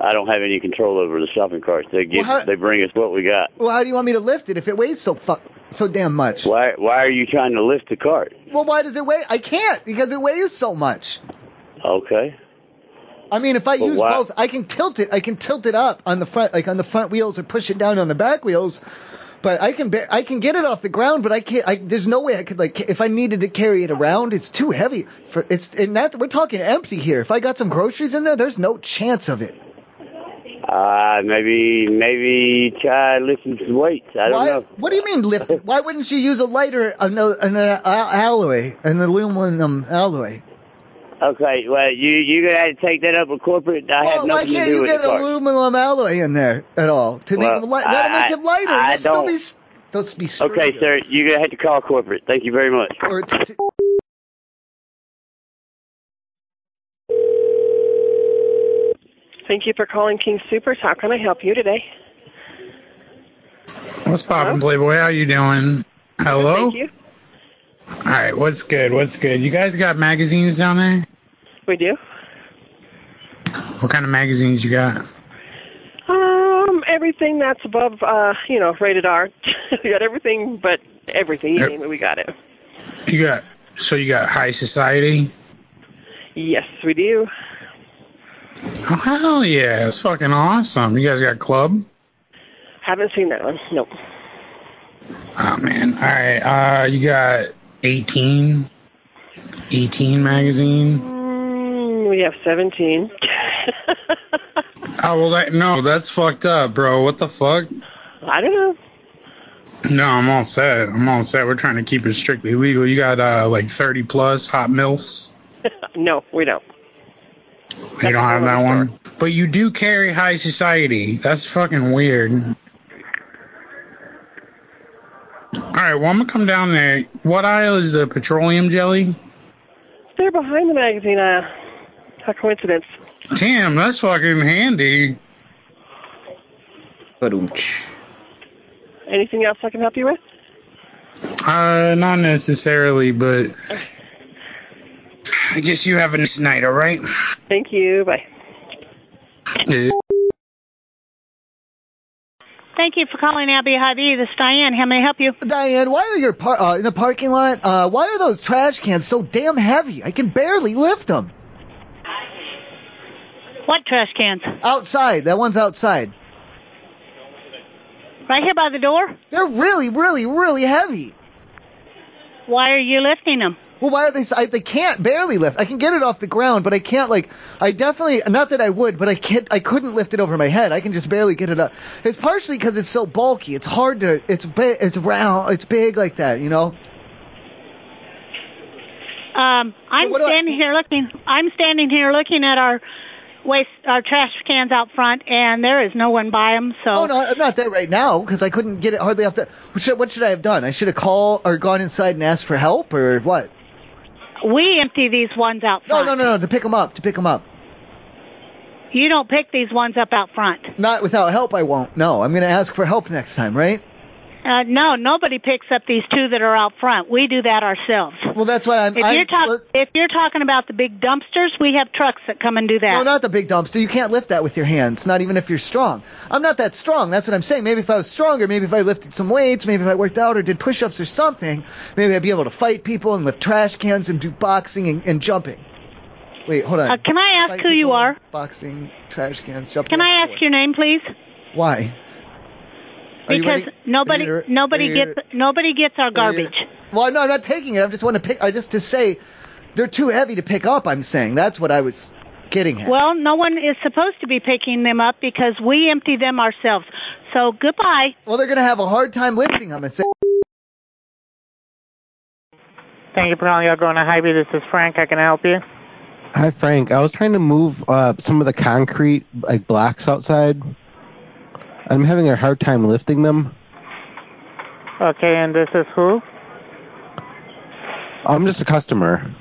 [SPEAKER 17] I don't have any control over the shopping carts. They give,
[SPEAKER 2] Well, how-
[SPEAKER 17] they bring us what we got.
[SPEAKER 2] Well, how do you want me to lift it if it weighs so fu- so damn much?
[SPEAKER 17] Why why are you trying to lift the cart?
[SPEAKER 2] Well, why does it weigh? I can't because it weighs so much.
[SPEAKER 17] Okay.
[SPEAKER 2] I mean, if I
[SPEAKER 17] Well,
[SPEAKER 2] use
[SPEAKER 17] why-
[SPEAKER 2] both, I can tilt it. I can tilt it up on the front, like on the front wheels, or push it down on the back wheels. But I can bear, I can get it off the ground, but I can't. I, there's no way I could like if I needed to carry it around. It's too heavy for it's and that we're talking empty here. If I got some groceries in there, there's no chance of it.
[SPEAKER 17] Uh maybe maybe try lifting some weights. I don't
[SPEAKER 2] Why,
[SPEAKER 17] know.
[SPEAKER 2] What do you mean lift it? Why wouldn't you use a lighter, an, an, uh, alloy, an aluminum alloy?
[SPEAKER 17] Okay, well you you gonna have to take that up with corporate. I have
[SPEAKER 2] Well, why
[SPEAKER 17] nothing to
[SPEAKER 2] can't
[SPEAKER 17] do
[SPEAKER 2] you
[SPEAKER 17] with
[SPEAKER 2] get
[SPEAKER 17] the cart.
[SPEAKER 2] aluminum alloy in there at all to
[SPEAKER 17] Well,
[SPEAKER 2] make it light? That'll
[SPEAKER 17] I-
[SPEAKER 2] make it lighter.
[SPEAKER 17] I
[SPEAKER 2] It'll still
[SPEAKER 17] don't-
[SPEAKER 2] be, s- it'll be
[SPEAKER 17] Okay, sir, you're gonna have to call corporate. Thank you very much.
[SPEAKER 2] Or t- t-
[SPEAKER 12] Thank you for calling King Supers. How can I help you today?
[SPEAKER 18] What's poppin', Playboy? How you doing? Hello.
[SPEAKER 12] Thank you.
[SPEAKER 18] All right. What's good? What's good? You guys got magazines down there?
[SPEAKER 12] We do.
[SPEAKER 18] What kind of magazines you got?
[SPEAKER 12] Um, everything that's above, uh, you know, rated R. we got everything, but everything. You name it, we got it.
[SPEAKER 18] You got so you got High Society.
[SPEAKER 12] Yes, we do.
[SPEAKER 18] Oh hell yeah! It's fucking awesome. You guys got Club.
[SPEAKER 12] Haven't seen that one. Nope.
[SPEAKER 18] Oh man. All right. Uh, you got 18. 18 magazine.
[SPEAKER 12] Mm, we have 17.
[SPEAKER 18] Oh well, that, no, that's fucked up, bro. What the fuck?
[SPEAKER 12] I don't know.
[SPEAKER 18] No, I'm all set. I'm all set. We're trying to keep it strictly legal. You got uh like 30 plus hot milfs.
[SPEAKER 12] no, we don't.
[SPEAKER 18] You don't have that one. But you do carry high society. That's fucking weird. All right, well I'm gonna come down there. What aisle is the petroleum jelly?
[SPEAKER 12] They're behind the magazine aisle. A coincidence.
[SPEAKER 18] Damn, that's fucking handy.
[SPEAKER 12] Anything else I can help you with?
[SPEAKER 18] Uh, not necessarily, but I guess you have a nice night. All right.
[SPEAKER 12] Thank you. Bye.
[SPEAKER 18] Yeah.
[SPEAKER 13] Thank you for calling Abby Hobby. This is Diane. How may I help you?
[SPEAKER 2] Diane, why are your par- uh, in the parking lot? Uh, why are those trash cans so damn heavy? I can barely lift them.
[SPEAKER 13] What trash cans?
[SPEAKER 2] Outside. That one's outside.
[SPEAKER 13] Right here by the door?
[SPEAKER 2] They're really, really, really heavy.
[SPEAKER 13] Why are you lifting them?
[SPEAKER 2] Well, why are they? s- I, they can't barely lift. I can get it off the ground, but I can't like. I definitely not that I would, but I can't. I couldn't lift it over my head. I can just barely get it up. It's partially because it's so bulky. It's hard to. It's big. It's round. It's big like that. You know.
[SPEAKER 13] Um, I'm standing here looking. I'm standing here looking at our waste, our trash cans out front, and there is no one by them. So
[SPEAKER 2] Oh no, I'm not there right now because I couldn't get it hardly off the. What should, what should I have done? I should have called or gone inside and asked for help or what?
[SPEAKER 13] we empty these ones out
[SPEAKER 2] No,
[SPEAKER 13] front.
[SPEAKER 2] no, no, no. To pick them up. To pick them up.
[SPEAKER 13] You don't pick these ones up out front.
[SPEAKER 2] Not without help, I won't. No, I'm gonna ask for help next time, right?
[SPEAKER 13] Uh, no, nobody picks up these two that are out front. We do that ourselves.
[SPEAKER 2] Well, that's why I'm.
[SPEAKER 13] If
[SPEAKER 2] I'm
[SPEAKER 13] you're talking, if you're talking about the big dumpsters, we have trucks that come and do that.
[SPEAKER 2] No, not the big dumpster. You can't lift that with your hands, not even if you're strong. I'm not that strong. That's what I'm saying. Maybe if I was stronger, maybe if I lifted some weights, maybe if I worked out or did push ups or something, maybe I'd be able to fight people and lift trash cans and do boxing and, and jumping. Wait, hold on.
[SPEAKER 13] Uh, can I ask
[SPEAKER 2] Fight
[SPEAKER 13] who you
[SPEAKER 2] people,
[SPEAKER 13] are?
[SPEAKER 2] Boxing, trash cans, jumping.
[SPEAKER 13] Can I ask your name, please?
[SPEAKER 2] Why? Are you
[SPEAKER 13] Because
[SPEAKER 2] ready?
[SPEAKER 13] nobody
[SPEAKER 2] Are you-
[SPEAKER 13] nobody
[SPEAKER 2] are you-
[SPEAKER 13] gets nobody gets our garbage.
[SPEAKER 2] Well, I'm not, I'm not taking it. I just want to pick. I just to say, they're too heavy to pick up. I'm saying that's what I was getting at.
[SPEAKER 19] Well, no one is supposed to be picking them up because we empty them ourselves. So goodbye.
[SPEAKER 2] Well, they're going to have a hard time lifting them. And say,
[SPEAKER 20] Thank you for calling Yoko on a Highway. This is Frank. I can help you.
[SPEAKER 5] Hi Frank, I was trying to move uh, some of the concrete like blocks outside. I'm having a hard time lifting them.
[SPEAKER 20] Okay, and this is who?
[SPEAKER 5] I'm just a customer.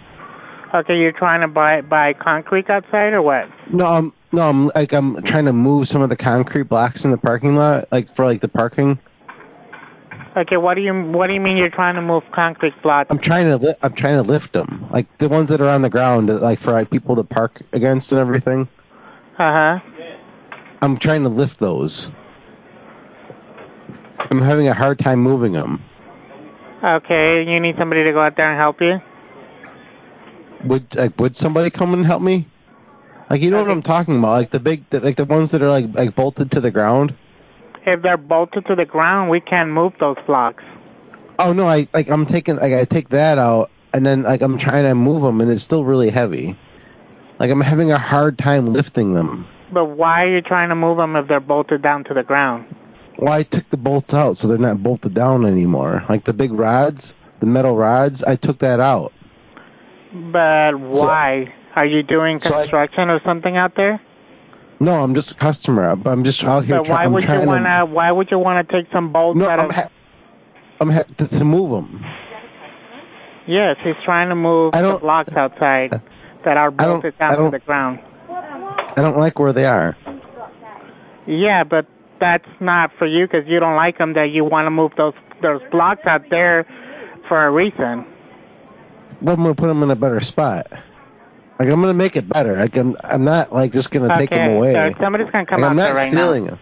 [SPEAKER 20] Okay, you're trying to buy buy concrete outside or what?
[SPEAKER 5] No, I'm no, I'm like I'm trying to move some of the concrete blocks in the parking lot, like for like the parking.
[SPEAKER 20] Okay, what do you what do you mean you're trying to move concrete blocks?
[SPEAKER 5] I'm trying to li- I'm trying to lift them, like the ones that are on the ground, like for like people to park against and everything.
[SPEAKER 20] Uh huh.
[SPEAKER 5] I'm trying to lift those. I'm having a hard time moving them.
[SPEAKER 20] Okay, you need somebody to go out there and help you.
[SPEAKER 5] Would like would somebody come and help me? Like you know what I'm talking about, like the big, the, like the ones that are like like bolted to the ground.
[SPEAKER 20] If they're bolted to the ground, we can't move those blocks.
[SPEAKER 5] Oh no, I like I'm taking like I take that out and then like I'm trying to move them and it's still really heavy. Like I'm having a hard time lifting them.
[SPEAKER 20] But why are you trying to move them if they're bolted down to the ground?
[SPEAKER 5] Well, I took the bolts out so they're not bolted down anymore. Like the big rods, the metal rods, I took that out.
[SPEAKER 20] But why are you doing construction or something out there?
[SPEAKER 5] No, I'm just a customer. I'm, I'm just out here.
[SPEAKER 20] But
[SPEAKER 5] try-
[SPEAKER 20] why
[SPEAKER 5] I'm
[SPEAKER 20] would you
[SPEAKER 5] trying to-
[SPEAKER 20] wanna? Why would you wanna take some bolts
[SPEAKER 5] No,
[SPEAKER 20] out
[SPEAKER 5] I'm
[SPEAKER 20] of?
[SPEAKER 5] ha- I'm ha- to, to move them.
[SPEAKER 20] yes, he's trying to move the blocks outside that are bolted down to the ground.
[SPEAKER 5] I don't like where they are.
[SPEAKER 20] Yeah, but that's not for you because you don't like them. That you want to move those those blocks out there for a reason.
[SPEAKER 5] Well, I'm gonna put them in a better spot. Like I'm gonna make it better. Like I'm, I'm not like just gonna take
[SPEAKER 20] okay,
[SPEAKER 5] them away.
[SPEAKER 20] so somebody's gonna come
[SPEAKER 5] Like,
[SPEAKER 20] out
[SPEAKER 5] I'm
[SPEAKER 20] there
[SPEAKER 5] not
[SPEAKER 20] right
[SPEAKER 5] stealing
[SPEAKER 20] now.
[SPEAKER 5] them.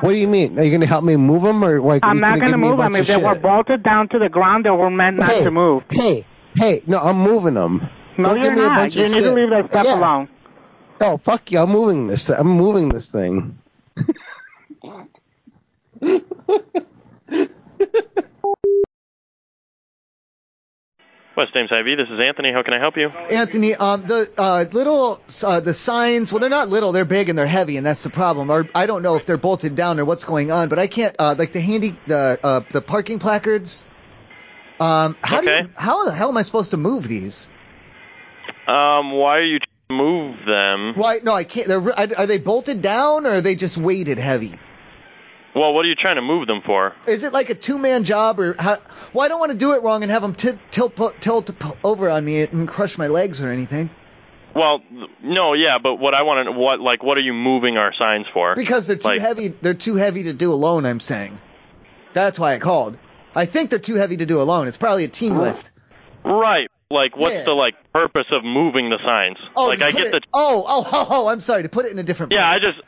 [SPEAKER 5] What do you mean? Are you gonna help me move them or like?
[SPEAKER 20] I'm
[SPEAKER 5] you
[SPEAKER 20] not
[SPEAKER 5] gonna
[SPEAKER 20] gonna
[SPEAKER 5] give me a
[SPEAKER 20] move them
[SPEAKER 5] bunch
[SPEAKER 20] if
[SPEAKER 5] of
[SPEAKER 20] they were
[SPEAKER 5] shit?
[SPEAKER 20] bolted down to the ground. They were meant not
[SPEAKER 5] Hey,
[SPEAKER 20] to move.
[SPEAKER 5] Hey, hey, no, I'm moving them.
[SPEAKER 20] No,
[SPEAKER 5] Don't
[SPEAKER 20] you're
[SPEAKER 5] give me a
[SPEAKER 20] not.
[SPEAKER 5] bunch
[SPEAKER 20] You
[SPEAKER 5] of
[SPEAKER 20] need to
[SPEAKER 5] shit.
[SPEAKER 20] leave that stuff
[SPEAKER 5] Yeah.
[SPEAKER 20] alone.
[SPEAKER 5] Oh fuck you! I'm moving this. thi- I'm moving this thing.
[SPEAKER 6] West Ames IV, this is Anthony. How can I help you?
[SPEAKER 2] Anthony, um, the uh, little uh, the signs. Well, they're not little. They're big and they're heavy, and that's the problem. Or I don't know if they're bolted down or what's going on. But I can't uh, like the handy the uh, the parking placards. Um, how do you, how the hell am I supposed to move these?
[SPEAKER 6] Um, why are you trying to move them?
[SPEAKER 2] Why? No, I can't. They're, re- are are they bolted down or are they just weighted heavy?
[SPEAKER 6] Well, what are you trying to move them for?
[SPEAKER 2] Is it like a two man job or how? Well, I don't want to do it wrong and have them t- tilt po- tilt po- over on me and crush my legs or anything.
[SPEAKER 6] Well, no, yeah, but what I want to what like what are you moving our signs for?
[SPEAKER 2] Because they're too
[SPEAKER 6] Like,
[SPEAKER 2] heavy. They're too heavy to do alone. I'm saying. That's why I called. I think they're too heavy to do alone. It's probably a team lift.
[SPEAKER 6] Right. Like what's
[SPEAKER 2] Yeah.
[SPEAKER 6] the like purpose of moving the signs?
[SPEAKER 2] Oh,
[SPEAKER 6] like
[SPEAKER 2] to
[SPEAKER 6] I
[SPEAKER 2] put
[SPEAKER 6] get
[SPEAKER 2] it,
[SPEAKER 6] the
[SPEAKER 2] Oh, oh, oh, oh, I'm sorry to put it in a different.
[SPEAKER 6] Yeah, I just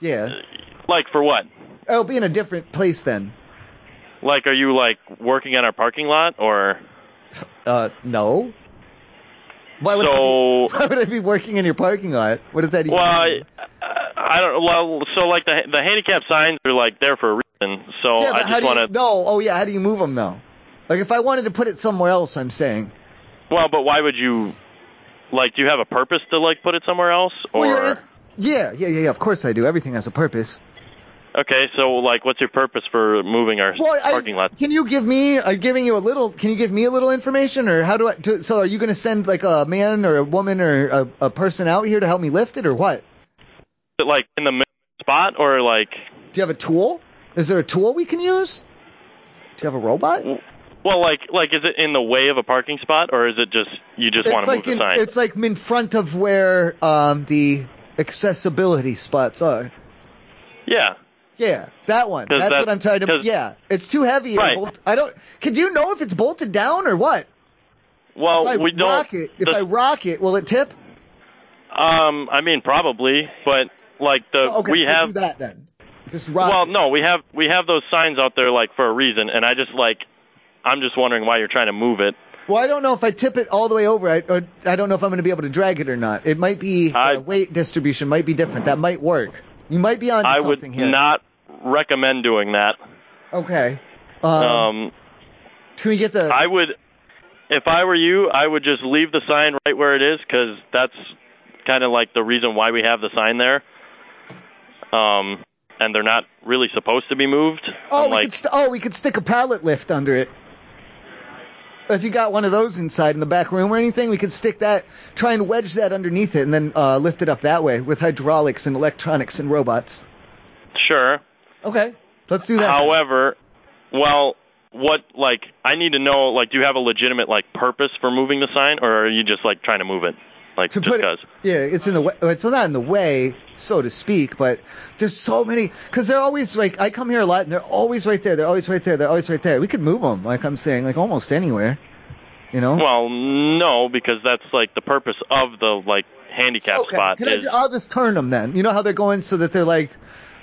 [SPEAKER 2] Yeah, Oh,
[SPEAKER 6] like for what?
[SPEAKER 2] it'll be in a different place then.
[SPEAKER 6] Like are you like working on our parking lot or
[SPEAKER 2] Uh, no. Why would
[SPEAKER 6] so
[SPEAKER 2] I be, why would I be working in your parking lot? What does that even?
[SPEAKER 6] well I, I don't well so like the the handicap signs are like there for a reason. So
[SPEAKER 2] yeah,
[SPEAKER 6] oh, I
[SPEAKER 2] but how
[SPEAKER 6] just
[SPEAKER 2] do you,
[SPEAKER 6] want to
[SPEAKER 2] No, oh yeah, how do you move them though? Like if I wanted to put it somewhere else, I'm saying.
[SPEAKER 6] Well, but why would you like do you have a purpose to like put it somewhere else or
[SPEAKER 2] Yeah, yeah, yeah, yeah. Of course I do. Everything has a purpose.
[SPEAKER 6] Okay, so like what's your purpose for moving our
[SPEAKER 2] Well, I-
[SPEAKER 6] parking lot?
[SPEAKER 2] Can you give me? I'm giving you a little. Can you give me a little information, or how do I? Do, so, are you going to send like a man or a woman or a, a person out here to help me lift it, or what?
[SPEAKER 6] Is it like in the middle spot or like
[SPEAKER 2] Do you have a tool? Is there a tool we can use? Do you have a robot?
[SPEAKER 6] well like like is it in the way of a parking spot or is it just you just
[SPEAKER 2] it's
[SPEAKER 6] want to
[SPEAKER 2] like
[SPEAKER 6] move
[SPEAKER 2] in,
[SPEAKER 6] the sign?
[SPEAKER 2] it's like in front of where um, the accessibility spots are.
[SPEAKER 6] Yeah.
[SPEAKER 2] Yeah, that one.
[SPEAKER 6] 'Cause
[SPEAKER 2] That's
[SPEAKER 6] that-
[SPEAKER 2] what I'm trying to.
[SPEAKER 6] 'cause-
[SPEAKER 2] Yeah, it's too heavy. and
[SPEAKER 6] Right.
[SPEAKER 2] bolt- I don't. Could you know if it's bolted down or what?
[SPEAKER 6] Well,
[SPEAKER 2] if I
[SPEAKER 6] Oh, we don't
[SPEAKER 2] rock it, if I rock it, will it tip?
[SPEAKER 6] um I mean probably, but like the
[SPEAKER 2] okay,
[SPEAKER 6] we
[SPEAKER 2] so
[SPEAKER 6] have
[SPEAKER 2] do that then. Just rock.
[SPEAKER 6] well no, we have we have those signs out there like for a reason and I just like I'm just wondering why you're trying to move it.
[SPEAKER 2] Well, I don't know if I tip it all the way over. I, or, I don't know if I'm going to be able to drag it or not. It might be uh, weight distribution might be different. That might work. You might be onto
[SPEAKER 6] I would
[SPEAKER 2] something here.
[SPEAKER 6] not recommend doing that.
[SPEAKER 2] Okay. Um,
[SPEAKER 6] Um,
[SPEAKER 2] Can we get the?
[SPEAKER 6] I would, if I were you, I would just leave the sign right where it is because that's kind of like the reason why we have the sign there. Um, and they're not really supposed to be moved.
[SPEAKER 2] Oh, we
[SPEAKER 6] unlike,
[SPEAKER 2] could st- oh, we could stick a pallet lift under it. If you got one of those inside in the back room or anything, we could stick that, try and wedge that underneath it, and then uh, lift it up that way with hydraulics and electronics and robots.
[SPEAKER 6] sure.
[SPEAKER 2] Okay, let's do that.
[SPEAKER 6] However, well, what like I need to know like, do you have a legitimate like purpose for moving the sign, or are you just like trying to move it, like just because?
[SPEAKER 2] Yeah, it's in the way. It's not in the way, so to speak. But there's so many because they're always like I come here a lot, and they're always right there. They're always right there. They're always right there. We could move them, like I'm saying, like almost anywhere. You know.
[SPEAKER 6] Well, no, because that's like the purpose of the like handicap spot.
[SPEAKER 2] Can I,
[SPEAKER 6] is,
[SPEAKER 2] ju- I'll just turn them then. You know how they're going so that they're like,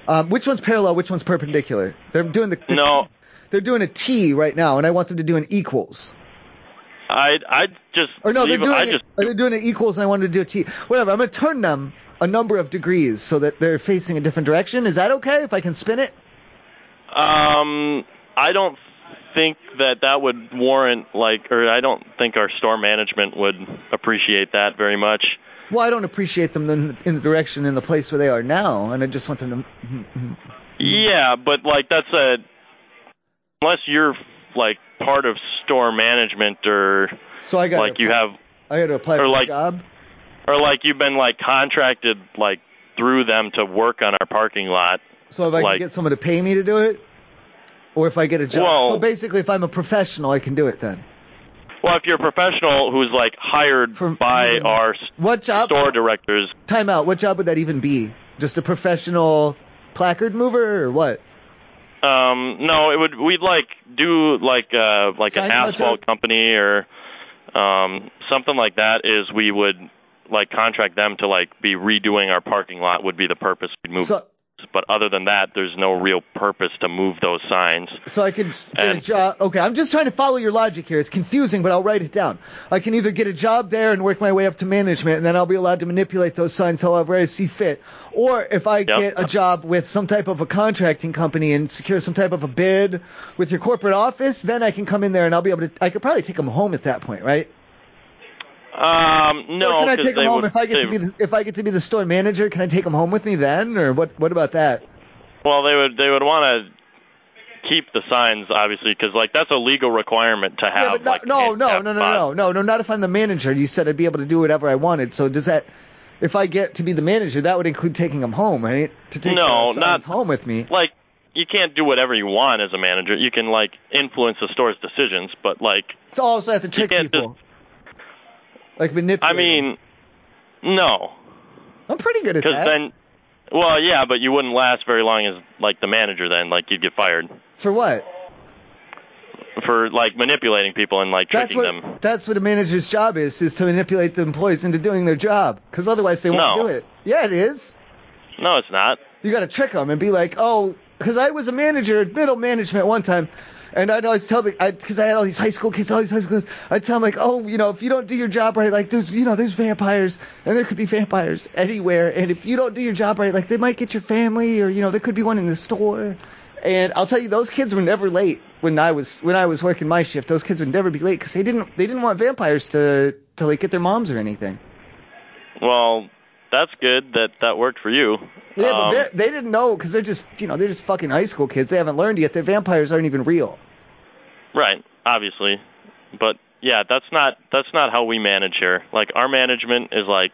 [SPEAKER 2] um, which one's parallel, which one's perpendicular. They're doing the, the
[SPEAKER 6] no,
[SPEAKER 2] they're doing a T right now, and I want them to do an equals.
[SPEAKER 6] I I just
[SPEAKER 2] Or no, they're
[SPEAKER 6] leave,
[SPEAKER 2] doing
[SPEAKER 6] I
[SPEAKER 2] it,
[SPEAKER 6] just
[SPEAKER 2] or they're doing it equals, and I wanted to do a T. Whatever. I'm gonna turn them a number of degrees so that they're facing a different direction. Is that okay if I can spin it?
[SPEAKER 6] Um, I don't think that that would warrant like, or I don't think our store management would appreciate that very much.
[SPEAKER 2] Well, I don't appreciate them in, in the direction in the place where they are now, and I just want them to.
[SPEAKER 6] Yeah, but like that's a unless you're like part of store management or
[SPEAKER 2] So I got
[SPEAKER 6] like you have
[SPEAKER 2] I got to apply
[SPEAKER 6] Or
[SPEAKER 2] for
[SPEAKER 6] like-
[SPEAKER 2] a job.
[SPEAKER 6] or like you've been like contracted like through them to work on our parking lot.
[SPEAKER 2] So if I
[SPEAKER 6] like-
[SPEAKER 2] can get someone to pay me to do it, or if I get a job.
[SPEAKER 6] Well-
[SPEAKER 2] so basically, if I'm a professional, I can do it then.
[SPEAKER 6] Well, if you're a professional who's like hired by our s-
[SPEAKER 2] What job?
[SPEAKER 6] store directors,
[SPEAKER 2] Time out. What job would that even be? Just a professional placard mover or what?
[SPEAKER 6] Um, no, it would. We'd like do like uh like
[SPEAKER 2] Sign
[SPEAKER 6] an asphalt company or um something like that. Is we would like contract them to like be redoing our parking lot would be the purpose we'd move.
[SPEAKER 2] So-
[SPEAKER 6] but other than that, there's no real purpose to move those signs.
[SPEAKER 2] So I could get a
[SPEAKER 6] And-
[SPEAKER 2] job. Okay, I'm just trying to follow your logic here. It's confusing, but I'll write it down. I can either get a job there and work my way up to management, and then I'll be allowed to manipulate those signs however I see fit. Or if I get a job with some type of a contracting company and secure some type of a bid with your corporate office, then I can come in there and I'll be able to. I could probably take them home at that point, right?
[SPEAKER 6] Um, no,
[SPEAKER 2] or can
[SPEAKER 6] 'cause
[SPEAKER 2] I take them
[SPEAKER 6] they
[SPEAKER 2] home
[SPEAKER 6] would-
[SPEAKER 2] if I get
[SPEAKER 6] they-
[SPEAKER 2] to be the, if I get to be the store manager? Can I take them home with me then, or what? What about that?
[SPEAKER 6] Well, they would they would want to keep the signs obviously because like that's a legal requirement to have.
[SPEAKER 2] yeah, but no,
[SPEAKER 6] like,
[SPEAKER 2] no, no,
[SPEAKER 6] handicap
[SPEAKER 2] no, no,
[SPEAKER 6] spots.
[SPEAKER 2] no, no, no, not if I'm the manager. You said I'd be able to do whatever I wanted. So does that, if I get to be the manager, that would include taking them home, right? To take
[SPEAKER 6] No,
[SPEAKER 2] the signs
[SPEAKER 6] not-
[SPEAKER 2] home with me.
[SPEAKER 6] like you can't do whatever you want as a manager. You can like influence the store's decisions, but like
[SPEAKER 2] To also have to trick people, like
[SPEAKER 6] I
[SPEAKER 2] manipulate.
[SPEAKER 6] mean, no,
[SPEAKER 2] I'm pretty good at
[SPEAKER 6] because
[SPEAKER 2] that.
[SPEAKER 6] then, well, yeah, but you wouldn't last very long as like the manager. Then like you'd get fired
[SPEAKER 2] For what?
[SPEAKER 6] for like manipulating people and like
[SPEAKER 2] That's
[SPEAKER 6] tricking
[SPEAKER 2] what.
[SPEAKER 6] them.
[SPEAKER 2] That's what a manager's job is: is to manipulate the employees into doing their job. Because otherwise, they won't
[SPEAKER 6] No.
[SPEAKER 2] do it. Yeah, it is.
[SPEAKER 6] No, it's not.
[SPEAKER 2] You got to trick them and be like, oh, because I was a manager at middle management one time, and I'd always tell the, because I, had all these high school kids, all these high school kids, I'd tell them like, oh, you know, if you don't do your job right, like there's, you know, there's vampires, and there could be vampires anywhere, and if you don't do your job right, like they might get your family, or you know, there could be one in the store. And I'll tell you, those kids were never late when I was when I was working my shift. Those kids would never be late because they didn't they didn't want vampires to to like get their moms or anything.
[SPEAKER 6] Well, that's good that that worked for you.
[SPEAKER 2] Yeah, but
[SPEAKER 6] Um,
[SPEAKER 2] they're- they didn't know because they're just, you know, they're just fucking high school kids. They haven't learned yet that vampires aren't even real.
[SPEAKER 6] Right, obviously. But yeah, that's not that's not how we manage here. Like our management is like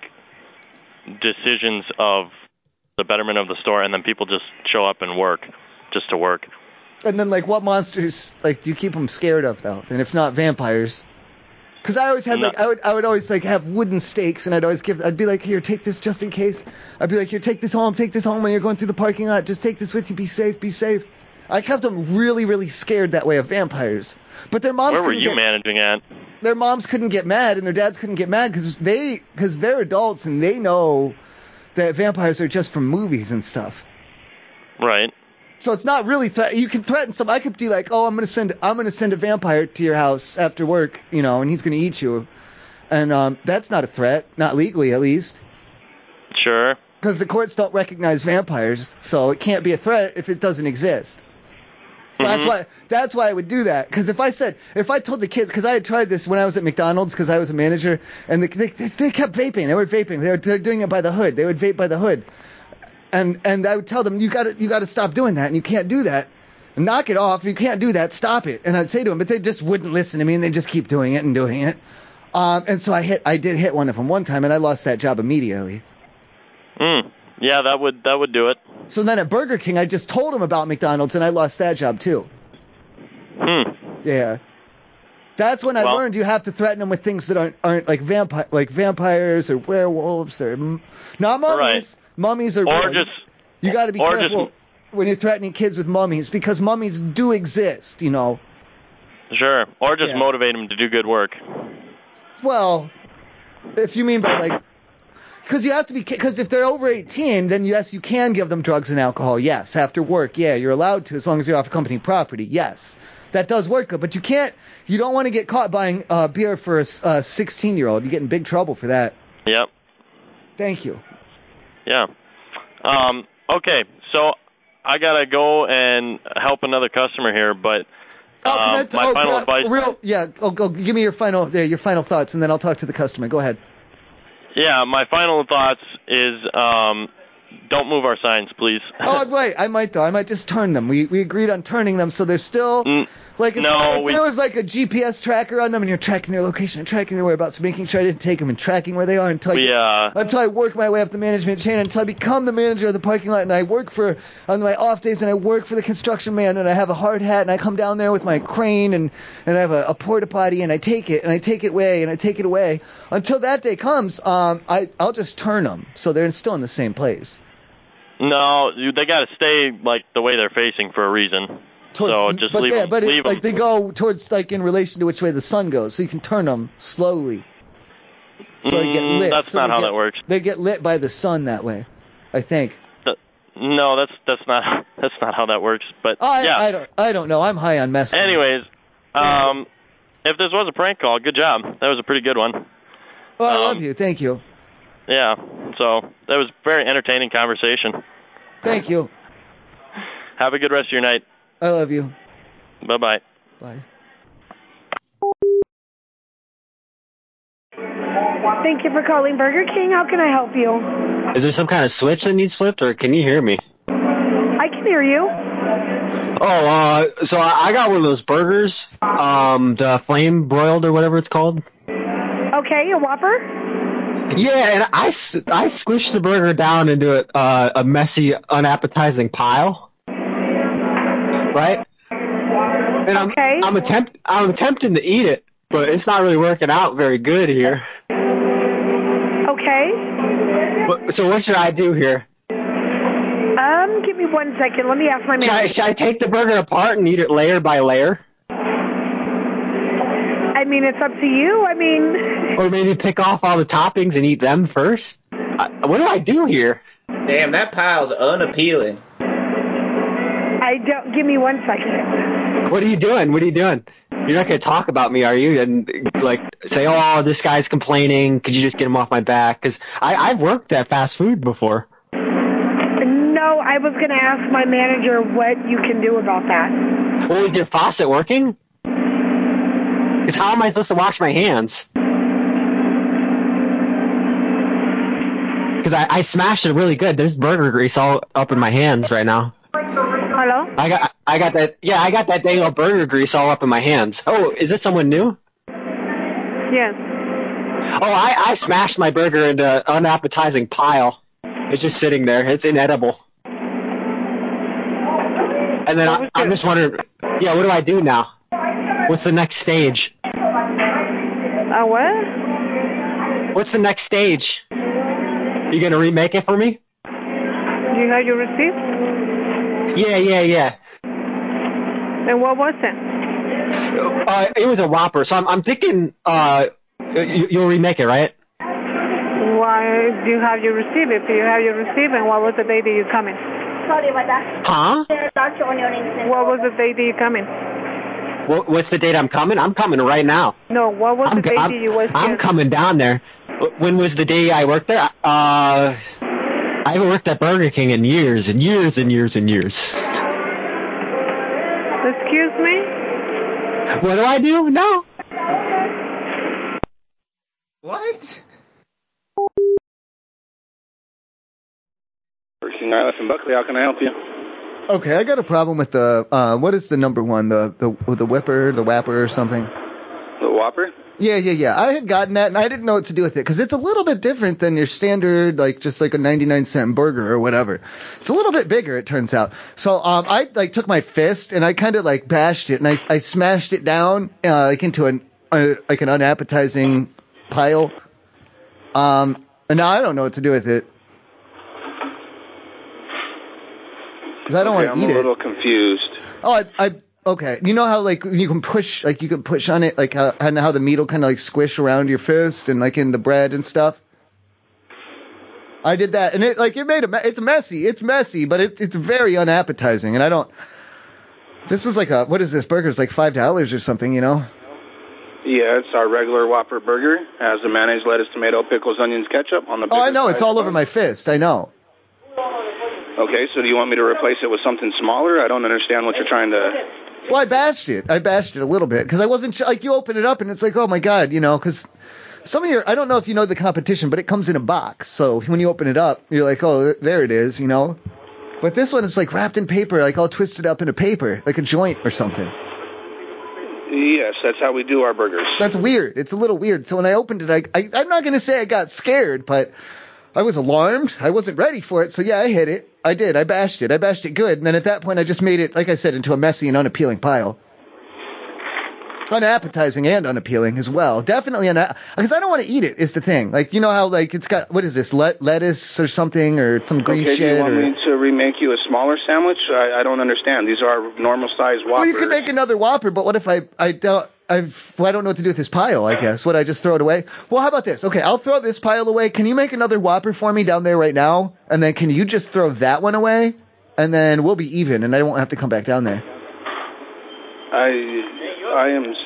[SPEAKER 6] decisions of the betterment of the store and then people just show up and work just to work.
[SPEAKER 2] And then, like, what monsters, like, do you keep them scared of though? And if not vampires, because I always had like, I would, I would always like have wooden stakes, and I'd always give, I'd be like, here, take this just in case. I'd be like, here, take this home, take this home when you're going through the parking lot. Just take this with you. Be safe, be safe. I kept them really, really scared that way of vampires. But their moms
[SPEAKER 6] Where were
[SPEAKER 2] couldn't
[SPEAKER 6] you
[SPEAKER 2] get,
[SPEAKER 6] managing at?
[SPEAKER 2] their moms couldn't get mad and their dads couldn't get mad because they because they're adults and they know that vampires are just from movies and stuff.
[SPEAKER 6] Right.
[SPEAKER 2] So it's not really threat. You can threaten some. I could be like, oh, I'm gonna send I'm gonna send a vampire to your house after work, you know, and he's gonna eat you, and um, that's not a threat, not legally at least,
[SPEAKER 6] Sure.
[SPEAKER 2] because the courts don't recognize vampires, so it can't be a threat if it doesn't exist. That's why that's why I would do that. Because if I said if I told the kids because I had tried this when I was at McDonald's because I was a manager and the, they they kept vaping. They were vaping. They were they're doing it by the hood. They would vape by the hood. And and I would tell them you got to you got to stop doing that and you can't do that. Knock it off. You can't do that. Stop it. And I'd say to them, but they just wouldn't listen to me and they just keep doing it and doing it. Um, and so I hit I did hit one of them one time and I lost that job immediately.
[SPEAKER 6] Mm. Yeah, that would that would do it.
[SPEAKER 2] So then at Burger King, I just told him about McDonald's and I lost that job too.
[SPEAKER 6] Hmm.
[SPEAKER 2] Yeah. That's when I
[SPEAKER 6] Well-
[SPEAKER 2] learned you have to threaten them with things that aren't aren't like vampire like vampires or werewolves or m- not mummies. Mummies are
[SPEAKER 6] Or
[SPEAKER 2] real.
[SPEAKER 6] just-
[SPEAKER 2] you got to be
[SPEAKER 6] or just-
[SPEAKER 2] careful when you're threatening kids with mummies because mummies do exist, you know.
[SPEAKER 6] Sure. Or just
[SPEAKER 2] Yeah.
[SPEAKER 6] motivate them to do good work.
[SPEAKER 2] Well, if you mean by like, because you have to be, because if they're over 18, then yes, you can give them drugs and alcohol. Yes, after work, yeah, you're allowed to as long as you're off company property. Yes, that does work good, but you can't. You don't want to get caught buying uh, beer for a 16 year old. You get in big trouble for that.
[SPEAKER 6] Yep.
[SPEAKER 2] Thank you.
[SPEAKER 6] Yeah. Um, okay, so I gotta go and help another customer here, but um, my final
[SPEAKER 2] oh, crap,
[SPEAKER 6] advice.
[SPEAKER 2] Real, yeah. Oh, go, give me your final, yeah, your final thoughts, and then I'll talk to the customer. Go ahead.
[SPEAKER 6] Yeah, my final thoughts is um, don't move our signs, please.
[SPEAKER 2] Oh, I'm right. I might though. I might just turn them. We we agreed on turning them, so they're still like it's-
[SPEAKER 6] Mm. no,
[SPEAKER 2] if
[SPEAKER 6] we-
[SPEAKER 2] there was like a GPS tracker on them, and you're tracking their location, and tracking their whereabouts, making sure I didn't take them, and tracking where they are until I
[SPEAKER 6] We,
[SPEAKER 2] get-
[SPEAKER 6] uh,
[SPEAKER 2] until I work my way up the management chain, until I become the manager of the parking lot, and I work for on my off days, and I work for the construction man, and I have a hard hat, and I come down there with my crane, and and I have a, a porta potty, and I take it, and I take it away, and I take it away until that day comes. Um, I I'll just turn them, so they're still in the same place.
[SPEAKER 6] No, you, they gotta stay like the way they're facing for a reason. so just
[SPEAKER 2] but
[SPEAKER 6] leave
[SPEAKER 2] yeah,
[SPEAKER 6] them.
[SPEAKER 2] but it-
[SPEAKER 6] leave 'em.
[SPEAKER 2] like they go towards like in relation to which way the sun goes, so you can turn them slowly. So they get
[SPEAKER 6] Mm,
[SPEAKER 2] lit.
[SPEAKER 6] that's
[SPEAKER 2] so
[SPEAKER 6] not
[SPEAKER 2] they
[SPEAKER 6] how
[SPEAKER 2] get-
[SPEAKER 6] that works.
[SPEAKER 2] They get lit by the sun that way, I think.
[SPEAKER 6] Th- no, that's that's not that's not how that works. But
[SPEAKER 2] I,
[SPEAKER 6] yeah.
[SPEAKER 2] I don't I don't know. I'm high on mess.
[SPEAKER 6] Anyways, um, if this was a prank call, good job. That was a pretty good one.
[SPEAKER 2] Well, Oh, I
[SPEAKER 6] um,
[SPEAKER 2] love you. Thank you.
[SPEAKER 6] Yeah. So that was very entertaining conversation.
[SPEAKER 2] Thank you.
[SPEAKER 6] Have a good rest of your night.
[SPEAKER 2] I love you.
[SPEAKER 6] Bye bye.
[SPEAKER 2] Bye.
[SPEAKER 21] Thank you for calling Burger King. How can I help you?
[SPEAKER 22] Is there some kind of switch that needs flipped, or can you hear me?
[SPEAKER 21] I can hear you.
[SPEAKER 22] Oh, uh, so I I got one of those burgers, um, the flame broiled or whatever it's called.
[SPEAKER 21] Okay, a Whopper?
[SPEAKER 22] Yeah, and I, s- I squished the burger down into a, uh, a messy, unappetizing pile. Right? And I'm I'm attempt I'm attempting to eat it, but it's not really working out very good here.
[SPEAKER 21] Okay.
[SPEAKER 22] But, so what should I do here?
[SPEAKER 21] Um, give me one second. Let me ask my
[SPEAKER 22] Should I,
[SPEAKER 21] manager.
[SPEAKER 22] should I take the burger apart and eat it layer by layer?
[SPEAKER 21] I mean, it's up to you. I mean,
[SPEAKER 22] Or maybe pick off all the toppings and eat them first. I, what do I do here?
[SPEAKER 23] Damn, that pile's unappealing.
[SPEAKER 21] I don't. Give me one second.
[SPEAKER 22] What are you doing? What are you doing? You're not gonna talk about me, are you? And like say, oh, this guy's complaining. Could you just get him off my back? Because I I've worked at fast food before.
[SPEAKER 21] No, I was gonna ask my manager what you can do about that.
[SPEAKER 22] Well, is your faucet working? Because how am I supposed to wash my hands? Because I, I smashed it really good. There's burger grease all up in my hands right now.
[SPEAKER 21] Hello?
[SPEAKER 22] I got I got that yeah I got that dang old burger grease all up in my hands. Oh, is this someone new?
[SPEAKER 21] Yes.
[SPEAKER 22] Oh, I, I smashed my burger into an unappetizing pile. It's just sitting there. It's inedible. And then I, I'm just wondering, yeah, what do I do now? What's the next stage?
[SPEAKER 21] A Uh, what?
[SPEAKER 22] What's the next stage? You gonna remake it for me?
[SPEAKER 21] You had your receipt?
[SPEAKER 22] Yeah, yeah, yeah.
[SPEAKER 21] And what was it?
[SPEAKER 22] Uh, it was a Whopper, so I'm, I'm thinking uh, you, you'll remake it, right?
[SPEAKER 21] Why do you have your receipt? If you have your receipt, and what was the date that you coming? Sorry about that.
[SPEAKER 22] Huh?
[SPEAKER 21] What was the date that you coming?
[SPEAKER 22] What, what's the date I'm coming? I'm coming right now.
[SPEAKER 21] No, what was the date that you was
[SPEAKER 22] I'm
[SPEAKER 21] here?
[SPEAKER 22] coming down there. Wh- When was the day I worked there? Uh, I haven't worked at Burger King in years and years and years and years.
[SPEAKER 21] Excuse me?
[SPEAKER 22] What do I do? No.
[SPEAKER 21] What?
[SPEAKER 1] Christian Nihilus in Buckley, how can I help you?
[SPEAKER 2] Okay, I got a problem with the uh, what is the number one the the the whipper the whapper or something.
[SPEAKER 1] The Whopper?
[SPEAKER 2] Yeah, yeah, yeah. I had gotten that and I didn't know what to do with it because it's a little bit different than your standard, like just like a 99 cent burger or whatever. It's a little bit bigger, it turns out. So, um, I like took my fist and I kind of like bashed it and I, I smashed it down, uh, like into an, uh, like an unappetizing pile. Um, and now I don't know what to do with it. 'Cause I don't
[SPEAKER 1] Okay,
[SPEAKER 2] want
[SPEAKER 1] I'm
[SPEAKER 2] to eat
[SPEAKER 1] a
[SPEAKER 2] it.
[SPEAKER 1] little confused.
[SPEAKER 2] Oh, I, I okay. You know how like you can push, like you can push on it, like how and how the meat will kind of like squish around your fist and like in the bread and stuff. I did that, and it like it made a. me- It's messy. It's messy, but it, it's very unappetizing, and I don't. This is like a what is this burger's like five dollars or something, you know?
[SPEAKER 1] Yeah, it's our regular Whopper burger. Has the mayonnaise, lettuce, tomato, pickles, onions, ketchup on the.
[SPEAKER 2] Oh, I
[SPEAKER 1] bigger
[SPEAKER 2] know. It's
[SPEAKER 1] size
[SPEAKER 2] all over
[SPEAKER 1] bun.
[SPEAKER 2] my fist. I know.
[SPEAKER 1] Okay, so do you want me to replace it with something smaller? I don't understand what you're trying to.
[SPEAKER 2] Well, I bashed it. I bashed it a little bit because I wasn't sure. Like you open it up and it's like, oh my god, you know, because some of your I don't know if you know the competition, but it comes in a box. So when you open it up, you're like, oh, there it is, you know. But this one is like wrapped in paper, like all twisted up into paper, like a joint or something.
[SPEAKER 1] Yes, that's how we do our burgers.
[SPEAKER 2] That's weird. It's a little weird. So when I opened it, I, I I'm not gonna say I got scared, but I was alarmed. I wasn't ready for it. So yeah, I hit it. I did. I bashed it. I bashed it good. And then at that point, I just made it, like I said, into a messy and unappealing pile. Unappetizing and unappealing as well. Definitely una because I don't want to eat it. Is the thing. Like you know how like it's got what is this le- lettuce or something or some green
[SPEAKER 1] okay, do
[SPEAKER 2] shit
[SPEAKER 1] you want
[SPEAKER 2] or.
[SPEAKER 1] me to remake you a smaller sandwich? I, I don't understand. These are our normal size Whoppers.
[SPEAKER 2] Well, you could make another Whopper, but what if I I don't I've well, I don't know what to do with this pile. I guess would I just throw it away? Well, how about this? Okay, I'll throw this pile away. Can you make another Whopper for me down there right now? And then can you just throw that one away? And then we'll be even, and I won't have to come back down there.
[SPEAKER 1] I I am. s-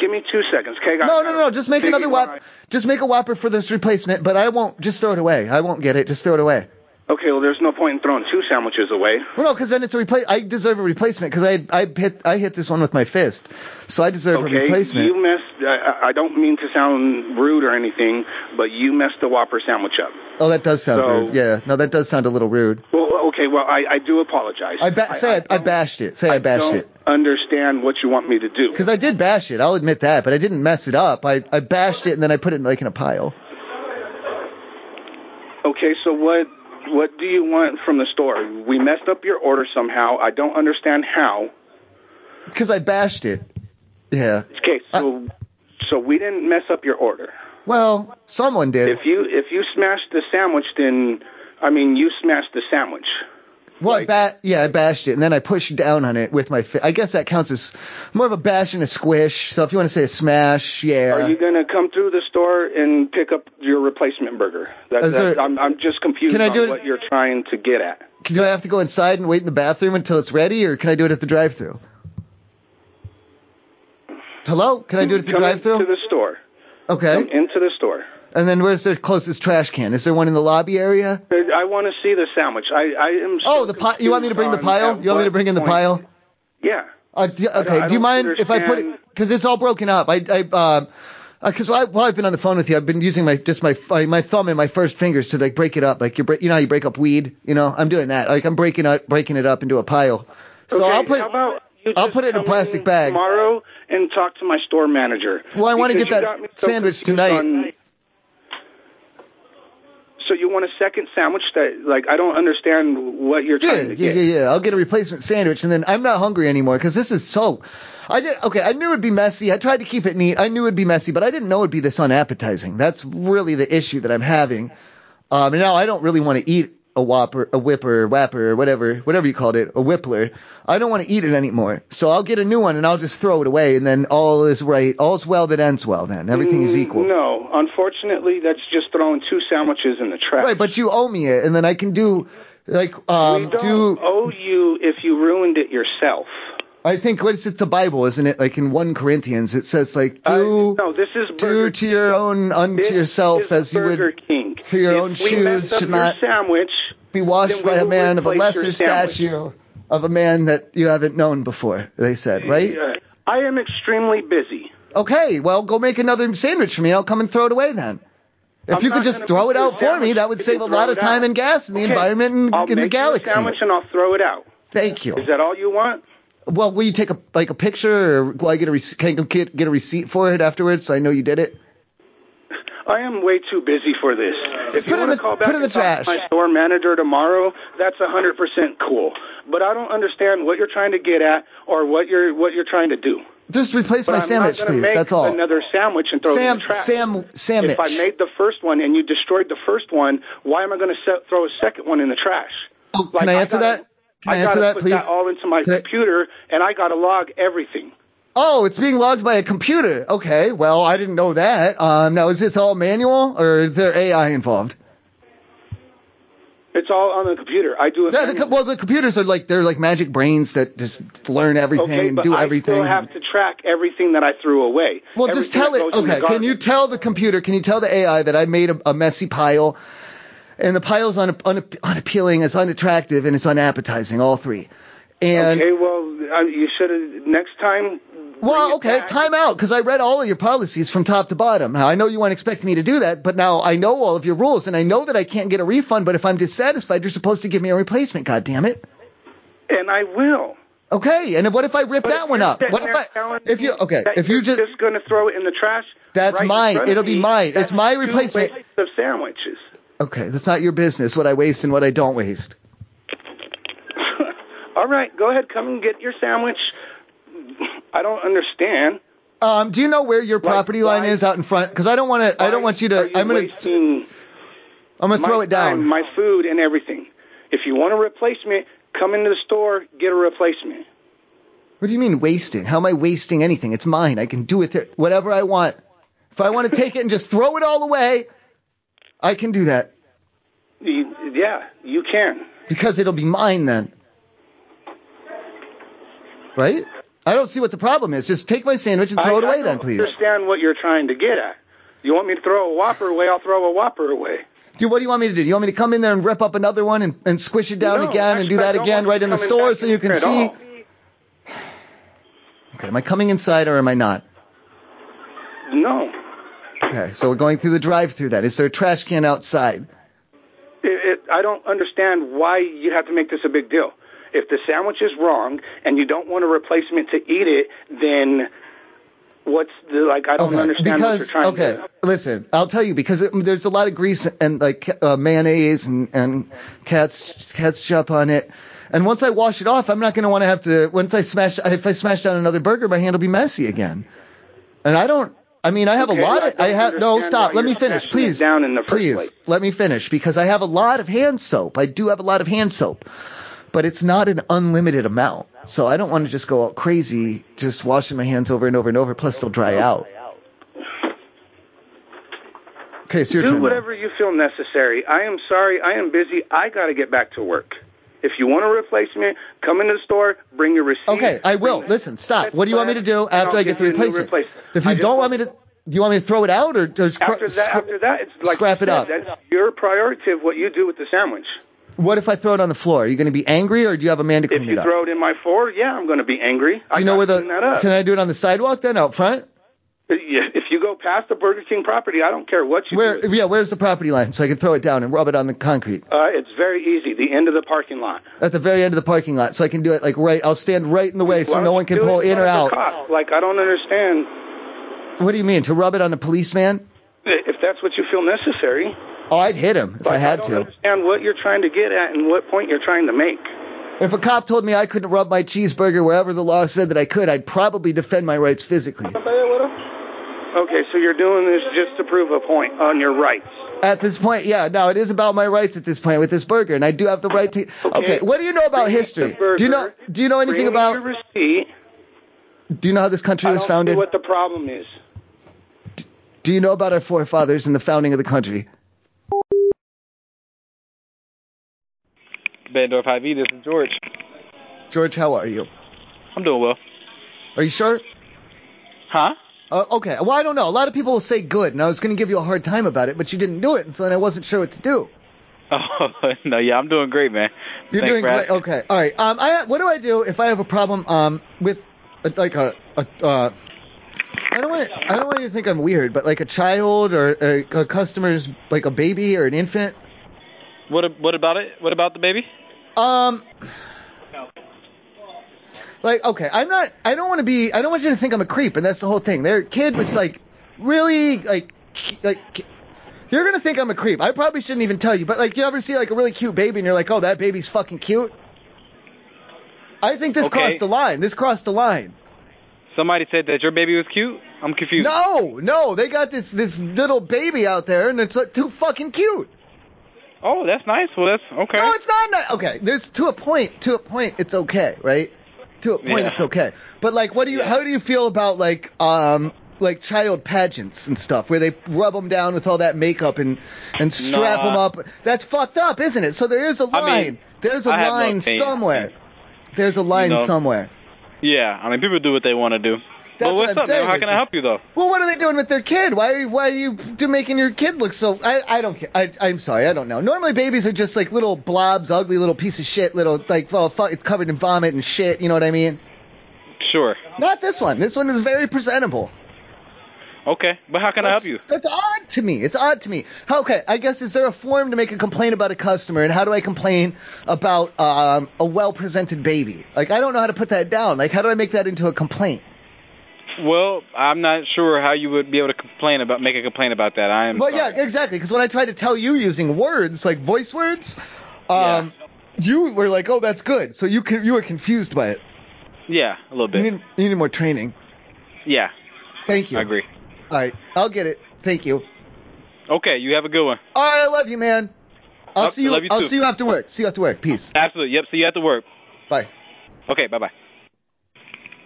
[SPEAKER 1] Give me two seconds. Okay, guys.
[SPEAKER 2] No, no, no. Just make
[SPEAKER 1] Biggie,
[SPEAKER 2] another
[SPEAKER 1] why-
[SPEAKER 2] Whopper. Just make a Whopper for this replacement, but I won't. Just throw it away. I won't get it. Just throw it away.
[SPEAKER 1] Okay, well, there's no point in throwing two sandwiches away.
[SPEAKER 2] Well, no, because then it's a replace. I deserve a replacement because I I hit I hit this one with my fist, so I deserve a
[SPEAKER 1] Okay,
[SPEAKER 2] replacement.
[SPEAKER 1] you messed. I, I- I don't mean to sound rude or anything, but you messed the Whopper sandwich up.
[SPEAKER 2] oh, that does sound
[SPEAKER 1] So-
[SPEAKER 2] rude. Yeah, no, that does sound a little rude.
[SPEAKER 1] Well, okay. Well, I, I do apologize.
[SPEAKER 2] I ba- say I, I, bashed it. Say I, bashed
[SPEAKER 1] don't
[SPEAKER 2] it.
[SPEAKER 1] understand what you want me to do.
[SPEAKER 2] Because I did bash it. I'll admit that, but I didn't mess it up. I, I bashed it and then I put it in, like in a pile.
[SPEAKER 1] Okay, so what what do you want from the store? We messed up your order somehow. I don't understand how.
[SPEAKER 2] Because I bashed it. Yeah.
[SPEAKER 1] Okay,
[SPEAKER 2] Uh,
[SPEAKER 1] so so we didn't mess up your order.
[SPEAKER 2] Well, someone did.
[SPEAKER 1] If you if you smashed the sandwich, then I mean you smashed the sandwich.
[SPEAKER 2] Well, I ba- yeah, I bashed it and then I pushed down on it with my. Fi- I guess that counts as more of a bash and a squish. So if you want to say a smash, yeah.
[SPEAKER 1] Are you gonna come through the store and pick up your replacement burger? That,
[SPEAKER 2] Is
[SPEAKER 1] that,
[SPEAKER 2] there-
[SPEAKER 1] I'm I'm just confused
[SPEAKER 2] Can I
[SPEAKER 1] on
[SPEAKER 2] do it-
[SPEAKER 1] what you're trying to get at.
[SPEAKER 2] do I have to go inside and wait in the bathroom until it's ready, or can I do it at the drive-through? Hello, can I do it at the
[SPEAKER 1] Come
[SPEAKER 2] drive-through?
[SPEAKER 1] into the store.
[SPEAKER 2] Okay.
[SPEAKER 1] Come into the store.
[SPEAKER 2] And then where's the closest trash can? Is there one in the lobby area?
[SPEAKER 1] I want to see the sandwich. I I am.
[SPEAKER 2] Oh, the pi- you want me to bring the
[SPEAKER 1] confused on
[SPEAKER 2] pile? You want me to
[SPEAKER 1] at
[SPEAKER 2] bring in the
[SPEAKER 1] what point-
[SPEAKER 2] pile?
[SPEAKER 1] Yeah.
[SPEAKER 2] Uh, do,
[SPEAKER 1] I
[SPEAKER 2] okay.
[SPEAKER 1] don't- I
[SPEAKER 2] Do you
[SPEAKER 1] don't
[SPEAKER 2] mind if I put
[SPEAKER 1] understand-
[SPEAKER 2] it? Because it's all broken up. I, I, um, because I, while I've been on the phone with you, I've been using my just my my my thumb and my first fingers to like break it up. Like you break, you know how you break up weed. You know, I'm doing that. Like I'm breaking up, breaking it up into a pile. So
[SPEAKER 1] okay,
[SPEAKER 2] I'll put
[SPEAKER 1] How about you
[SPEAKER 2] I'll put it in a plastic bag.
[SPEAKER 1] tomorrow and talk to my store manager?
[SPEAKER 2] Well, I want to
[SPEAKER 1] Because
[SPEAKER 2] get
[SPEAKER 1] you got me
[SPEAKER 2] that
[SPEAKER 1] so
[SPEAKER 2] sandwich
[SPEAKER 1] confused
[SPEAKER 2] tonight.
[SPEAKER 1] on- so you want a second sandwich that like I don't understand what you're
[SPEAKER 2] Yeah,
[SPEAKER 1] trying to
[SPEAKER 2] yeah,
[SPEAKER 1] get.
[SPEAKER 2] yeah, yeah. I'll get a replacement sandwich, and then I'm not hungry anymore because this is so. I did okay. I knew it'd be messy. I tried to keep it neat. I knew it'd be messy, but I didn't know it'd be this unappetizing. That's really the issue that I'm having. Um, and now I don't really want to eat a whopper, a whipper, whapper, or whatever, whatever you called it, a whippler. I don't want to eat it anymore. So I'll get a new one and I'll just throw it away, and then all is right. All's well that ends well. Then everything is
[SPEAKER 1] Mm,
[SPEAKER 2] equal.
[SPEAKER 1] No, unfortunately, that's just throwing two sandwiches in the trash.
[SPEAKER 2] Right, but you owe me it, and then I can do like um
[SPEAKER 1] Don't
[SPEAKER 2] do
[SPEAKER 1] owe you if you ruined it yourself.
[SPEAKER 2] I think what is it? The Bible, isn't it? Like in one Corinthians, it says like
[SPEAKER 1] Uh,
[SPEAKER 2] do
[SPEAKER 1] No, this is
[SPEAKER 2] do to your own unto yourself as you
[SPEAKER 1] Burger
[SPEAKER 2] would
[SPEAKER 1] King.
[SPEAKER 2] to your
[SPEAKER 1] If
[SPEAKER 2] own
[SPEAKER 1] we messed
[SPEAKER 2] shoes
[SPEAKER 1] up
[SPEAKER 2] should
[SPEAKER 1] your
[SPEAKER 2] not
[SPEAKER 1] sandwich,
[SPEAKER 2] be washed
[SPEAKER 1] then we
[SPEAKER 2] by a
[SPEAKER 1] will
[SPEAKER 2] man of a
[SPEAKER 1] replace your
[SPEAKER 2] lesser
[SPEAKER 1] sandwich.
[SPEAKER 2] stature. of a man that you haven't known before. They said, right?
[SPEAKER 1] Yeah. I am extremely busy.
[SPEAKER 2] Okay, well, go make another sandwich for me. and I'll come and throw it away then. If
[SPEAKER 1] I'm
[SPEAKER 2] you could
[SPEAKER 1] not
[SPEAKER 2] just
[SPEAKER 1] gonna
[SPEAKER 2] throw
[SPEAKER 1] make
[SPEAKER 2] it
[SPEAKER 1] you a
[SPEAKER 2] out for me,
[SPEAKER 1] sandwich
[SPEAKER 2] that would
[SPEAKER 1] if you
[SPEAKER 2] save a
[SPEAKER 1] throw
[SPEAKER 2] lot of
[SPEAKER 1] it out.
[SPEAKER 2] time and gas and the
[SPEAKER 1] Okay.
[SPEAKER 2] environment and
[SPEAKER 1] I'll
[SPEAKER 2] in the
[SPEAKER 1] make you a
[SPEAKER 2] galaxy.
[SPEAKER 1] sandwich and I'll throw it out.
[SPEAKER 2] Thank you. Is
[SPEAKER 1] that all you want?
[SPEAKER 2] Well, will you take a like a picture, or will I get a rece- can I get, get a receipt for it afterwards so I know you did it?
[SPEAKER 1] I am way too busy for this. If you want to call back
[SPEAKER 2] put in the
[SPEAKER 1] and talk to my store manager tomorrow, that's a 100% cool. But I don't understand what you're trying to get at or what you're what you're trying to do.
[SPEAKER 2] Just replace
[SPEAKER 1] But
[SPEAKER 2] my
[SPEAKER 1] I'm
[SPEAKER 2] sandwich,
[SPEAKER 1] not gonna
[SPEAKER 2] please.
[SPEAKER 1] Make
[SPEAKER 2] That's all.
[SPEAKER 1] Another sandwich and throw it in
[SPEAKER 2] Sam,
[SPEAKER 1] the trash.
[SPEAKER 2] Sam, sandwich.
[SPEAKER 1] If I made the first one and you destroyed the first one, why am I going to set, throw a second one in the trash?
[SPEAKER 2] Oh, Can I answer that? Can I
[SPEAKER 1] gotta
[SPEAKER 2] answer that,
[SPEAKER 1] put
[SPEAKER 2] please?
[SPEAKER 1] that all into my
[SPEAKER 2] Can I-
[SPEAKER 1] computer, and I got to log everything.
[SPEAKER 2] Oh, it's being logged by a computer. Okay, well, I didn't know that. Um, now, is this all manual or is there AI involved?
[SPEAKER 1] It's all on the computer. I do it.
[SPEAKER 2] Yeah, the, co- well, the computers are like they're like magic brains that just learn everything
[SPEAKER 1] okay,
[SPEAKER 2] and
[SPEAKER 1] but
[SPEAKER 2] do
[SPEAKER 1] I
[SPEAKER 2] everything.
[SPEAKER 1] still have to track everything that I threw away.
[SPEAKER 2] well, just
[SPEAKER 1] Everything
[SPEAKER 2] tell
[SPEAKER 1] that
[SPEAKER 2] it.
[SPEAKER 1] goes in the
[SPEAKER 2] Okay, can you tell the computer? Can you tell the AI that I made a, a messy pile, and the pile's un, un, unappealing, it's unattractive, and it's unappetizing, all three. And
[SPEAKER 1] Okay, well, uh, you should have next time.
[SPEAKER 2] Well, okay, time out because I read all of your policies from top to bottom. Now I know you weren't expecting me to do that, but now I know all of your rules and I know that I can't get a refund. But if I'm dissatisfied, you're supposed to give me a replacement. God damn it!
[SPEAKER 1] And I will.
[SPEAKER 2] Okay, and what if I rip that one up? What if I? If you okay,
[SPEAKER 1] That
[SPEAKER 2] if you
[SPEAKER 1] you're
[SPEAKER 2] just
[SPEAKER 1] just going to throw it in the trash.
[SPEAKER 2] That's
[SPEAKER 1] right in
[SPEAKER 2] mine.
[SPEAKER 1] front of
[SPEAKER 2] It'll be
[SPEAKER 1] me,
[SPEAKER 2] mine. It's
[SPEAKER 1] that's
[SPEAKER 2] my
[SPEAKER 1] two
[SPEAKER 2] replacement.
[SPEAKER 1] plates of sandwiches.
[SPEAKER 2] okay, that's not your business what I waste and what I don't waste.
[SPEAKER 1] All right, go ahead, come and get your sandwich. I don't understand.
[SPEAKER 2] Um, do you know where your property line is out in front? Because I don't want to. I don't want you to. I'm gonna.
[SPEAKER 1] wasting
[SPEAKER 2] I'm gonna
[SPEAKER 1] my
[SPEAKER 2] throw it down.
[SPEAKER 1] time, my food and everything. If you want a replacement, come into the store, get a replacement.
[SPEAKER 2] What do you mean wasting? How am I wasting anything? It's mine. I can do with it whatever I want. If I want to take it and just throw it all away, I can do that
[SPEAKER 1] You, yeah, you can.
[SPEAKER 2] because it'll be mine then. Right? I don't see what the problem is. Just take my sandwich and throw
[SPEAKER 1] I,
[SPEAKER 2] it away
[SPEAKER 1] I
[SPEAKER 2] then,
[SPEAKER 1] don't
[SPEAKER 2] please.
[SPEAKER 1] Understand what you're trying to get at. You want me to throw a Whopper away? I'll throw a Whopper away.
[SPEAKER 2] Dude, what do you want me to do? Do you want me to come in there and rip up another one and, and squish it down again and do that again right in the Oh. store so you can
[SPEAKER 1] at
[SPEAKER 2] see?
[SPEAKER 1] all.
[SPEAKER 2] Okay, am I coming inside or am I not?
[SPEAKER 1] No,
[SPEAKER 2] Okay, so we're going through the drive through that. Is there a trash can outside?
[SPEAKER 1] it, it, I don't understand why you have to make this a big deal. If the sandwich is wrong and you don't want a replacement to eat it, then what's the like? I don't
[SPEAKER 2] Okay,
[SPEAKER 1] understand what
[SPEAKER 2] because
[SPEAKER 1] you're trying
[SPEAKER 2] okay,
[SPEAKER 1] to.
[SPEAKER 2] listen, I'll tell you because it, there's a lot of grease and like uh, mayonnaise and and cat's cat's chop on it. And once I wash it off, I'm not going to want to have to. Once I smash, if I smash down another burger, my hand will be messy again. And I don't. I mean, I have
[SPEAKER 1] Okay,
[SPEAKER 2] a lot.
[SPEAKER 1] I
[SPEAKER 2] Of, I
[SPEAKER 1] don't
[SPEAKER 2] have no.
[SPEAKER 1] understand
[SPEAKER 2] Stop.
[SPEAKER 1] why
[SPEAKER 2] Let me
[SPEAKER 1] you're
[SPEAKER 2] finish,
[SPEAKER 1] smashing it
[SPEAKER 2] please.
[SPEAKER 1] down in the first
[SPEAKER 2] please
[SPEAKER 1] place.
[SPEAKER 2] let me finish because I have a lot of hand soap. I do have a lot of hand soap, but it's not an unlimited amount. So I don't want to just go out crazy, just washing my hands over and over and over. Plus, they'll dry out. Okay, it's your
[SPEAKER 1] Do
[SPEAKER 2] turn. now.
[SPEAKER 1] whatever you feel necessary. I am sorry. I am busy. I got to get back to work. If you want a replacement, come into the store, bring your receipt.
[SPEAKER 2] Okay, I will. Listen, stop. What do you want me to do after I
[SPEAKER 1] I'll give
[SPEAKER 2] get the
[SPEAKER 1] you a new
[SPEAKER 2] replacement?
[SPEAKER 1] replacement.
[SPEAKER 2] If you don't want me to, do you want me to throw it out or just cr-
[SPEAKER 1] After that, after that, it's like
[SPEAKER 2] scrap it
[SPEAKER 1] you
[SPEAKER 2] up?
[SPEAKER 1] said, That's your priority of what you do with the sandwich.
[SPEAKER 2] What if I throw it on the floor? Are you going to be angry or do you have a man to clean
[SPEAKER 1] If
[SPEAKER 2] it
[SPEAKER 1] you
[SPEAKER 2] up?
[SPEAKER 1] throw it in my floor, yeah, I'm going to be angry.
[SPEAKER 2] do you know where the?
[SPEAKER 1] that up.
[SPEAKER 2] Can I do it on the sidewalk then, out front?
[SPEAKER 1] If you go past the Burger King property, I don't care what you
[SPEAKER 2] Where?
[SPEAKER 1] do.
[SPEAKER 2] Yeah, where's the property line so I can throw it down and rub it on the concrete
[SPEAKER 1] Uh, it's very easy. The end of the parking lot.
[SPEAKER 2] at the very end of the parking lot so I can do it like right. I'll stand right in the way so
[SPEAKER 1] Why
[SPEAKER 2] no
[SPEAKER 1] don't
[SPEAKER 2] one
[SPEAKER 1] you
[SPEAKER 2] can
[SPEAKER 1] do it
[SPEAKER 2] pull in or
[SPEAKER 1] front of
[SPEAKER 2] out.
[SPEAKER 1] the cop? Like I don't understand
[SPEAKER 2] What do you mean to rub it on a policeman?
[SPEAKER 1] if that's what you feel necessary.
[SPEAKER 2] Oh, I'd hit him if I had to.
[SPEAKER 1] Understand what you're trying to get at and what point you're trying to make.
[SPEAKER 2] If a cop told me I couldn't rub my cheeseburger wherever the law said that I could, I'd probably defend my rights physically.
[SPEAKER 1] Okay, so you're doing this just to prove a point on your rights.
[SPEAKER 2] At this point, yeah, no, it is about my rights at this point with this burger, and I do have the right to. Okay, what do you know about history? Do you know? Do you know anything
[SPEAKER 1] Bring
[SPEAKER 2] about?
[SPEAKER 1] your receipt.
[SPEAKER 2] Do you know how this country
[SPEAKER 1] I
[SPEAKER 2] was
[SPEAKER 1] don't
[SPEAKER 2] founded?
[SPEAKER 1] See what the problem is?
[SPEAKER 2] Do you know about our forefathers and the founding of the country?
[SPEAKER 3] Bandor 5E, this is George.
[SPEAKER 2] George, how are you?
[SPEAKER 3] I'm doing well.
[SPEAKER 2] Are you sure?
[SPEAKER 3] Huh?
[SPEAKER 2] Uh, okay. Well, I don't know. A lot of people will say good, and I was going to give you a hard time about it, but you didn't do it, and so then I wasn't sure what to do.
[SPEAKER 3] Oh, no, yeah, I'm doing great, man.
[SPEAKER 2] You're
[SPEAKER 3] Thanks
[SPEAKER 2] doing
[SPEAKER 3] for
[SPEAKER 2] great. Okay. All right. Um, I what do I do if I have a problem um with uh, like a, a uh, I don't want I don't want you to think I'm weird, but like a child or a, a customer's like a baby or an infant.
[SPEAKER 3] What ab- what about it? What about the baby?
[SPEAKER 2] Um. Like okay, I'm not. I don't want to be. I don't want you to think I'm a creep, and that's the whole thing. Their kid was like really like like. You're gonna think I'm a creep. I probably shouldn't even tell you, but like you ever see like a really cute baby and you're like, oh, that baby's fucking cute. I think this
[SPEAKER 3] Okay.
[SPEAKER 2] crossed the line. This crossed the line.
[SPEAKER 3] Somebody said that your baby was cute. I'm confused.
[SPEAKER 2] No, no, they got this this little baby out there, and it's like, too fucking cute.
[SPEAKER 3] Oh, that's nice. Well, that's okay.
[SPEAKER 2] No, it's not. ni- okay, there's to a point. To a point, it's okay, right? To a point,
[SPEAKER 3] Yeah.
[SPEAKER 2] it's okay. But like, what do you? How do you feel about like um like child pageants and stuff where they rub them down with all that makeup and and strap
[SPEAKER 3] Nah.
[SPEAKER 2] them up? That's fucked up, isn't it? So there is a
[SPEAKER 3] I
[SPEAKER 2] line.
[SPEAKER 3] mean,
[SPEAKER 2] there's a
[SPEAKER 3] I have no
[SPEAKER 2] line
[SPEAKER 3] opinion.
[SPEAKER 2] somewhere. There's a line
[SPEAKER 3] You know,
[SPEAKER 2] somewhere.
[SPEAKER 3] Yeah, I mean people do what they want to do.
[SPEAKER 2] That's
[SPEAKER 3] but
[SPEAKER 2] what
[SPEAKER 3] what's
[SPEAKER 2] I'm
[SPEAKER 3] up,
[SPEAKER 2] saying
[SPEAKER 3] man? How
[SPEAKER 2] is
[SPEAKER 3] can I help you though?
[SPEAKER 2] Well, what are they doing with their kid? Why are you, why are you do making your kid look so? I, I don't care. I, I'm sorry, I don't know. Normally, babies are just like little blobs, ugly little piece of shit, little like well, fuck, it's covered in vomit and shit. You know what I mean?
[SPEAKER 3] Sure.
[SPEAKER 2] Not this one. This one is very presentable.
[SPEAKER 3] Okay, but how can I help you?
[SPEAKER 2] That's odd to me. It's odd to me. How- Okay, I guess is there a form to make a complaint about a customer, and how do I complain about um, a well-presented baby? Like I don't know how to put that down. Like how do I make that into a complaint?
[SPEAKER 3] Well, I'm not sure how you would be able to complain about make a complaint about that. I am.
[SPEAKER 2] Well, yeah, exactly. Because when I tried to tell you using words like voice words, um, you were like, "Oh, that's good." So you can, you were confused by it.
[SPEAKER 3] yeah, a little
[SPEAKER 2] You
[SPEAKER 3] bit.
[SPEAKER 2] need, you need more training.
[SPEAKER 3] Yeah.
[SPEAKER 2] Thank you.
[SPEAKER 3] I agree.
[SPEAKER 2] All right, I'll get it. Thank you.
[SPEAKER 3] Okay, you have a good one.
[SPEAKER 2] All right, I love you, man. I'll
[SPEAKER 3] Love-
[SPEAKER 2] see you.
[SPEAKER 3] love you
[SPEAKER 2] I'll
[SPEAKER 3] too.
[SPEAKER 2] see you after work. See you after work. Peace.
[SPEAKER 3] Absolutely. Yep. See you at the work.
[SPEAKER 2] Bye.
[SPEAKER 3] Okay. Bye bye.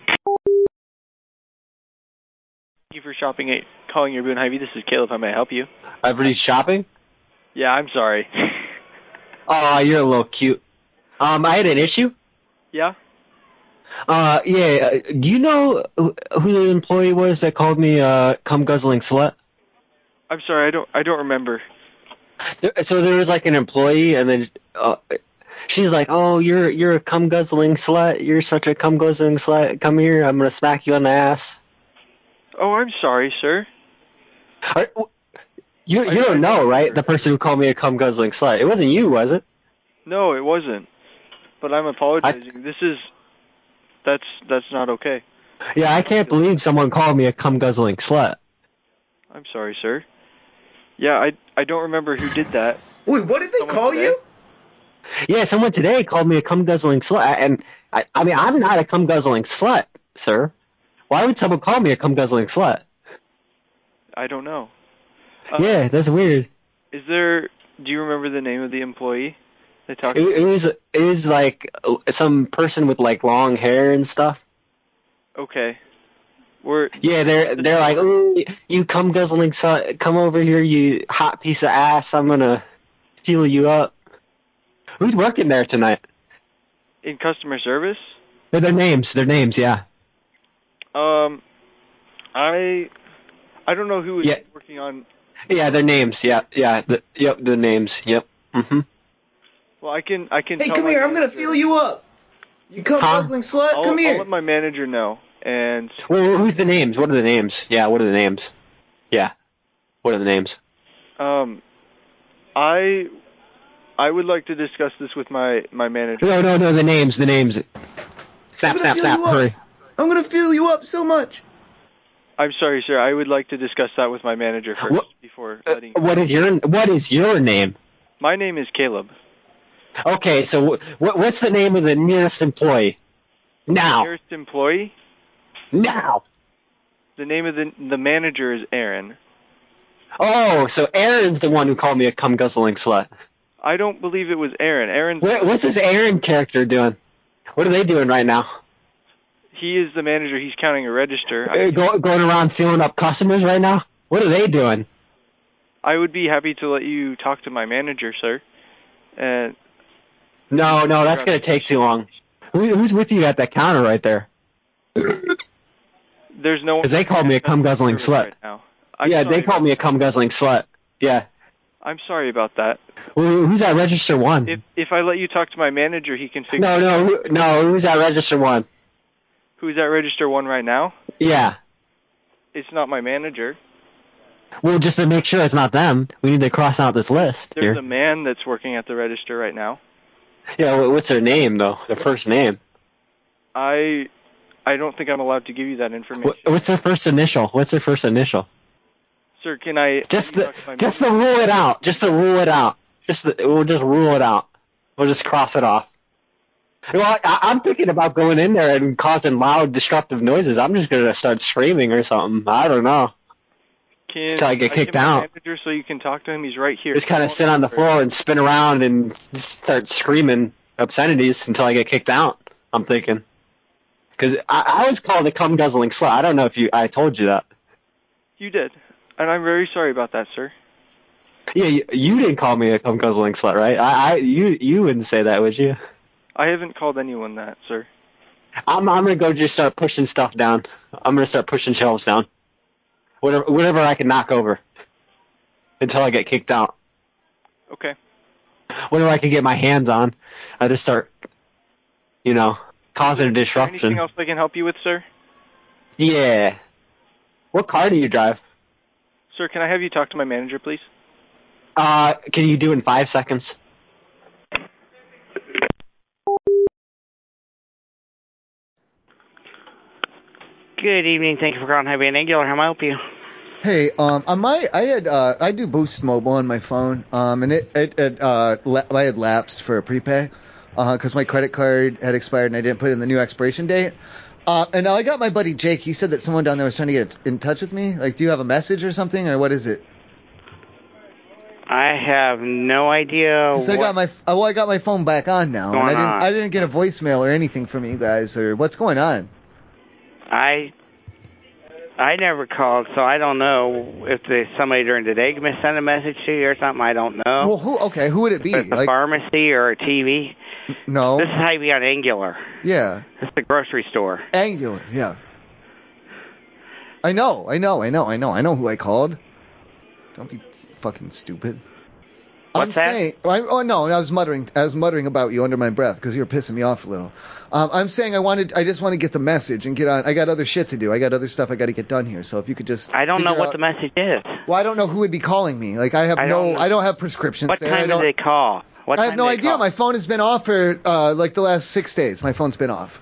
[SPEAKER 4] Thank you for shopping at calling your Boone Hy-Vee. This is Caleb. How may I help you?
[SPEAKER 22] I've reached shopping.
[SPEAKER 4] Yeah, I'm sorry.
[SPEAKER 22] Oh, you're a little cute. Um, I had an issue.
[SPEAKER 4] yeah.
[SPEAKER 22] Uh, yeah. uh, Do you know who who the employee was that called me uh cum guzzling slut?
[SPEAKER 4] I'm sorry. I don't. I don't remember.
[SPEAKER 22] There, so there was like an employee, and then uh, she's like, "Oh, you're you're a cum guzzling slut. You're such a cum guzzling slut. Come here. I'm gonna smack you on the ass."
[SPEAKER 4] Oh, I'm sorry, sir.
[SPEAKER 22] Are, w- you you don't know, right? The person who called me a cum guzzling slut. It wasn't you, was it?
[SPEAKER 4] No, it wasn't. But I'm apologizing. This is. That's that's not okay.
[SPEAKER 22] Yeah, I can't believe someone called me a cum guzzling slut.
[SPEAKER 4] I'm sorry, sir. Yeah, I I don't remember who did that.
[SPEAKER 22] Wait, what did they call you? Yeah, someone today called me a cum guzzling slut, and I, I mean, I'm not a cum guzzling slut, sir. Why would someone call me a cum guzzling slut?
[SPEAKER 4] I don't know.
[SPEAKER 22] yeah, that's weird.
[SPEAKER 4] Is there? Do you remember the name of the employee? They talked.
[SPEAKER 22] It, it was it was like uh, some person with like long hair and stuff.
[SPEAKER 4] Okay. We're
[SPEAKER 22] Yeah, they're they're like, Ooh, you cum guzzling slut, come over here, you hot piece of ass. I'm gonna fuel you up. Who's working there tonight?
[SPEAKER 4] in customer service.
[SPEAKER 22] They're their names. Their names, yeah.
[SPEAKER 4] Um, I I don't know who is
[SPEAKER 22] Yeah.
[SPEAKER 4] working on.
[SPEAKER 22] Yeah, their names. Yeah, yeah. The, yep, the names. Yep. Mm-hmm.
[SPEAKER 4] Well, I can I can.
[SPEAKER 2] Hey,
[SPEAKER 4] tell
[SPEAKER 2] come
[SPEAKER 4] my
[SPEAKER 2] here. I'm gonna
[SPEAKER 4] manager.
[SPEAKER 2] feel you up. You come
[SPEAKER 22] Huh?
[SPEAKER 2] guzzling slut.
[SPEAKER 4] I'll,
[SPEAKER 2] come
[SPEAKER 4] I'll
[SPEAKER 2] here.
[SPEAKER 4] let my manager know. And
[SPEAKER 22] Well, who's the names? What are the names? Yeah, what are the names? Yeah, what are the names?
[SPEAKER 4] um, I I would like to discuss this with my my manager.
[SPEAKER 22] No, no, no. The names. The names.
[SPEAKER 4] I'm
[SPEAKER 22] Snap,
[SPEAKER 4] gonna
[SPEAKER 22] snap,
[SPEAKER 4] fill
[SPEAKER 22] snap.
[SPEAKER 4] you up.
[SPEAKER 22] Hurry.
[SPEAKER 2] I'm gonna feel you up so much.
[SPEAKER 4] I'm sorry, sir. I would like to discuss that with my manager first
[SPEAKER 22] What-
[SPEAKER 4] before letting.
[SPEAKER 22] What is your What is your name?
[SPEAKER 4] My name is Caleb.
[SPEAKER 22] Okay, so wh- what What's the name of the nearest employee? Now,
[SPEAKER 4] Nearest employee.
[SPEAKER 22] now.
[SPEAKER 4] The name of the the manager is Aaron.
[SPEAKER 22] Oh, so Aaron's the one who called me a cum guzzling slut.
[SPEAKER 4] I don't believe it was Aaron. Aaron's
[SPEAKER 22] What, what's this Aaron character doing? What are they doing right now?
[SPEAKER 4] He is the manager. He's counting a register.
[SPEAKER 22] Uh, Go, going around feeling up customers right now? What are they doing?
[SPEAKER 4] I would be happy to let you talk to my manager, sir. Uh, And
[SPEAKER 22] No, no, that's gonna take too long. Who, who's with you at that counter right there?
[SPEAKER 4] there's no
[SPEAKER 22] Because they called me a cum guzzling slut.
[SPEAKER 4] now.
[SPEAKER 22] yeah, they called me a cum guzzling slut. Yeah.
[SPEAKER 4] I'm sorry about that.
[SPEAKER 22] Who- Who's at register one?
[SPEAKER 4] If I let you talk to my manager, he can figure.
[SPEAKER 22] Mm-hmm. No, no, who- no. Who's at register one?
[SPEAKER 4] Who's at register one right now?
[SPEAKER 22] Yeah.
[SPEAKER 4] It's not my manager.
[SPEAKER 22] Well, just to make sure it's not them, we need to cross out this list
[SPEAKER 4] There's
[SPEAKER 22] here.
[SPEAKER 4] a man that's working at the register right now.
[SPEAKER 22] Yeah. wha- What's their name though? Their first name.
[SPEAKER 4] I, I don't think I'm allowed to give you that information,
[SPEAKER 22] Wha- What's their first initial? What's their first initial?
[SPEAKER 4] sir. Can I?
[SPEAKER 22] Just the, just to rule it out. Just to rule it out. Just the, we'll just rule it out. We'll just cross it off. Well, I- I, I'm thinking about going in there and causing loud, disruptive noises. I'm just gonna start screaming or something. I don't know.
[SPEAKER 4] Can
[SPEAKER 22] till I get kicked
[SPEAKER 4] give my
[SPEAKER 22] out.
[SPEAKER 4] Manager, so you can talk to him. He's right here.
[SPEAKER 22] Just kind of sit on the floor and spin around and just start screaming obscenities until I get kicked out. I'm thinking. Because I, I was called a cum guzzling slut. I don't know if you I told you that.
[SPEAKER 4] You did, and I'm very sorry about that, sir.
[SPEAKER 22] Yeah, you, you didn't call me a cum guzzling slut, right? I, I you you wouldn't say that, would you?
[SPEAKER 4] I haven't called anyone that, sir.
[SPEAKER 22] I'm I'm gonna go just start pushing stuff down. I'm gonna start pushing shelves down. Whatever whatever I can knock over until I get kicked out.
[SPEAKER 4] Okay.
[SPEAKER 22] Whatever I can get my hands on, I just start, you know, causing a
[SPEAKER 4] Anything
[SPEAKER 22] disruption.
[SPEAKER 4] else I can help you with, sir?
[SPEAKER 22] Yeah. What car do you drive?
[SPEAKER 4] Sir, can I have you talk to my manager, please?
[SPEAKER 22] Uh, can you do in five seconds?
[SPEAKER 7] Good evening. Thank you for calling Heavy and Angular. How may I help you?
[SPEAKER 2] Hey, um, on my, I had, uh, I do Boost Mobile on my phone, um, and it, it, it uh, la- I had lapsed for a prepay, uh 'cause because my credit card had expired and I didn't put in the new expiration date. Uh, and I got my buddy Jake. He said that someone down there was trying to get in touch with me. Like, do you have a message or something, or what is it?
[SPEAKER 7] I have no idea.
[SPEAKER 2] Because I
[SPEAKER 7] what-
[SPEAKER 2] got my, oh, well, I got my phone back on now, and I
[SPEAKER 7] Going
[SPEAKER 2] didn't,
[SPEAKER 7] on?
[SPEAKER 2] I didn't get a voicemail or anything from you guys, or what's going on?
[SPEAKER 7] I I never called, so I don't know if there's somebody during the day may send a message to you or something. I don't know.
[SPEAKER 2] Well, who? Okay, who would it be?
[SPEAKER 7] If it's a
[SPEAKER 2] Like,
[SPEAKER 7] pharmacy or a TV.
[SPEAKER 5] Oh.
[SPEAKER 2] no.
[SPEAKER 7] This is Heavy on Angular.
[SPEAKER 2] Yeah.
[SPEAKER 7] This is the grocery store.
[SPEAKER 2] Angular, yeah. I know, I know, I know, I know, I know who I called. Don't be fucking stupid. I'm
[SPEAKER 7] What's that?
[SPEAKER 2] saying, I, oh no, I was muttering, I was muttering about you under my breath because you were pissing me off a little. Um, I'm saying I wanted, I just want to get the message and get on. I got other shit to do. I got other stuff I got to get done here. So if you could just,
[SPEAKER 7] I don't know
[SPEAKER 2] figure
[SPEAKER 7] what
[SPEAKER 2] out-
[SPEAKER 7] the message is.
[SPEAKER 2] Well, I don't know who would be calling me. Like I have
[SPEAKER 7] I
[SPEAKER 2] no,
[SPEAKER 7] don't know.
[SPEAKER 2] I don't have prescriptions.
[SPEAKER 7] What
[SPEAKER 2] there. I
[SPEAKER 7] time do
[SPEAKER 2] don't-
[SPEAKER 7] they call? What
[SPEAKER 2] I have
[SPEAKER 7] time
[SPEAKER 2] no
[SPEAKER 7] do they
[SPEAKER 2] idea.
[SPEAKER 7] call?
[SPEAKER 2] My phone has been off for uh, like the last six days. My phone's been off.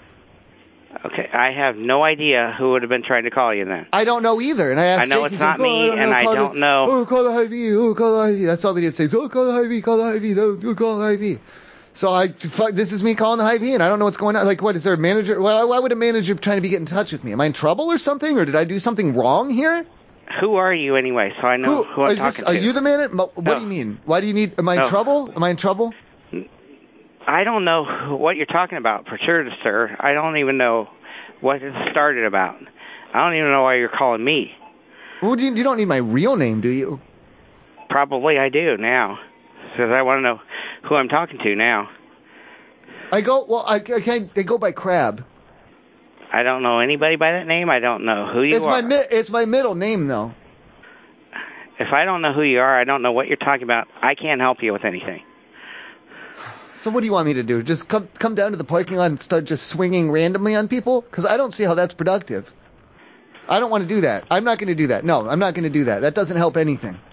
[SPEAKER 7] Okay, I have no idea who would have been trying to call you then.
[SPEAKER 2] I don't know either. And I asked
[SPEAKER 7] I know it's
[SPEAKER 2] Jake, he's
[SPEAKER 7] not
[SPEAKER 2] like, oh,
[SPEAKER 7] me,
[SPEAKER 2] don't
[SPEAKER 7] and
[SPEAKER 2] know,
[SPEAKER 7] I
[SPEAKER 2] call
[SPEAKER 7] don't
[SPEAKER 2] the,
[SPEAKER 7] know.
[SPEAKER 2] Oh, call the IV. Oh, call the IV. That's all the idiot says. Oh, call the IV. Call the IV. No, oh, call the IV. So I, fuck, this is me calling the IV, and I don't know what's going on. Like, what is there a manager? Well, why would a manager trying to be get in touch with me? Am I in trouble or something, or did I do something wrong here?
[SPEAKER 7] Who are you anyway? So I know who, I'm
[SPEAKER 2] is this-
[SPEAKER 7] talking
[SPEAKER 2] are
[SPEAKER 7] to.
[SPEAKER 2] you the manager? What
[SPEAKER 7] No.
[SPEAKER 2] do you mean? Why do you need? Am I in
[SPEAKER 7] No.
[SPEAKER 2] trouble? Am I in trouble?
[SPEAKER 7] I don't know who- what you're talking about for sure, sir. I don't even know what it started about. I don't even know why you're calling me.
[SPEAKER 2] Well, do you, you don't need my real name, do you?
[SPEAKER 7] Probably I do now, because I want to know who I'm talking to now.
[SPEAKER 2] I go well. I, I can't. I go by Crab.
[SPEAKER 7] I don't know anybody by that name. I don't know who you
[SPEAKER 2] it's
[SPEAKER 7] are.
[SPEAKER 2] my mi- it's my middle name though.
[SPEAKER 7] if I don't know who you are, I don't know what you're talking about. I can't help you with anything.
[SPEAKER 2] So what do you want me to do? Just come come down to the parking lot and start just swinging randomly on people? Because I don't see how that's productive. I don't want to do that. I'm not going to do that. No, I'm not going to do that. That doesn't help anything.